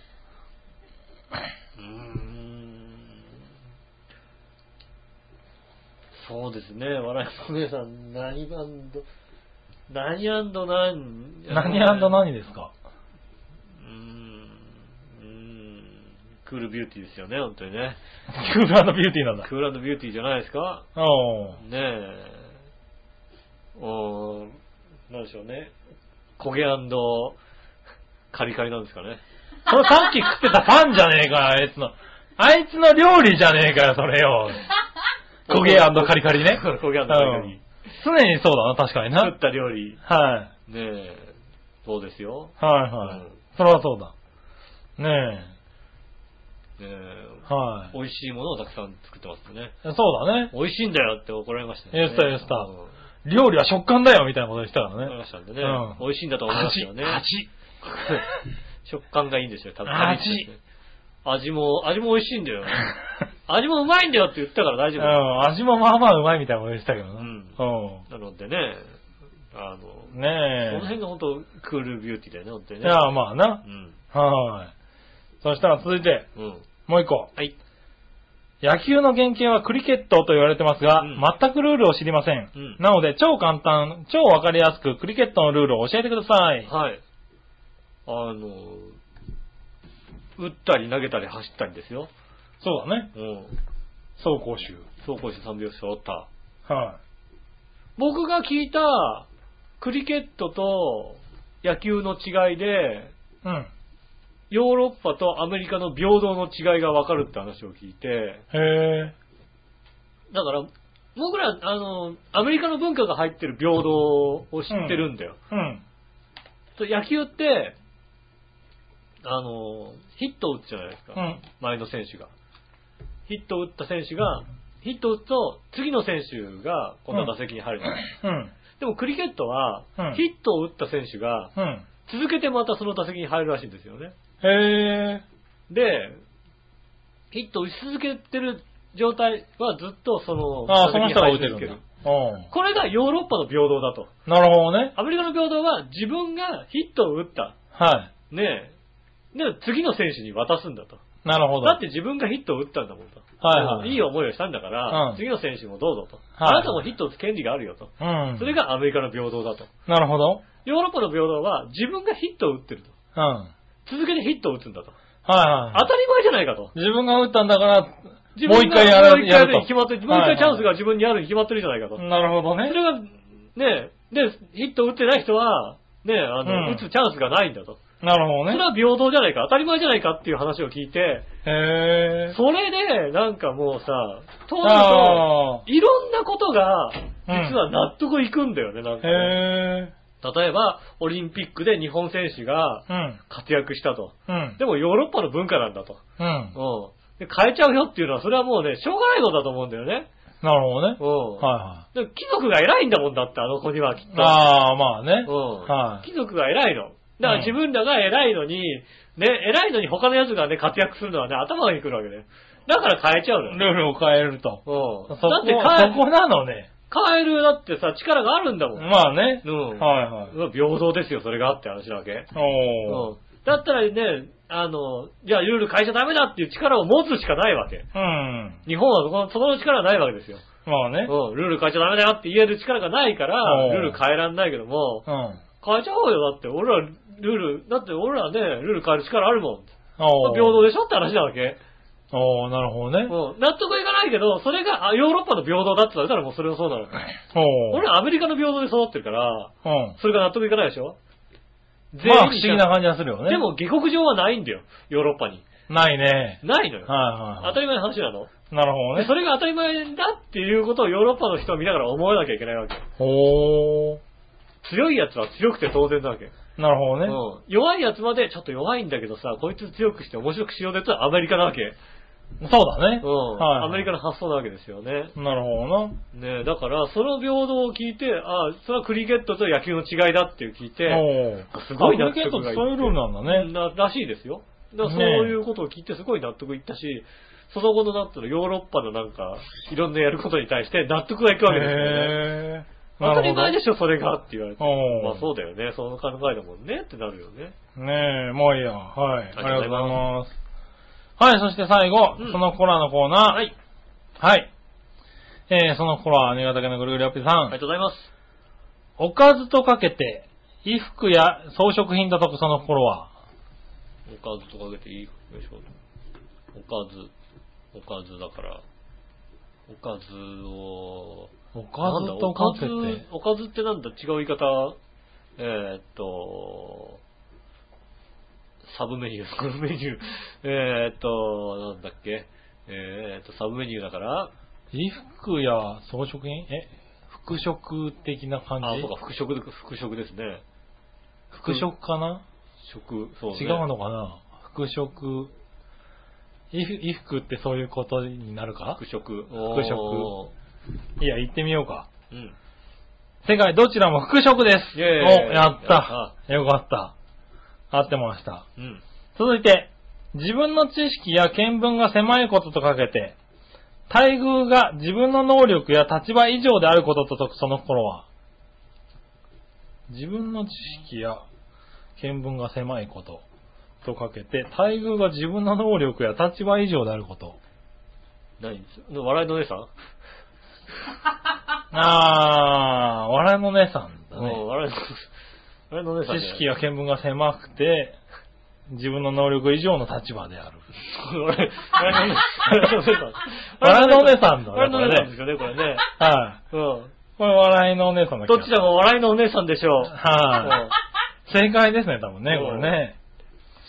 S2: うーんそうですね、笑いのお姉さん、何バンド、何アンド何、
S3: 何々何ですか [laughs]
S2: うーん、うーん、クールビューティーですよね、本当にね。
S3: クールビューティーなんだ。
S2: クールビューティーじゃないですか
S3: おー
S2: ねえ。おーなんでしょうね。焦げカリカリなんですかね。
S3: それさっき食ってたパンじゃねえか、あいつの。あいつの料理じゃねえかよ、それ
S2: [laughs]
S3: よ。焦げカリカリね。
S2: 焦げカリカ
S3: う
S2: リ
S3: ん。常にそうだな、確かにな。は
S2: 作
S3: い
S2: っ。た料理。
S3: はい
S2: ねえ、そうですよ。
S3: はい。
S2: うん
S3: それはそうだ。ね
S2: ねえ
S3: え。はい。
S2: 美味しいものをたくさん作ってますね。
S3: そうだね。
S2: 美味しいんだよって怒られました
S3: 言ってた言ってた
S2: うん
S3: 料理は食感だよ、みたいなこと言ってたか
S2: 怒ら
S3: ら
S2: れ
S3: ね。
S2: ましたんでね
S3: うん。
S2: 美味しいんだと思いますよね。
S3: 味。
S2: 食感がいいんですよ、多分。
S3: 味
S2: 味も、味も美味しいんだよ。味もうまいんだよって言ったから大
S3: う
S2: 丈夫。
S3: ん、味もまあまあうまいみたいなこと言ってたけどな。
S2: うん
S3: う
S2: なのでね、あの、
S3: ん。
S2: その
S3: ねえ
S2: 辺。が本当クールビューティーだよね、本当に
S3: い
S2: ね。
S3: や、まあな。
S2: うん。
S3: はい。そしたら続いて、
S2: うん。
S3: もう一個。
S2: はい。
S3: 野球の原型はクリケットと言われてますが、
S2: うん
S3: 全くルールを知りません。
S2: うん
S3: なので、超簡単、超わかりやすくクリケットのルールを教えてください。
S2: はい。あの、打ったり投げたり走ったりですよ。
S3: そうだね。
S2: うん。
S3: 走行集。
S2: 走行して3拍子揃った。
S3: は
S2: 僕が聞いたクリケットと野球の違いで、
S3: い。うん。
S2: ヨーロッパとアメリカの平等の違いがわかるって話を聞いて、
S3: へ
S2: だから、僕ら、あの、アメリカの文化が入ってる平等を知ってるんだよ。
S3: ぇうん。
S2: と野球って、あの、ヒットを打つじゃないですか。
S3: うん。
S2: 前の選手が。ヒットを打った選手が、ヒットを打つと、次の選手が、この打席に入るじゃない、
S3: うん。
S2: でもクリケットは、
S3: うん
S2: ヒットを打った選手が、
S3: うん。
S2: 続けてまたその打席に入るらしいんですよね。
S3: へ
S2: で、ヒットを打ち続けてる状態はずっとそ
S3: ぇ
S2: の、
S3: ああ、その人が
S2: 打
S3: 打
S2: 席
S3: て
S2: に入り
S3: る
S2: 続
S3: ん
S2: け
S3: だ。う
S2: これがヨーロッパの平等だと。
S3: ん。なるほどね。
S2: アメリカの平等は自分がヒットを打った。
S3: は
S2: ねえ。で、次の選手に渡すんだと。
S3: い。なるほど。
S2: だって自分がヒットを打ったんだもんと。
S3: はいはい
S2: いい思いをしたんだから、
S3: うん
S2: 次の選手もどうぞと、
S3: は
S2: あ
S3: い
S2: なたもヒットを打つ権利があるよと。
S3: うん。
S2: それがアメリカの平等だと。
S3: なるほど。
S2: ヨーロッパの平等は自分がヒットを打ってると。
S3: うん。はい
S2: 続けてヒットを打つんだと。
S3: は
S2: 当
S3: い。
S2: たり前じゃないかと。
S3: 自分が打ったんだから、も
S2: 自
S3: う
S2: 分
S3: 一
S2: が
S3: 回や
S2: も
S3: る、
S2: う一回
S3: や
S2: や
S3: る
S2: る
S3: と
S2: に決まってる、もう一
S3: はいは
S2: 回
S3: い
S2: チャンスが自分にあるに決まってるじゃないかと。
S3: なるほど
S2: そ
S3: ね。
S2: れが、ねで、ヒットを打ってない人は、ねあの、
S3: うん
S2: 打つチャンスがないんだと。
S3: なるほ
S2: そ
S3: ど
S2: れ
S3: ね。
S2: は平等じゃないか、当たり前じゃないかっていう話を聞いて、
S3: へぇ
S2: それで、なんかもうさ、当時と、
S3: あ
S2: いろんなことが、
S3: うん
S2: 実は納得いくんだよね、なん
S3: ー
S2: かね。
S3: へ
S2: 例えば、オリンピックで日本選手が
S3: ぇうん。
S2: 活躍したと。
S3: うん。
S2: でもヨーロッパの文化なんだと。
S3: うん。
S2: うん。で、変えちゃうよっていうのは、それはもうね、しょうがないことだと思うんだよね。
S3: なるほどね。
S2: うん。
S3: は
S2: でも貴族が偉いんだもんだって、あの子にはきっ
S3: いはい。
S2: と。
S3: ああ、まあね。
S2: うん
S3: はい。
S2: 貴族が偉いの。だから自分らが偉いのに、ね、偉いのに他の奴がね、活躍するのはね、頭がいくるわけで。だから変えちゃうの
S3: ル
S2: よ
S3: ー
S2: ね。
S3: ルを変えると。
S2: う
S3: そ
S2: ん。
S3: こ、
S2: だって
S3: そ
S2: 変え、
S3: こなのね。
S2: 変えるだってさ、力があるんだもん。
S3: まあね。
S2: うん。
S3: はいはい。
S2: 平等ですよ、それがって話なわけ。う
S3: おー。
S2: ん。だったらね、あの、じゃあルール変えちゃダメだっていう力を持つしかないわけ。
S3: うん。
S2: 日本はそこのその力はないわけですよ。
S3: まあね。
S2: うん。ルール変えちゃダメだよって言える力がないから、
S3: うん
S2: ルール変えらんないけども、
S3: うん。
S2: 変えちゃおうよ。だって、俺ら、ルール、だって俺らね、ルール変える力あるもん。
S3: おー。
S2: 平等でしょって話なわけ。
S3: おー、なるほどね。
S2: うん。納得いかないけど、それがあヨーロッパの平等だって言われたらもうそれもそうなの。
S3: おー。
S2: 俺らアメリカの平等で育ってるから、
S3: うん。
S2: それが納得いかないでしょ
S3: まあ不思議な感じがするよね。
S2: で、も下克上はないんだよ。ヨーロッパに。
S3: ないね。
S2: ないのよ。
S3: はいは
S2: 当たり前の話なの。
S3: い。なるほど
S2: で
S3: ね
S2: そ。れが当たり前だっていうことをヨーロッパの人を見ながら思わなきゃいけないわけ。
S3: おー。
S2: 強い奴は強くて当然なわけ。
S3: なるほど
S2: う
S3: ね。
S2: ん、弱い奴までちょっと弱いんだけどさ、こいつ強くして面白くしようってやつはアメリカなわけ。
S3: そうだね。
S2: うん。
S3: はい。
S2: アメリカの発想なわけですよね。
S3: なるほどな。
S2: ねえだから、その平等を聞いて、ああ、それはクリケットと野球の違いだっていう聞いて、
S3: おー
S2: すごい納
S3: アフリカ
S2: 得
S3: と
S2: がいって
S3: そういうルールなんだね。
S2: ならしいですよ。だからそう
S3: ねえ
S2: いうことを聞いてすごい納得いったし、その後のなんていうのヨーロッパのなんか、いろんなやることに対して納得がいくわけですよね。
S3: へー。
S2: 当たり前で
S3: し
S2: しょ、それがって言われて。
S3: おー
S2: まあそうだよね、その考えだもんねってなるよね。
S3: ょ。ねえ、もういいや。はい。
S2: ありがと
S3: ありが
S2: う
S3: とう
S2: ご
S3: ご
S2: ざ
S3: ざ
S2: い
S3: い
S2: ま
S3: ます。はい、そして最後
S2: うん、
S3: そのコラのコーナー。
S2: はい。
S3: はい。えー、そのコラ、新潟県のぐるぐるアピさ
S2: ありが
S3: ん。
S2: とうございます。
S3: おかずとかけて、衣服や装飾品だとその頃は。
S2: おかずとかけていいよいしょ。おかず、おかずだから、おかずを、
S3: おか
S2: なん
S3: ず
S2: だ
S3: とかけて。
S2: おかず、おかずってなんだ違う言い方、えーっと、サブメニュー、サブメニュー、えーっと、なんだっけ、えーっと、サブメニューだから、
S3: 衣服や装飾品え服飾的な感じ
S2: あ、そうか、服飾、服飾ですね。
S3: 服飾かな、
S2: 食、そうね。
S3: 違うのかな服飾。衣服衣服ってそういうことになるか
S2: 服飾。服
S3: 服飾いや、言ってみようか。
S2: うん。
S3: 世界どちらも服飾です。
S2: イェーイ
S3: お、やった。よかった。合ってました。
S2: うん。
S3: 続いて、自分の知識や見聞が狭いこととかけて、待遇が自分の能力や立場以上であることと解くその頃は、自分の知識や見聞が狭いこととかけて、待遇が自分の能力や立場以上であること。
S2: 何笑いのお姉さん
S3: あー、笑いの姉さんだ
S2: うん
S3: ね。
S2: 笑いの、笑いのお姉さん。
S3: 知識。や見聞が狭くて、自分の能力以上の立場である。
S2: 笑いのお姉さん。
S3: 笑いのお姉さんだね
S2: 笑いのお姉さんですよね、これね。
S3: は
S2: うん。
S3: い。これ笑いのお姉さんだ
S2: どっちらも笑いのお姉さんでしょう。
S3: はい、
S2: うん
S3: 正解ですね、多分ね、
S2: うん
S3: これね。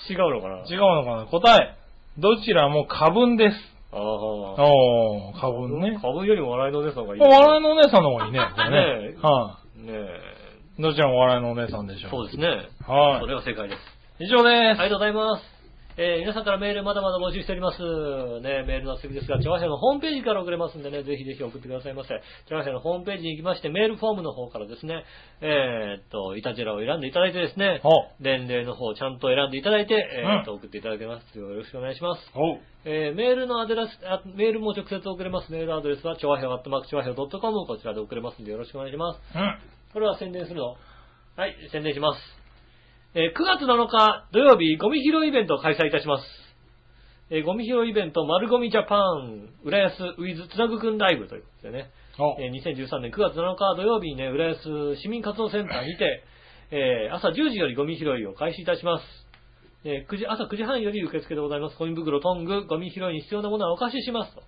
S2: 違うのかな
S3: 違うのかな答え。どちらも過分です。
S2: ああ。
S3: おー、過分ね。
S2: 株よりも笑いのお姉さんがいい、
S3: お笑いのお姉さんの方がいいね。これ
S2: ねえ
S3: ね。は
S2: ねえ。
S3: い。どちらもお笑いのお姉さんでしょ
S2: そうですね。
S3: はい
S2: それが正解です。
S3: 以上で
S2: ありが
S3: す。
S2: とうございます。えー皆さんからメールまだまだ募集しております。ね、メールの次ですが、調和社のホームページから送れますんでね、ぜひぜひ送ってくださいませ。調和社のホームページに行きまして、メールフォームの方からですね、えーっと、イタジェラを選んでいただいてですね、
S3: お
S2: 年齢の方をちゃんと選んでいただいて、えーっと、
S3: う
S2: 送っていただけますよ。よろしくお願いします。
S3: おう。
S2: えーメールのアドレス、あメールも直接送れます。メールアドレスは、調和表アットマーク調和表 .com こちらで送れますんで、よろしくお願いします。
S3: うん。
S2: これは宣伝するのはい、宣伝します。えー9月7日土曜日、ゴミ拾いイベントを開催いたします。えーゴミ拾いイベント、丸ゴミジャパン、浦安ウィズつなぐくんライブということでね、
S3: お
S2: えー2013年9月7日土曜日にね、浦安市民活動センターにて、えー朝10時よりゴミ拾いを開始いたします。えー9時、朝9時半より受付でございます。ゴミ袋、トング、ゴミ拾いに必要なものはお貸ししますと。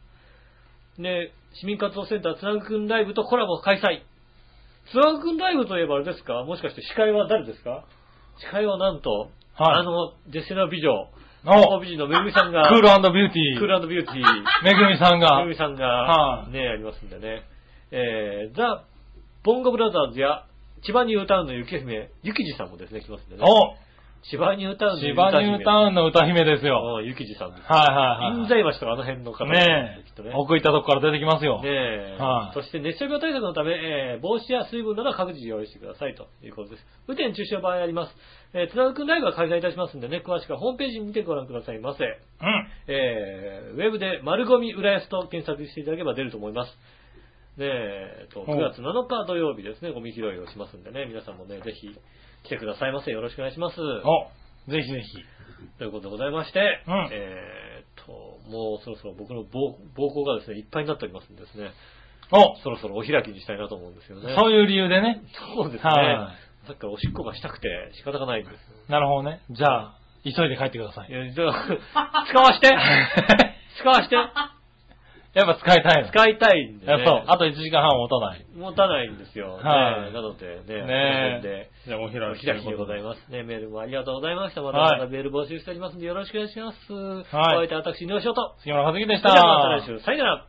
S2: で、市民活動センターつなぐくんライブとコラボ開催。つなぐくんライブといえばあれですかもしかして司会は誰ですか司会はなんと、
S3: はい
S2: あの、デセナ美女、
S3: おク
S2: 美人のめぐみさんが、
S3: ールビューティー。
S2: クールビューティー、
S3: めぐみさんが
S2: めぐ。みさんが、
S3: はい
S2: ね、ありますんでね。えー、ザ・ボンゴブラザーズや、千葉ニュータウンの雪姫、ゆきじさんもですね、来ますんでね。
S3: お
S2: 千葉ニュータウンの
S3: 千
S2: 雪
S3: 葉ニュータウンの歌姫ですよ。
S2: ゆきじさんです。
S3: はいはいはい。
S2: 印西橋とかあの辺の方です
S3: ね
S2: きっと
S3: え
S2: ね。。
S3: 奥行ったとこから出てきますよ。
S2: ねえ、
S3: はい
S2: そして熱中病対策のため、えー帽子や水分などは各自用意してくださいということです。雨天中止の場合あります。えー、つなぐくんライブは開催いたしますんでね、詳しくはホームページ見てご覧くださいませ。
S3: うん。
S2: えー、ウェブで丸ゴミ浦安と検索していただければ出ると思います。ねえ、えっと、
S3: はい
S2: 9月7日土曜日ですね、ゴミ拾いをしますんでね、皆さんもね、ぜひ来てくださいませ。よろしくお願いします。
S3: お、ぜひぜひ。
S2: ということでございまして、
S3: うん
S2: えーっと、もうそろそろ僕の膀膀胱がですね、いっぱいになっておりますんでですね、
S3: お、
S2: そろそろお開きにしたいなと思うんですよね。
S3: そういう理由でね。
S2: そうですね。
S3: は
S2: さっきからおしっこがしたくて仕方がないんです。
S3: なるほどね。じゃあ、急いで帰ってくださ
S2: い [laughs]
S3: い。
S2: や、じゃあ使わして使わして
S3: [laughs] やっぱ使いたいの。
S2: 使いたいんで、
S3: や
S2: ね。
S3: っぱ、あと1時間半持たない。
S2: 持たないんですよ。
S3: はい
S2: ねえなのでね、この
S3: ね
S2: 辺で
S3: え。じゃあ、お開
S2: お開きでござい
S3: す。
S2: ますね。メールもありがとうございました。まだ
S3: はい
S2: まだメール募集しておりますのでよろしくお願いします。
S3: はい
S2: お相手は私、井上翔と。
S3: 杉村和樹でし
S2: それではまた来週。
S3: た。
S2: さよなら。